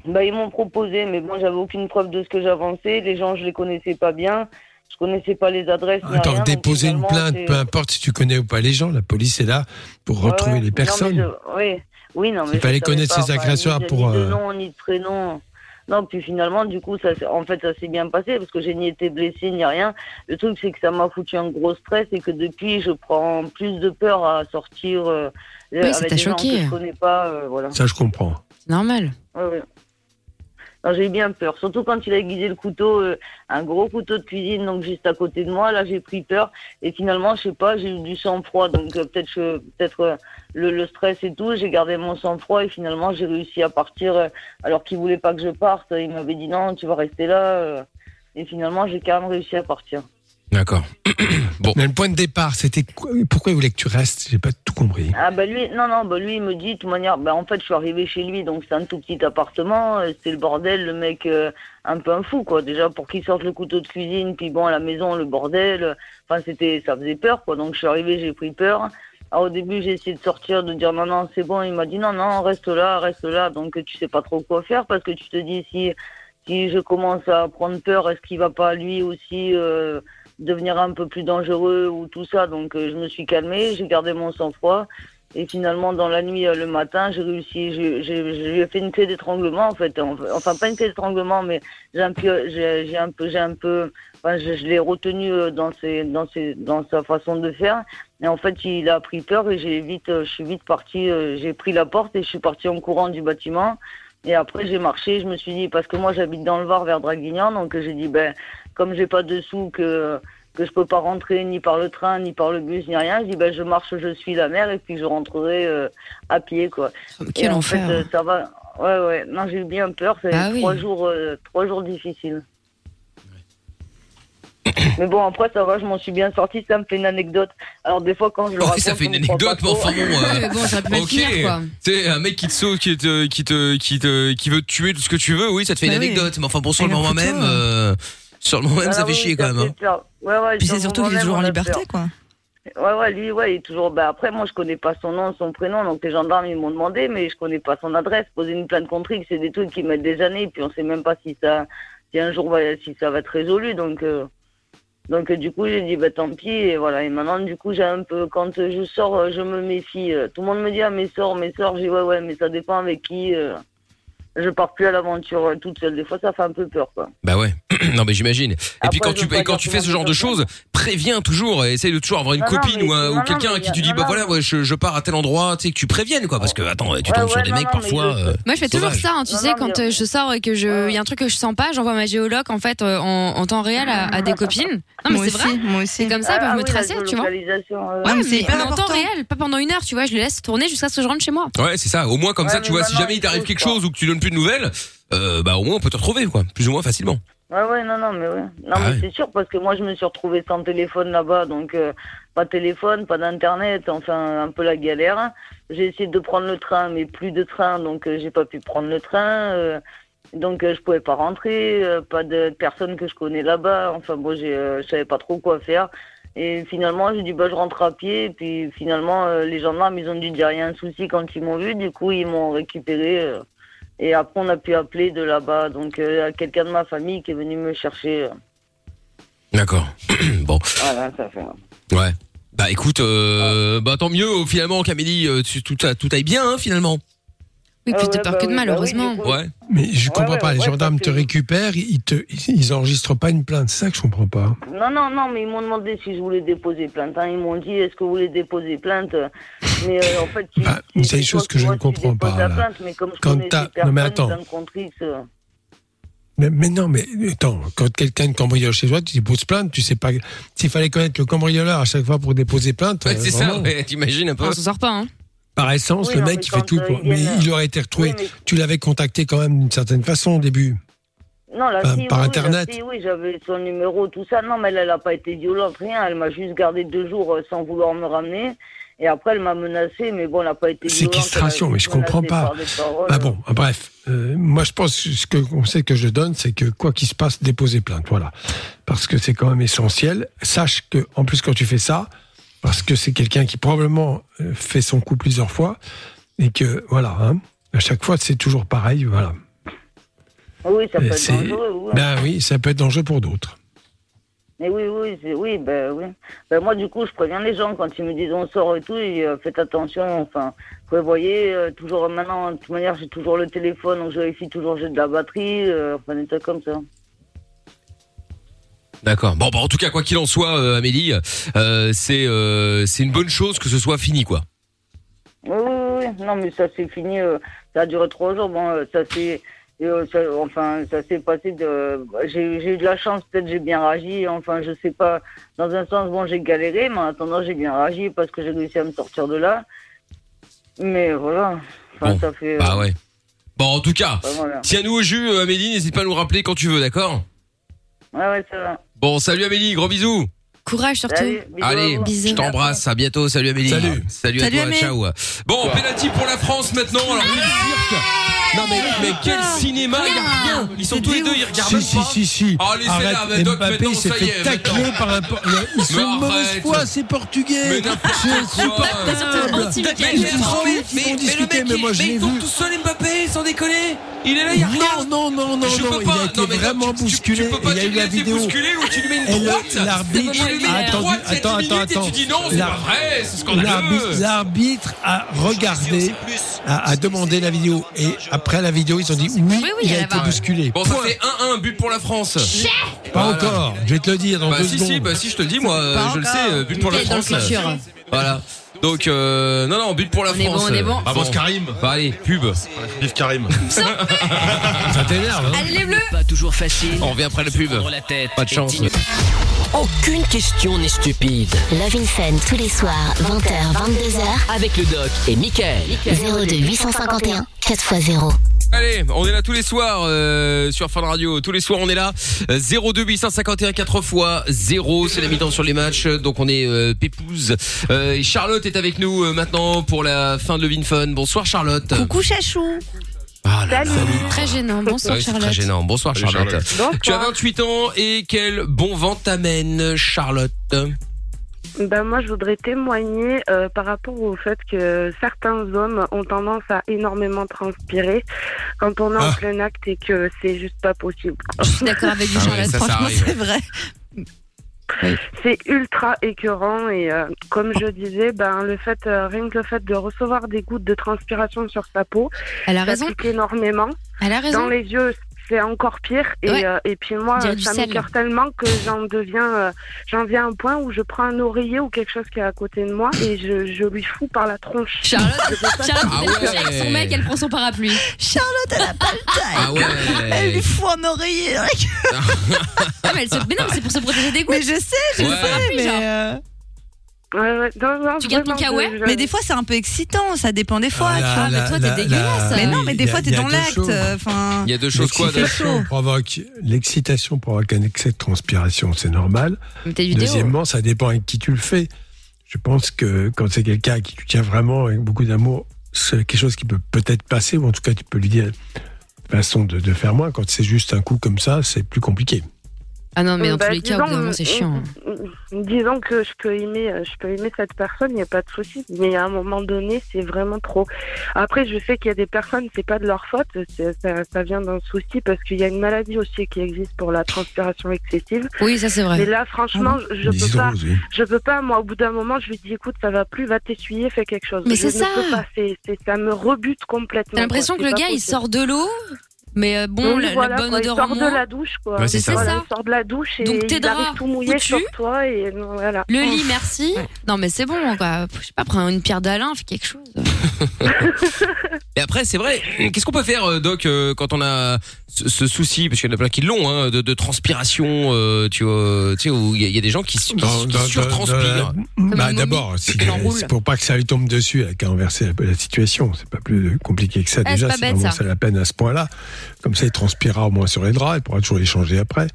bah, ils m'ont proposé, mais bon, j'avais aucune preuve de ce que j'avançais. Les gens, je les connaissais pas bien. Je connaissais pas les adresses. ni rien,
Attends,
donc
déposer Ah, une
finalement,
plainte,
c'est-
peu importe si tu connais ou pas les gens, la police est là pour
Ouais,
retrouver
ouais.
les
Non, mais
personnes.
je- oui. oui, non, mais
Il
je
fallait
savais
connaître
pas,
ses
enfin,
agresseurs
ni de-
pour,
Ni de
euh,
nom, ni de prénom. Non, puis finalement, du coup, ça, s'est- en fait, ça s'est bien passé parce que j'ai ni été blessée ni rien. Le truc, c'est que ça m'a foutu un gros stress et que depuis, je prends plus de peur à sortir euh, avec
ça t'a
des gens
choqué.
que je connais pas. euh, voilà.
Ça, je comprends.
C'est normal.
Ouais, ouais. Non, j'ai eu bien peur, surtout quand il a aiguisé le couteau, euh, un gros couteau de cuisine, donc juste à côté de moi. Là, j'ai pris peur et finalement, je sais pas, j'ai eu du sang-froid, donc euh, peut-être je- peut-être euh, le, le stress et tout. J'ai gardé mon sang-froid et finalement, j'ai réussi à partir euh, alors qu'il voulait pas que je parte. Il m'avait dit non, tu vas rester là. euh. Et finalement, j'ai quand même réussi à partir.
D'accord.
Mais le point de départ, c'était quoi- pourquoi il voulait que tu restes J'ai pas tout compris.
Ah bah lui, non, non, bah lui, il me dit, de toute manière, bah en fait, je suis arrivé chez lui, donc c'est un tout petit appartement, euh, c'était le bordel, le mec euh, un peu un fou, quoi, déjà, pour qu'il sorte le couteau de cuisine, puis bon, à la maison, le bordel, euh, enfin, c'était, ça faisait peur, quoi, donc je suis arrivé, j'ai pris peur. Alors, au début, j'ai essayé de sortir, de dire non, non, c'est bon, il m'a dit non, non, reste là, reste là, donc euh, tu sais pas trop quoi faire, parce que tu te dis, si, si je commence à prendre peur, est-ce qu'il va pas lui aussi euh, devenir un peu plus dangereux ou tout ça Donc euh, je me suis calmée, j'ai gardé mon sang-froid. Et finalement, dans la nuit, euh, le matin, j'ai réussi, je, je- je lui ai fait une clé d'étranglement, en fait. En- Enfin, pas une clé d'étranglement, mais j'ai un peu, j'ai j'ai un peu, j'ai un peu, enfin, je, je l'ai retenu euh, dans ses, dans ses, dans sa façon de faire. Et en fait, il a pris peur et j'ai vite, euh, je suis vite partie, euh, j'ai pris la porte et je suis partie en courant du bâtiment. Et après, j'ai marché, je me suis dit, parce que moi, j'habite dans le Var, vers Draguignan, donc euh, j'ai dit, ben, comme j'ai pas de sous, que, que je peux pas rentrer ni par le train, ni par le bus, ni rien, je dis, ben, je marche, je suis la mer, et puis je rentrerai euh, à pied, quoi.
quel
et en
enfer.
fait, euh, ça va. Ouais, ouais, non, j'ai eu bien peur, c'est
Bah oui.
trois, jours, euh, trois jours difficiles. Mais bon, après, ça va, je m'en suis bien sortie, ça me fait une anecdote. Alors, des fois, quand je le
Oh,
raconte,
ça fait une
on me croit
anecdote,
pas
mais enfin
trop.
bon. euh, ok. C'est un mec qui te sauve, qui te, qui te, qui te, qui veut te tuer tout ce que tu veux. Oui, ça te fait
Bah
une
oui.
anecdote. Mais enfin bon, sur le
Et le
moment
couteau,
même,
hein.
euh, sur le moment même,
Ah
ça fait
oui,
chier quand même. hein.
peur. Ouais, ouais,
Puis
sur
c'est
le
surtout qu'il
moment
est toujours en
même, on a
liberté,
peur.
quoi.
Ouais, ouais, lui, ouais, il est toujours. Bah, après, moi, je connais pas son nom, son prénom, donc les gendarmes, ils m'ont demandé, mais je connais pas son adresse. Poser une plainte contre X, c'est des trucs qui mettent des années, puis on sait même pas si ça, si un jour, va- si ça va être résolu, donc. euh, Donc euh, du coup j'ai dit bah tant pis et voilà et maintenant du coup j'ai un peu quand euh, je sors euh, je me méfie Euh, tout le monde me dit ah mais sors mais sors j'ai dit, ouais ouais mais ça dépend avec qui euh. je pars plus à l'aventure euh, toute seule des fois ça fait un peu peur quoi
Bah ouais. non mais j'imagine. Et puis quand
je
tu
veux pas
et quand
dire
tu
tout
fais
le
ce
monde
genre de choses, préviens toujours, et essaye de toujours avoir une
Non, non,
copine
mais-
ou, un- ou
non, non,
quelqu'un à
mais
qui tu
non,
dis
non,
bah
mais-
voilà, ouais, je, je pars à tel endroit, tu sais que tu préviennes quoi parce que attends, tu
Ouais,
tombes sur
ouais,
des
non,
mecs
non, mais
parfois.
je-
euh,
Moi, je fais toujours
sauvages.
ça, hein, tu sais, quand euh, je sors et que je, il y a un truc que je sens pas, j'envoie ma géologue en fait euh, en, en temps réel à, à des copines. Non, mais
Moi
c'est vrai.
aussi, moi aussi.
C'est comme ça, ils peuvent
Ah
me
oui, la
tracer, tu vois.
géolocalisation, euh,
Ouais, mais c'est hyper
en temps réel, pas pendant une heure, tu vois. Je les laisse tourner jusqu'à ce que je rentre chez moi.
Ouais, c'est ça. Au moins comme
Ouais,
ça, tu
mais
vois, si
maintenant,
jamais il
ils
t'arrive
trouvent,
quelque
quoi.
chose ou que tu donnes plus de nouvelles, euh, bah au moins on peut te retrouver quoi, plus ou moins facilement.
Ouais, ouais, non, non, mais ouais. Non, mais c'est sûr, parce que moi, je me suis retrouvée sans téléphone là-bas, donc euh, pas de téléphone, pas d'internet, enfin, un peu la galère. J'ai essayé de prendre le train, mais plus de train, donc euh, j'ai pas pu prendre le train. euh, donc, euh, je pouvais pas rentrer, euh, pas de personne que je connais là-bas. Enfin, bon, j'ai, euh, je savais pas trop quoi faire. Et finalement, j'ai dit, bah, je rentre à pied. Et puis, finalement, euh, les gendarmes, ils ont dit, il y a un souci quand ils m'ont vu. Du coup, ils m'ont récupéré. euh, et après, on a pu appeler de là-bas. Donc, euh, quelqu'un de ma famille qui est venu me chercher.
D'accord. bon.
Voilà, ça fait.
Ouais. Bah écoute, euh, bah tant mieux euh, finalement Camélie, euh, tu- tout, a- tout aille bien hein, finalement.
Oui,
Ah
plus de
bah
peur que de mal, heureusement.
Ouais.
Mais je comprends pas, les
ouais,
gendarmes
parce
te
que-
récupèrent, ils, te, ils ils enregistrent pas une plainte, c'est ça que je comprends pas.
Non, non, non, mais ils m'ont demandé si je voulais déposer plainte. hein. Ils m'ont dit, est-ce que vous voulez déposer plainte Mais euh, en fait, si- si
c'est une
toi
chose
qui
que je
vois,
ne
tu
comprends
déposes
pas,
la
Bah, oh, là.
plainte, mais comme je
Quand
connais
t'as-
ces
non, mais
personnes,
attends.
ça me contrite, euh,
Mais, mais non, mais attends, quand quelqu'un te cambriole chez toi, tu déposes plainte, tu sais pas. S'il fallait connaître le cambrioleur à chaque fois pour déposer plainte.
Ouais,
euh,
c'est ça,
vraiment.
ouais, t'imagines un peu.
On s'en sort pas, hein.
Par essence,
Oui,
le
non,
mec,
mais
il fait
quand,
tout
euh,
pour.
ils
Mais
viennent-
il aurait été retrouvé.
Oui, mais-
Tu l'avais contacté quand même d'une certaine façon au début.
Non, la
Par-
fille,
Bah, par
oui,
Internet.
la fille, oui, j'avais son numéro, tout ça. Non, mais elle, elle n'a pas été violente, rien. Elle m'a juste gardé deux jours euh, sans vouloir me ramener. Et après, elle m'a menacé, mais bon, elle n'a pas été
C'est
violente.
castration,
elle a
mais
juste
je comprends
menacé
pas.
par des paroles.
Ah bon, ah, bref. Euh, moi, je pense que ce que conseil que je donne, c'est que quoi qu'il se passe, déposer plainte. Voilà. Parce que c'est quand même essentiel. Sache que, en plus, quand tu fais ça, parce que c'est quelqu'un qui probablement euh, fait son coup plusieurs fois, et que, voilà, hein, à chaque fois, c'est toujours pareil. Voilà.
Ah Oui, ça peut
Et
être
Euh, c'est-
dangereux, oui.
Ben oui, ça peut être dangereux pour d'autres.
Mais oui, oui, c'est- oui, ben oui. Ben moi, du coup, je préviens les gens quand ils me disent on sort et tout, et euh, faites attention, enfin, prévoyez, euh, toujours maintenant, de toute manière, j'ai toujours le téléphone, donc je vérifie toujours, j'ai de la batterie, euh, enfin, des trucs comme ça.
D'accord. Bon, bah, en tout cas, quoi qu'il en soit, euh, Amélie, euh, c'est euh, c'est une bonne chose que ce soit fini, quoi.
Oui, oui, oui. Non, mais ça s'est fini. euh, ça a duré trois jours. Bon, euh, ça s'est. euh, ça- enfin, ça s'est passé de. J'ai j'ai eu de la chance, peut-être j'ai bien réagi. Enfin, je sais pas. Dans un sens, bon, j'ai galéré, mais en attendant, j'ai bien réagi parce que j'ai réussi à me sortir de là. Mais voilà. Enfin, ça fait. euh,
Bah ouais. Bon, en tout cas,
Bah, voilà.
tiens-nous au jus, euh, Amélie. N'hésite pas à nous rappeler quand tu veux, d'accord
Ouais, ouais, ça va.
Bon, salut Amélie, gros bisous.
Courage surtout.
Allez, je t'embrasse, à bientôt, salut Amélie. Salut. Salut à
Salut,
toi,
Amé.
ciao. Bon, penalty pour la France maintenant. Alors, oui, le cirque. Non mais, mais quel cinéma, il y a rien. Ils sont tous les deux, ils regardent
Si,
même
si,
pas.
si, si.
Ah, laissez
Arrête,
là, mais Doc,
Mbappé,
maintenant,
il s'est
ça y est,
fait tacler
maintenant.
par un. por- le- Ils sont
Mais
de mauvaise
arrête.
foi, c'est portugais.
Mais n'importe
C'est
quoi.
supportable.
Mais- mais-
Ils sont
mais-
enlevés, ils
mais- mais
vont
le
discuter,
mec,
mais
il-
moi je
mais
l'ai
il tombe
vu.
tout seul Mbappé, sans déconner. Il est là, il y a rien.
Non, non, non, non,
Je
non,
peux
il
pas.
a été
Non, mais attends,
vraiment bousculé.
peux pas,
il y a
tu
eu
lui
la
laisses
vidéo.
bousculer ou tu lui mets une
Et le-
droite
L'arbitre
Il lui met une
a attendu-
droite il y a
attends,
10
attends,
minutes et tu
attends.
dis non, c'est
L'ar-
pas vrai, c'est scandaleux.
l'arbitre- L'arbitre a regardé, a, a demandé la vidéo et après la vidéo ils ont dit Ah oui,
oui,
il
elle
a
va.
été bousculé.
Bon, ça
Point.
fait 1-1, but pour la France.
Pas
Voilà.
encore. Je vais te le dire dans
Bah
deux
si,
secondes.
si, bah si, je te le dis, moi, euh,
Pas
je le
encore.
sais, euh, but pour la
Dans le
France. là.
futur.
Voilà. Donc, euh, non, non, but pour la
On est
France.
bon, on est
euh,
bon. Avance,
Karim. Bah, allez, pub. Vive Karim. Ça t'énerve, hein
Allez les bleus Pas toujours facile.
On revient après la pub. Ah
La tête.
Pas de
est
chance.
digne. Aucune question n'est stupide.
Love in Fun tous les soirs 20h 22h
Avec le doc et Michael.
02 851 4x0.
Allez, on est là tous les soirs euh, sur Fun Radio. Tous les soirs, on est là. Euh, 02 851 4 fois 0, c'est la mi-temps sur les matchs. Donc on est euh, pépouze. Euh, et Charlotte est avec nous euh, maintenant pour la fin de Levin Fun. Bonsoir Charlotte.
Coucou chachou.
Ah là là.
Très gênant. Bonsoir
Ouais, c'est
Charlotte.
très gênant. Bonsoir
Salut,
Charlotte.
Charlotte. Bonsoir.
Tu as 28 ans et quel bon vent t'amène Charlotte
Ben moi, je voudrais témoigner euh, par rapport au fait que certains hommes ont tendance à énormément transpirer quand on est
Ah.
en plein acte et que c'est juste pas possible.
Je suis d'accord avec vous, Ah ouais, Charlotte. ça, ça Franchement, arrive. c'est vrai.
C'est ultra écœurant et euh, comme je disais, ben le fait, euh, rien que le fait de recevoir des gouttes de transpiration sur sa peau,
Elle a
ça
raison.
pique énormément.
Elle a raison.
Dans les yeux, c'est encore pire. Et,
Ouais.
euh, et puis moi,
Dire du
ça
sel.
m'écœure tellement que j'en deviens, euh, j'en viens à un point où je prends un oreiller ou quelque chose qui est à côté de moi et je, je lui fous par la tronche.
Charlotte, Charlotte
Ah
elle est couchée
ouais.
avec son mec, elle prend son parapluie.
Charlotte, elle a pas le
Ah ouais.
Elle lui fout un oreiller.
Ah, mais, elle se- mais non, mais c'est pour se protéger des coups.
Mais je sais, je
Ouais.
le sais,
Parapluie,
mais.
genre.
euh,
Tu gardes ton
vraiment,
kawaii
je- Mais des fois, c'est un peu excitant, ça dépend des fois.
Ah,
tu
là,
vois.
là,
mais toi,
là,
t'es dégueulasse.
hein.
là,
mais non, mais
il
des
y a-
fois, t'es
il y a
dans
deux
l'acte.
choses.
euh, Enfin.
Il y a deux choses quoi de
L'excitation provoque, l'excitation provoque un excès de transpiration, c'est normal.
Mais t'as du déo.
Deuxièmement, ça dépend avec qui tu le fais. Je pense que quand c'est quelqu'un à qui tu tiens vraiment avec beaucoup d'amour, c'est quelque chose qui peut peut-être passer, ou en tout cas tu peux lui dire une façon de, de faire moins. Quand c'est juste un coup comme ça, c'est plus compliqué.
Ah non, mais dans
Bah,
tous les cas, au bout d'un
disons, euh,
moment, c'est chiant. hein.
Disons que je peux aimer, euh, je peux aimer cette personne, il n'y a pas de souci. Mais à un moment donné, c'est vraiment trop. Après, je sais qu'il y a des personnes, c'est pas de leur faute, c'est- ça, ça vient d'un souci parce qu'il y a une maladie aussi qui existe pour la transpiration excessive.
Oui, ça, c'est vrai.
Mais là, franchement,
Ah bon
je, je
Disons,
peux pas.
oui.
Je peux pas. Moi, au bout d'un moment, je lui dis, écoute, ça va plus, va t'essuyer, fais quelque chose.
Mais c'est
Je ne
ça.
peux pas, c'est- c'est- ça me rebute complètement.
T'as l'impression que
quoi,
le
c'est
gars,
pas
il
possible.
sort de l'eau, mais euh, bon,
Oui,
la, la
voilà,
bonne
quoi,
odeur
il
en
sort
moins.
de la douche, quoi.
Ouais, c'est ça.
Voilà,
C'est ça.
Il sort de la douche et
Donc, tes
il
draps
arrive tout mouillé
foutus.
sur toi et euh, non, voilà. Oh.
Le lit, merci. Non, mais c'est bon, quoi. Je sais pas, prends une pierre d'Alain, fais quelque chose.
Et après, c'est vrai, qu'est-ce qu'on peut faire, euh, Doc, euh, quand on a ce, ce souci, parce qu'il y en a plein qui l'ont, hein, de, de transpiration, euh, tu vois, tu sais, où il y, a- il y a des gens qui, su- qui,
Dans-
qui
dans-
surtranspirent.
dans- Bah, D'abord, si-
Elle enroule.
c'est pour pas que ça lui tombe dessus, elle a qu'à inverser la, la situation. C'est pas plus compliqué que ça.
Ah, c'est
Déjà,
pas
c'est
bête,
vraiment
ça.
ça la peine à ce point-là. Comme ça, il transpirera au moins sur les draps, il pourra toujours les changer après.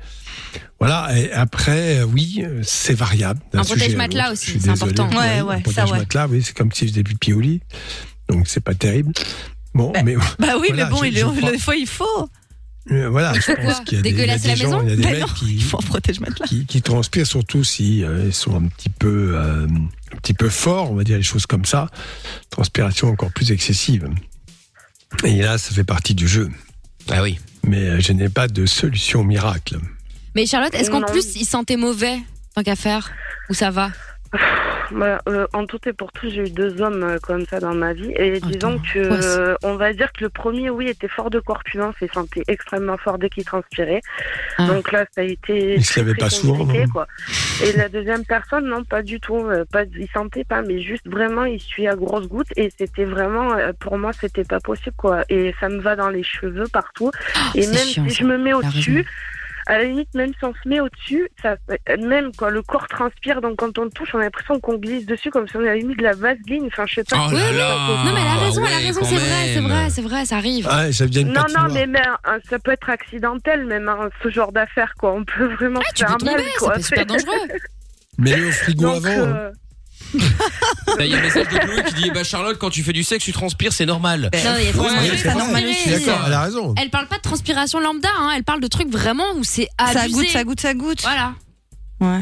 Voilà, et après, euh, oui, euh, c'est variable. d'un
Un
sujet
protège
à
matelas
l'autre.
aussi,
Je suis
c'est
désolé.
important. Ouais,
un
ouais, ça,
protège
ouais.
matelas, oui, c'est comme si je faisais pipi au lit. Donc, c'est pas terrible. Bon, mais.
Bah oui,
voilà,
mais bon,
je-
il
je
est-
crois-
des fois, il faut.
euh, Voilà, je
quoi
pense qu'il y a des, il y a
Dégueulasse
des
la
gens,
maison
il y a des
Bah
mecs
non,
qui,
faut en protéger matelas.
qui, qui transpirent surtout si euh, ils sont un petit peu euh, un petit peu forts, on va dire les choses comme ça. Transpiration encore plus excessive. Et là, ça fait partie du jeu.
Ah oui.
Mais euh, je n'ai pas de solution miracle.
Mais Charlotte, est-ce qu'en
Non.
plus, il sentait mauvais, tant qu'à faire Ou ça va
Bah, euh, en tout et pour tout, j'ai eu deux hommes euh, comme ça dans ma vie. Et disons que,
ouais, c'est-
euh, on va dire que le premier, oui, était fort de corpulence et sentait extrêmement fort dès qu'il transpirait.
Ah.
Donc là, ça a été.
Il se
très,
lavait
très
pas souvent,
compliqué,
non
quoi. Et la deuxième personne, non, pas du tout. euh, pas, il sentait pas, mais juste vraiment, il suit à grosses gouttes. Et c'était vraiment, euh, pour moi, c'était pas possible, quoi. Et ça me va dans les cheveux partout. et
Ah, c'est
même
chiant,
si
ça.
je me mets
T'as raison.
au-dessus. À la limite, même si on se met au-dessus, ça, euh, même quoi, le corps transpire, donc quand on le touche, on a l'impression qu'on glisse dessus comme si on avait mis de la vaseline. Enfin, je sais pas.
Oh là Oui, oui. là.
Non, mais elle a raison, elle a
ouais,
raison,
quand
c'est vrai, c'est
même.
vrai, c'est vrai, ça arrive.
Ah, ça devient une
Non,
patinoire.
non, mais, mais, hein, ça peut être accidentel, même hein, ce genre d'affaire, quoi. On peut vraiment se
Ah, tu
faire
peux
mal,
tomber, ça
quoi.
peut être super
C'est-
dangereux.
Mets-le au frigo
Donc,
avant. hein.
euh,
Là, Il y a un message de Chloé qui dit, eh bah Charlotte, quand tu fais du sexe, tu transpires, c'est normal.
Bah, Non, il y a
Ouais,
transpirer,
Ben, c'est
ça
vrai.
normal
Je suis
aussi.
d'accord,
Elle parle pas de transpiration lambda, hein, elle parle de trucs vraiment où c'est abusé.
Ça goûte, ça goûte, ça goûte.
Voilà.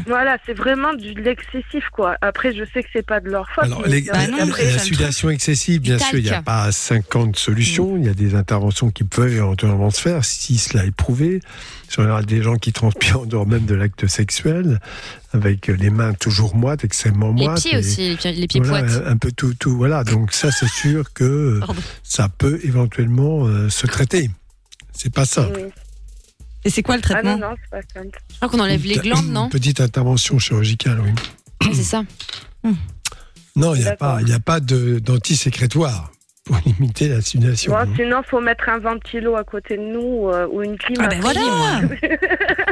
Voilà, c'est vraiment du- de l'excessif, quoi. Après, je sais que c'est pas de leur faute.
Alors,
mais
les-
c'est
la,
vraiment-
la- la sudation excessive, bien
Talc.
sûr, il n'y a pas 50
Mm.
solutions. Il y a des interventions qui peuvent éventuellement se faire si cela est prouvé. Sur des gens qui transpirent en dehors même de l'acte sexuel, avec les mains toujours moites, extrêmement
Les
moites.
pieds
et-
aussi, les pieds, les pieds
voilà,
poites.
un- Un peu tout, tout. Voilà. Donc ça, c'est sûr que euh, ça peut éventuellement euh, se traiter. C'est pas simple.
Et c'est quoi le traitement
Ah non, non, c'est pas simple.
Je crois qu'on enlève les glandes, non
Petite intervention chirurgicale, oui.
Ouais, C'est ça.
Hum. Non, il n'y a pas, il y a pas de- d'antisécrétoire pour limiter la sudation.
Bon,
non.
sinon, faut mettre un ventilo à côté de nous euh, ou une clim.
Ah ben voilà.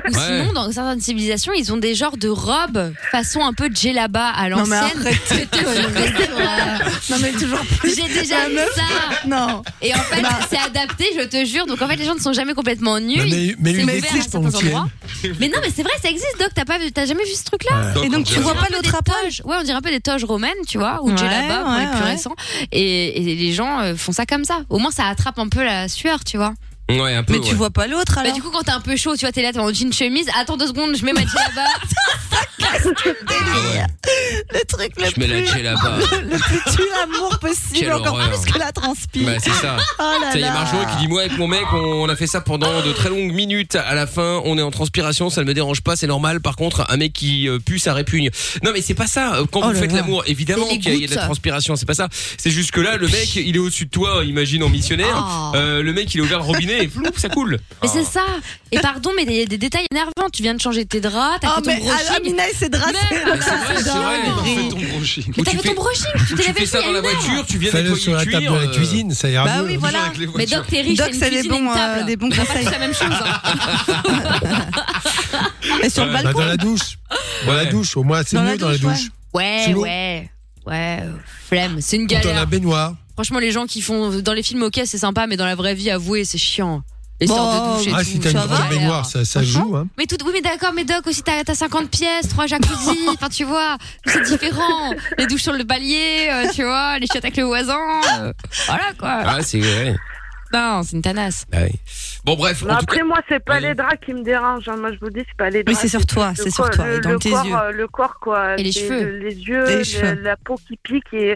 Ou
Ouais.
sinon, dans certaines civilisations, ils ont des genres de robes façon un peu djellaba à
Non, mais
l'ancienne.
arrête.
T'es sûr que c'est vrai
euh, Non, mais toujours plus.
J'ai déjà
La
vu
meuf.
ça.
Non. Bah.
Et en fait, c'est adapté, je te jure. Donc en fait, les gens ne sont jamais complètement nus.
Bah, mais- mais
C'est
une
ouvert à
existe,
certains
Antienne.
endroits. Mais non, mais c'est vrai, ça existe, Doc. T'as pas vu- t'as jamais vu ce
Ouais.
truc-là
Et donc, tu vois
On dirait
pas
un peu
l'autre
des toges. Ouais, on dirait un peu des toges romaines, tu vois, ou
Ouais,
djellaba pour les
ouais,
plus
ouais.
récents. Et, et les gens euh, font ça comme ça. Au moins, ça attrape un peu la sueur, tu vois.
Ouais, un peu. ouais.
pas l'autre
Bah, du coup, quand t'es un peu chaud,
Ah
tu vois, t'es là, t'es en jean chemise. Attends deux secondes, je mets ma djellaba.
le truc le
Je mets la
plus-
J là-bas.
Le, le plus tue l'amour possible,
Quelle
encore
horreur.
plus que la transpire.
Bah, c'est ça.
Oh là
Ça y est,
là.
Marjo qui dit Moi, avec mon mec, on a fait ça pendant de très longues minutes. À la fin, on est en transpiration, ça ne me dérange pas, c'est normal. Par contre, un mec qui euh, pue, ça répugne. Non, mais c'est pas ça. Euh, Quand
Oh
vous
là
faites
là.
l'amour, évidemment
C'est les
qu'il y a- il y a de la
gouttes.
transpiration, c'est pas ça. C'est juste que là, le mec, il est au-dessus de toi, imagine en missionnaire.
Oh.
Euh, le mec, il a ouvert le robinet et flou, ça coule.
Mais
Ah.
c'est ça. Et pardon, mais il y a des détails énervants. Tu viens de changer tes draps, t'as
Oh,
fait ton
mais
brushing.
Amina et ses draps, c'est-
Merde,
c'est vrai,
c'est
c'est vrai.
Ah,
dingue.
Mais
Fais ton brushing.
Mais
Ou
t'as
tu
fait
fais-
ton brushing, tu
ou
t'es lavé
fais ça dans la voiture, tu viens
Fais-le
nettoyer
sur la
le
table
cuir,
de la
euh,
cuisine, ça ira
Bah
mieux.
oui, voilà.
Mais Doc, t'es riche,
Doc,
t'as une
c'est des
cuisine et
bons,
une table.
euh, des bons
On va pas
conseils.
faire la même chose. hein.
Et sur le
Bah,
balcon.
Dans la douche. Dans la douche, au moins, c'est mieux dans la douche.
Ouais,
Sous l'eau.
ouais. Ouais, euh, flemme. C'est une
Ou Dans la
galère.
baignoire.
Franchement, les gens qui font dans les films, ok, c'est sympa, mais dans la vraie vie, avouez, c'est chiant. Les
Bon,
sortes de douche et
ah,
tout,
si t'as
ça
une grosse
va.
baignoire, ça, ça joue. Hein.
Mais tout, oui, mais d'accord, mais Doc, aussi, t'as t'as 50 pièces, 3 jacuzzi, enfin, tu vois, c'est différent. Les douches sur le palier, euh, tu vois, les chiottes avec le voisin. euh, voilà, quoi.
Ah, c'est ouais.
Non, c'est une tanasse.
Bah oui. Bon, bref,
Mais
en tout
après,
cas.
moi, c'est pas les draps qui me dérangent. hein. Moi, je vous dis, c'est pas les draps.
c'est sur toi,
le
c'est sur
corps-
toi,
le-
dans
le
tes
corps,
yeux.
euh, Le corps, quoi.
Et les
C'est
cheveux.
le- Les yeux,
Et les
le-
cheveux.
la peau qui pique et,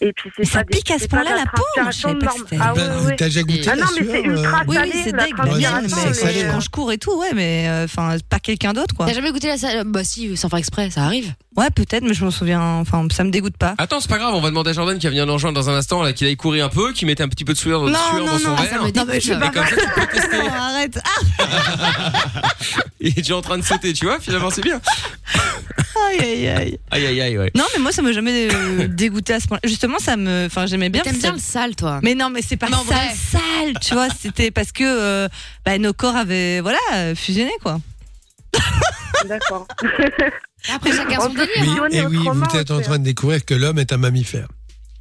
et puis c'est pas
pique à ce point-là, la peau Je savais pas que c'était-
Ah, ouais,
Ben,
ouais.
t'as déjà goûté
Ah non,
la
mais c'est
sueur, euh,
ultra
Oui,
salé.
oui,
la
c'est deg, mais
transpiration,
bien, mais
mais,
c'est
euh,
quand je cours et tout, ouais, mais euh, enfin, pas quelqu'un d'autre, quoi.
T'as jamais goûté la salade Bah, si, sans faire exprès, ça arrive.
Ouais, peut-être, mais je m'en souviens, enfin, ça me dégoûte pas.
Attends, c'est pas grave, on va demander à Jordan qui va venir nous rejoindre dans un instant, là, qu'il aille courir un peu, qu'il mette un petit peu de sueur, de
Non,
sueur
non,
dans son
Ah,
non,
verre.
ça me dégoûte. Non, mais je vais
Et
pas
comme ça, tu peux tester.
Non, arrête. Ah,
Il est déjà en train de sauter, tu vois, finalement, c'est bien.
Aïe, aïe, aïe.
Aïe, aïe, aïe, ouais.
Non, mais moi, ça m'a jamais euh, dégoûté à ce point. Justement, ça me, enfin, j'aimais bien.
T'aimes
parce
bien
que-
le sale, toi.
Mais non, mais c'est pas
Mais en
sale,
vrai.
sale, tu vois. C'était parce que euh, bah, nos corps avaient, voilà, euh, fusionné, quoi.
D'accord.
Après, chacun son délire.
Oui,
hein.
et eh oui, vous êtes en train de découvrir que l'homme est un mammifère.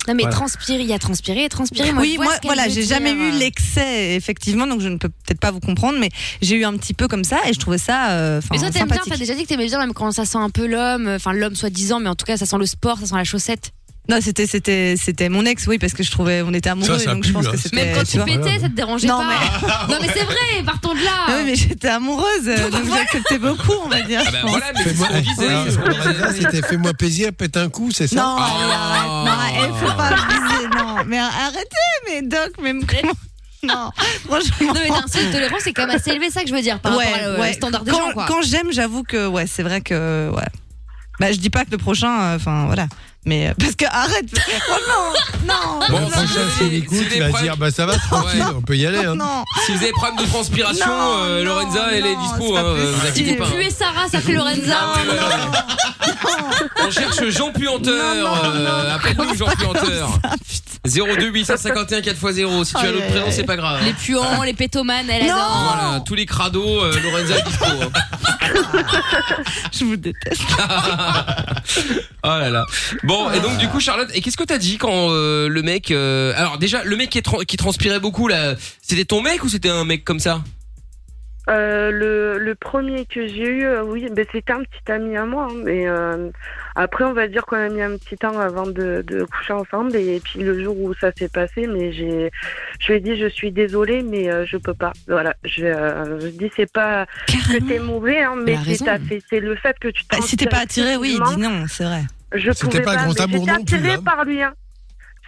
Non, mais
Voilà.
transpirer, il y a transpirer et transpirer. Moi, je
oui,
vois
moi,
ce qu'elle
voilà,
veut
j'ai jamais
dire. euh.
eu l'excès, effectivement, donc je ne peux peut-être pas vous comprendre, mais j'ai eu un petit peu comme ça et je trouvais ça. euh, enfin,
Mais toi, t'aimes bien,
sympathique.
t'as déjà dit que t'aimais bien, même quand ça sent un peu l'homme, euh, enfin, l'homme soi-disant, mais en tout cas, ça sent le sport, ça sent la chaussette.
Non, c'était c'était c'était mon ex, oui, parce que je trouvais on était amoureux,
Ça, ça
donc
pue,
je pense
hein,
que
ça
c'était.
Même quand tu
vois.
Péter, ça te dérangeait
Non,
pas.
mais-
Non, mais c'est vrai, partons de là.
Ah oui, mais j'étais amoureuse, euh, donc j'acceptais beaucoup, on va dire.
Ah
je
bah
pense.
voilà, mais c'est ce qu'on disait.
Alors,
c'est ce qu'on disait.
Lorenza, c'était fais-moi plaisir, pète un coup, c'est ça
Non,
Ah.
allez, arrête, non,
Oh.
eh, faut pas abuser, non. Mais arrêtez, mais Doc, même comment. Non, franchement.
Non, mais t'as un seuil de tolérance, c'est quand même assez élevé, ça que je veux dire, par rapport à, euh, au standard des
quand,
gens, quoi.
Quand j'aime, j'avoue que, ouais, c'est vrai que, ouais. Bah, je dis pas que le prochain, euh, enfin, voilà. Mais, euh, parce que, arrête, parce que, franchement, non.
Bon,
non,
prochain, s'il écoute,
c'est des
il va
problèmes-
dire bah ça va, tranquille,
Ouais.
on peut y aller. hein.
non.
Si vous avez problème de transpiration,
Non,
euh, Lorenza, elle est dispo, hein, vous inquiétez pas.
Plus et Sarah, ça fait Lorenza.
On cherche Jean Puanteur. euh, Appelle-nous Jean Puanteur.
Ah,
02 851 4x0. Si tu as
Aïe,
l'autre
aïe,
prénom,
aïe.
c'est pas grave.
Les puants, les pétomanes, elle adore.
Voilà, tous les crados, euh, Lorenza est dispo. hein.
Je vous déteste.
Oh là là. Bon, et donc du coup Charlotte, et qu'est-ce que t'as dit quand euh, le mec... euh, alors déjà, le mec qui, est tran- qui transpirait beaucoup là, c'était ton mec ou c'était un mec comme ça
Euh, le, le premier que j'ai eu, euh, oui, ben c'était un petit ami à moi. hein, mais euh, après, on va dire qu'on a mis un petit temps avant de, de coucher ensemble. Et puis le jour où ça s'est passé, mais j'ai, je lui ai dit, je suis désolée, mais euh, je peux pas. Voilà, je, euh, je dis, c'est pas que t'es mauvais, hein, mais
a
c'est,
raison.
ta- c'est- c'est le fait que tu.
Bah, si t'es pas attiré, oui, il dit
dis
non, c'est vrai.
Je
C'était
pouvais
pas un grand
mais
amour
j'étais
non plus,
attirée
hein.
par lui. hein.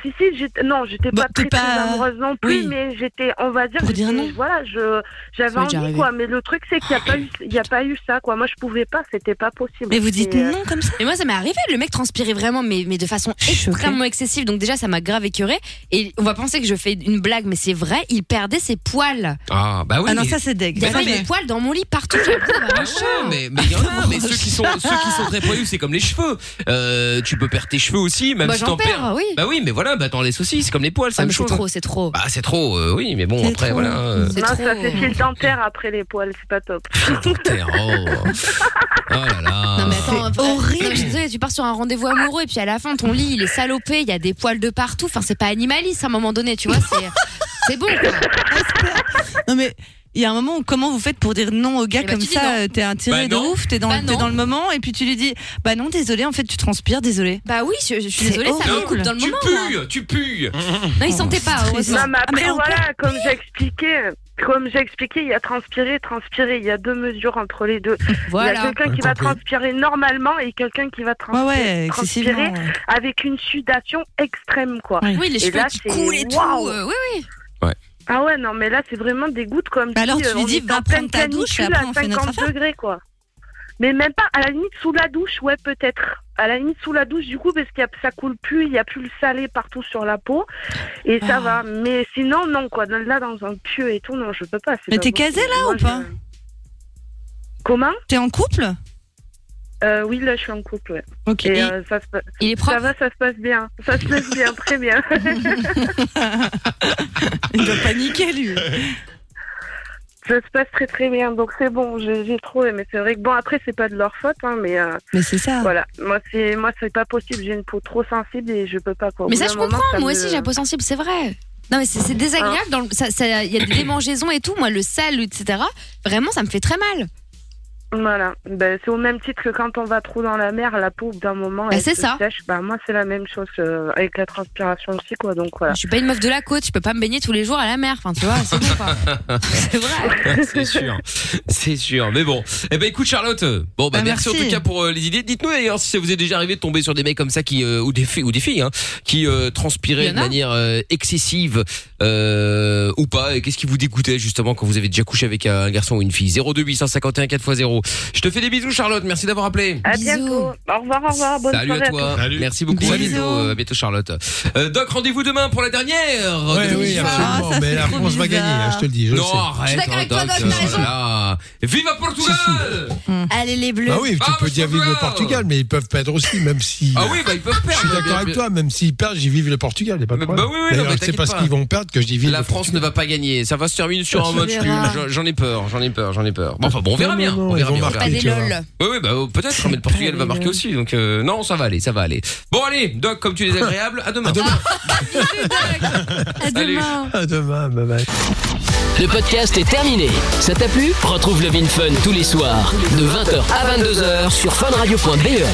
Si si, j'étais non, j'étais
Bah,
pas
t'es
très, très
pas-
amoureuse non plus,
oui.
mais j'étais, on va dire,
Pour dire
j'étais-
non.
voilà, je j'avais
Ça m'est déjà
envie
arrivé.
quoi, mais le truc c'est qu'il n'y a pas eu, il y a pas eu ça quoi. Moi je pouvais pas, c'était pas possible.
Mais vous dites
Et, euh,
non comme ça
Et moi, ça m'est arrivé, le mec transpirait vraiment, mais, mais de façon extrêmement excessive. Donc, déjà, ça m'a grave écœuré. Et on va penser que je fais une blague, mais c'est vrai, il perdait ses poils.
Ah bah oui.
Ah non,
mais-
ça c'est
Il
deg.
y
Ça,
avait
mais-
des poils dans mon lit partout. Ah J'ai l'impression d'avoir un
Ah ouais,
chat.
mais mais y en a, mais ceux qui sont ceux qui sont très poilus, c'est comme les cheveux. Euh, tu peux perdre tes cheveux aussi, même
Bah,
si
j'en
t'en
perds,
perds.
oui.
Bah oui, mais voilà, bah t'en laisses aussi, c'est comme les poils,
Ah,
c'est la
mais
même
c'est
chose.
trop, c'est trop.
Bah c'est trop, euh, oui, mais bon
C'est hein.
après
trop.
voilà. euh,
C'est
non,
trop.
ça fait fil dentaire après les poils, c'est pas top.
terre, oh. Oh là là.
Non mais attends,
C'est horrible.
non, mais je suis désolée, tu pars sur un rendez-vous amoureux et puis à la fin ton lit il est salopé, il y a des poils de partout. Enfin c'est pas animaliste à un moment donné, tu vois. C'est c'est bon. Quoi.
Non mais il y a un moment où comment vous faites pour dire non au gars
Eh ben,
comme
tu dis non.
ça euh, T'es
Bah,
attiré de
non.
ouf, t'es dans,
Bah,
t'es
non.
dans le moment et puis tu lui dis bah non désolé en fait tu transpires désolé.
Bah oui, je, je suis
C'est
désolée, ça me
horrible.
coupe dans le
tu
moment. moi.
pues, tu pues.
Non ils sentaient pas.
c'est
heureusement.
Non, mais
Ah, mais
après
on
voilà, comme j'ai expliqué, Comme j'ai expliqué, il y a transpirer, transpirer. Il y a deux mesures entre les deux. Il y
Voilà.
a quelqu'un
Ouais,
qui va
compris.
transpirer normalement et quelqu'un qui va transpirer,
ouais,
transpirer
excessivement, ouais.
avec une sudation extrême, quoi.
Oui. Oui, les
Et
cheveux
là,
qui
c'est-
coulent et tout,
waouh.
euh,
oui, oui.
Ah ouais, non, mais là, c'est vraiment des gouttes comme
Bah alors,
si,
tu
euh,
lui
on
dis,
était
va
en pleine
prendre ta douche,
canicule
et après,
à
on fait notre
50
affaire.
degrés, quoi. Mais même pas, à la limite, sous la douche, ouais, peut-être. À la limite, sous la douche, du coup, parce que ça coule plus, il n'y a plus le salé partout sur la peau, et ça
Ah.
va. Mais sinon, non, quoi. dans- Là, dans un pieu et tout, non, je peux pas. c'est
Mais
pas
t'es
possible.
casée, là,
Moi,
ou pas
Comment
T'es en couple
euh, oui, là, je suis en couple, ouais.
Ok.
Et,
Et-
euh, ça, se pa-
il est prof
ça va, ça se passe bien. Ça se passe bien, très bien.
Il doit paniquer, lui.
Ça se passe très très bien, donc c'est bon, j'ai j'ai trouvé. Mais c'est vrai que bon, après, c'est pas de leur faute, hein, mais. euh,
Mais c'est ça.
Voilà, moi c'est moi c'est pas possible, j'ai une peau trop sensible et je peux pas quoi. Au
Mais
bout
ça,
d'un
je
moment, Hein.
comprends.
ça
Moi
me-
aussi, j'ai la peau sensible, c'est vrai. Non, mais c'est c'est désagréable. dans le- ça- ça- Il y a des démangeaisons et tout. Moi, le sel, etc. Vraiment, ça me fait très mal.
Voilà, Ben, c'est au même titre que quand on va trop dans la mer, la peau au bout d'un moment
Ben,
elle
c'est
se
ça.
sèche. Ben, moi c'est la même chose euh, avec la transpiration aussi quoi. Donc voilà.
Je suis pas une meuf de la côte. Je peux pas me baigner tous les jours à la mer. Enfin, tu vois, c'est bon, quoi. C'est vrai.
C'est sûr, c'est sûr. Mais bon, eh ben écoute Charlotte, bon bah
Bah,
merci, en
merci.
tout cas pour euh, les idées. Dites-nous d'ailleurs si ça vous est déjà arrivé de tomber sur des mecs comme ça qui euh, ou des filles ou des filles hein, qui euh,
Il y
transpiraient
en
de
a.
manière euh, excessive euh, ou pas. Et qu'est-ce qui vous dégoûtait justement quand vous avez déjà couché avec un garçon ou une fille 02 851 4x0. Je te fais des bisous Charlotte, merci d'avoir appelé.
À bientôt. Au revoir, au revoir. Bonne
Salut
soirée
à toi.
tous.
Merci beaucoup. À bientôt, euh, à bientôt Charlotte. Euh, Doc, rendez-vous demain pour la dernière.
Ouais,
de
oui,
l'émission.
Ah,
absolument. mais la France va gagner, hein, je te le dis. Je le
non,
sais.
arrête, hein, Doc, euh, voilà. Viva Portugal
Allez, les bleus.
Bah oui, tu peux dire vive le Portugal, mais ils peuvent perdre aussi, même si.
Ah oui, bah ils peuvent perdre.
Je suis d'accord
Mais-
avec toi, même s'ils perdent, j'y vive le Portugal, il y a pas de
Bah
problème.
oui, oui, non,
D'ailleurs,
mais
c'est
t'inquiète
parce
pas.
qu'ils vont perdre que je dis vive
La
le
France ne va pas gagner. Ça va se terminer sur un
On
match nul.
verra.
J'en- J'en ai peur, j'en ai peur, j'en ai peur. Bon, enfin bon, on
Non,
verra
non,
bien.
non,
on
ils
verra
vont
bien. on
marquer,
verra
tu
bien.
vas voir.
Oui, oui, bah, peut-être, mais le Portugal va marquer aussi. Donc, euh, non, ça va aller, ça va aller. Bon, allez, Doc, comme tu es agréable, à demain.
À
demain.
À demain, bye bye.
Le podcast est terminé. Ça t'a plu E Retrouve Love in Fun tous les soirs de 20h à 22h sur funradio.be.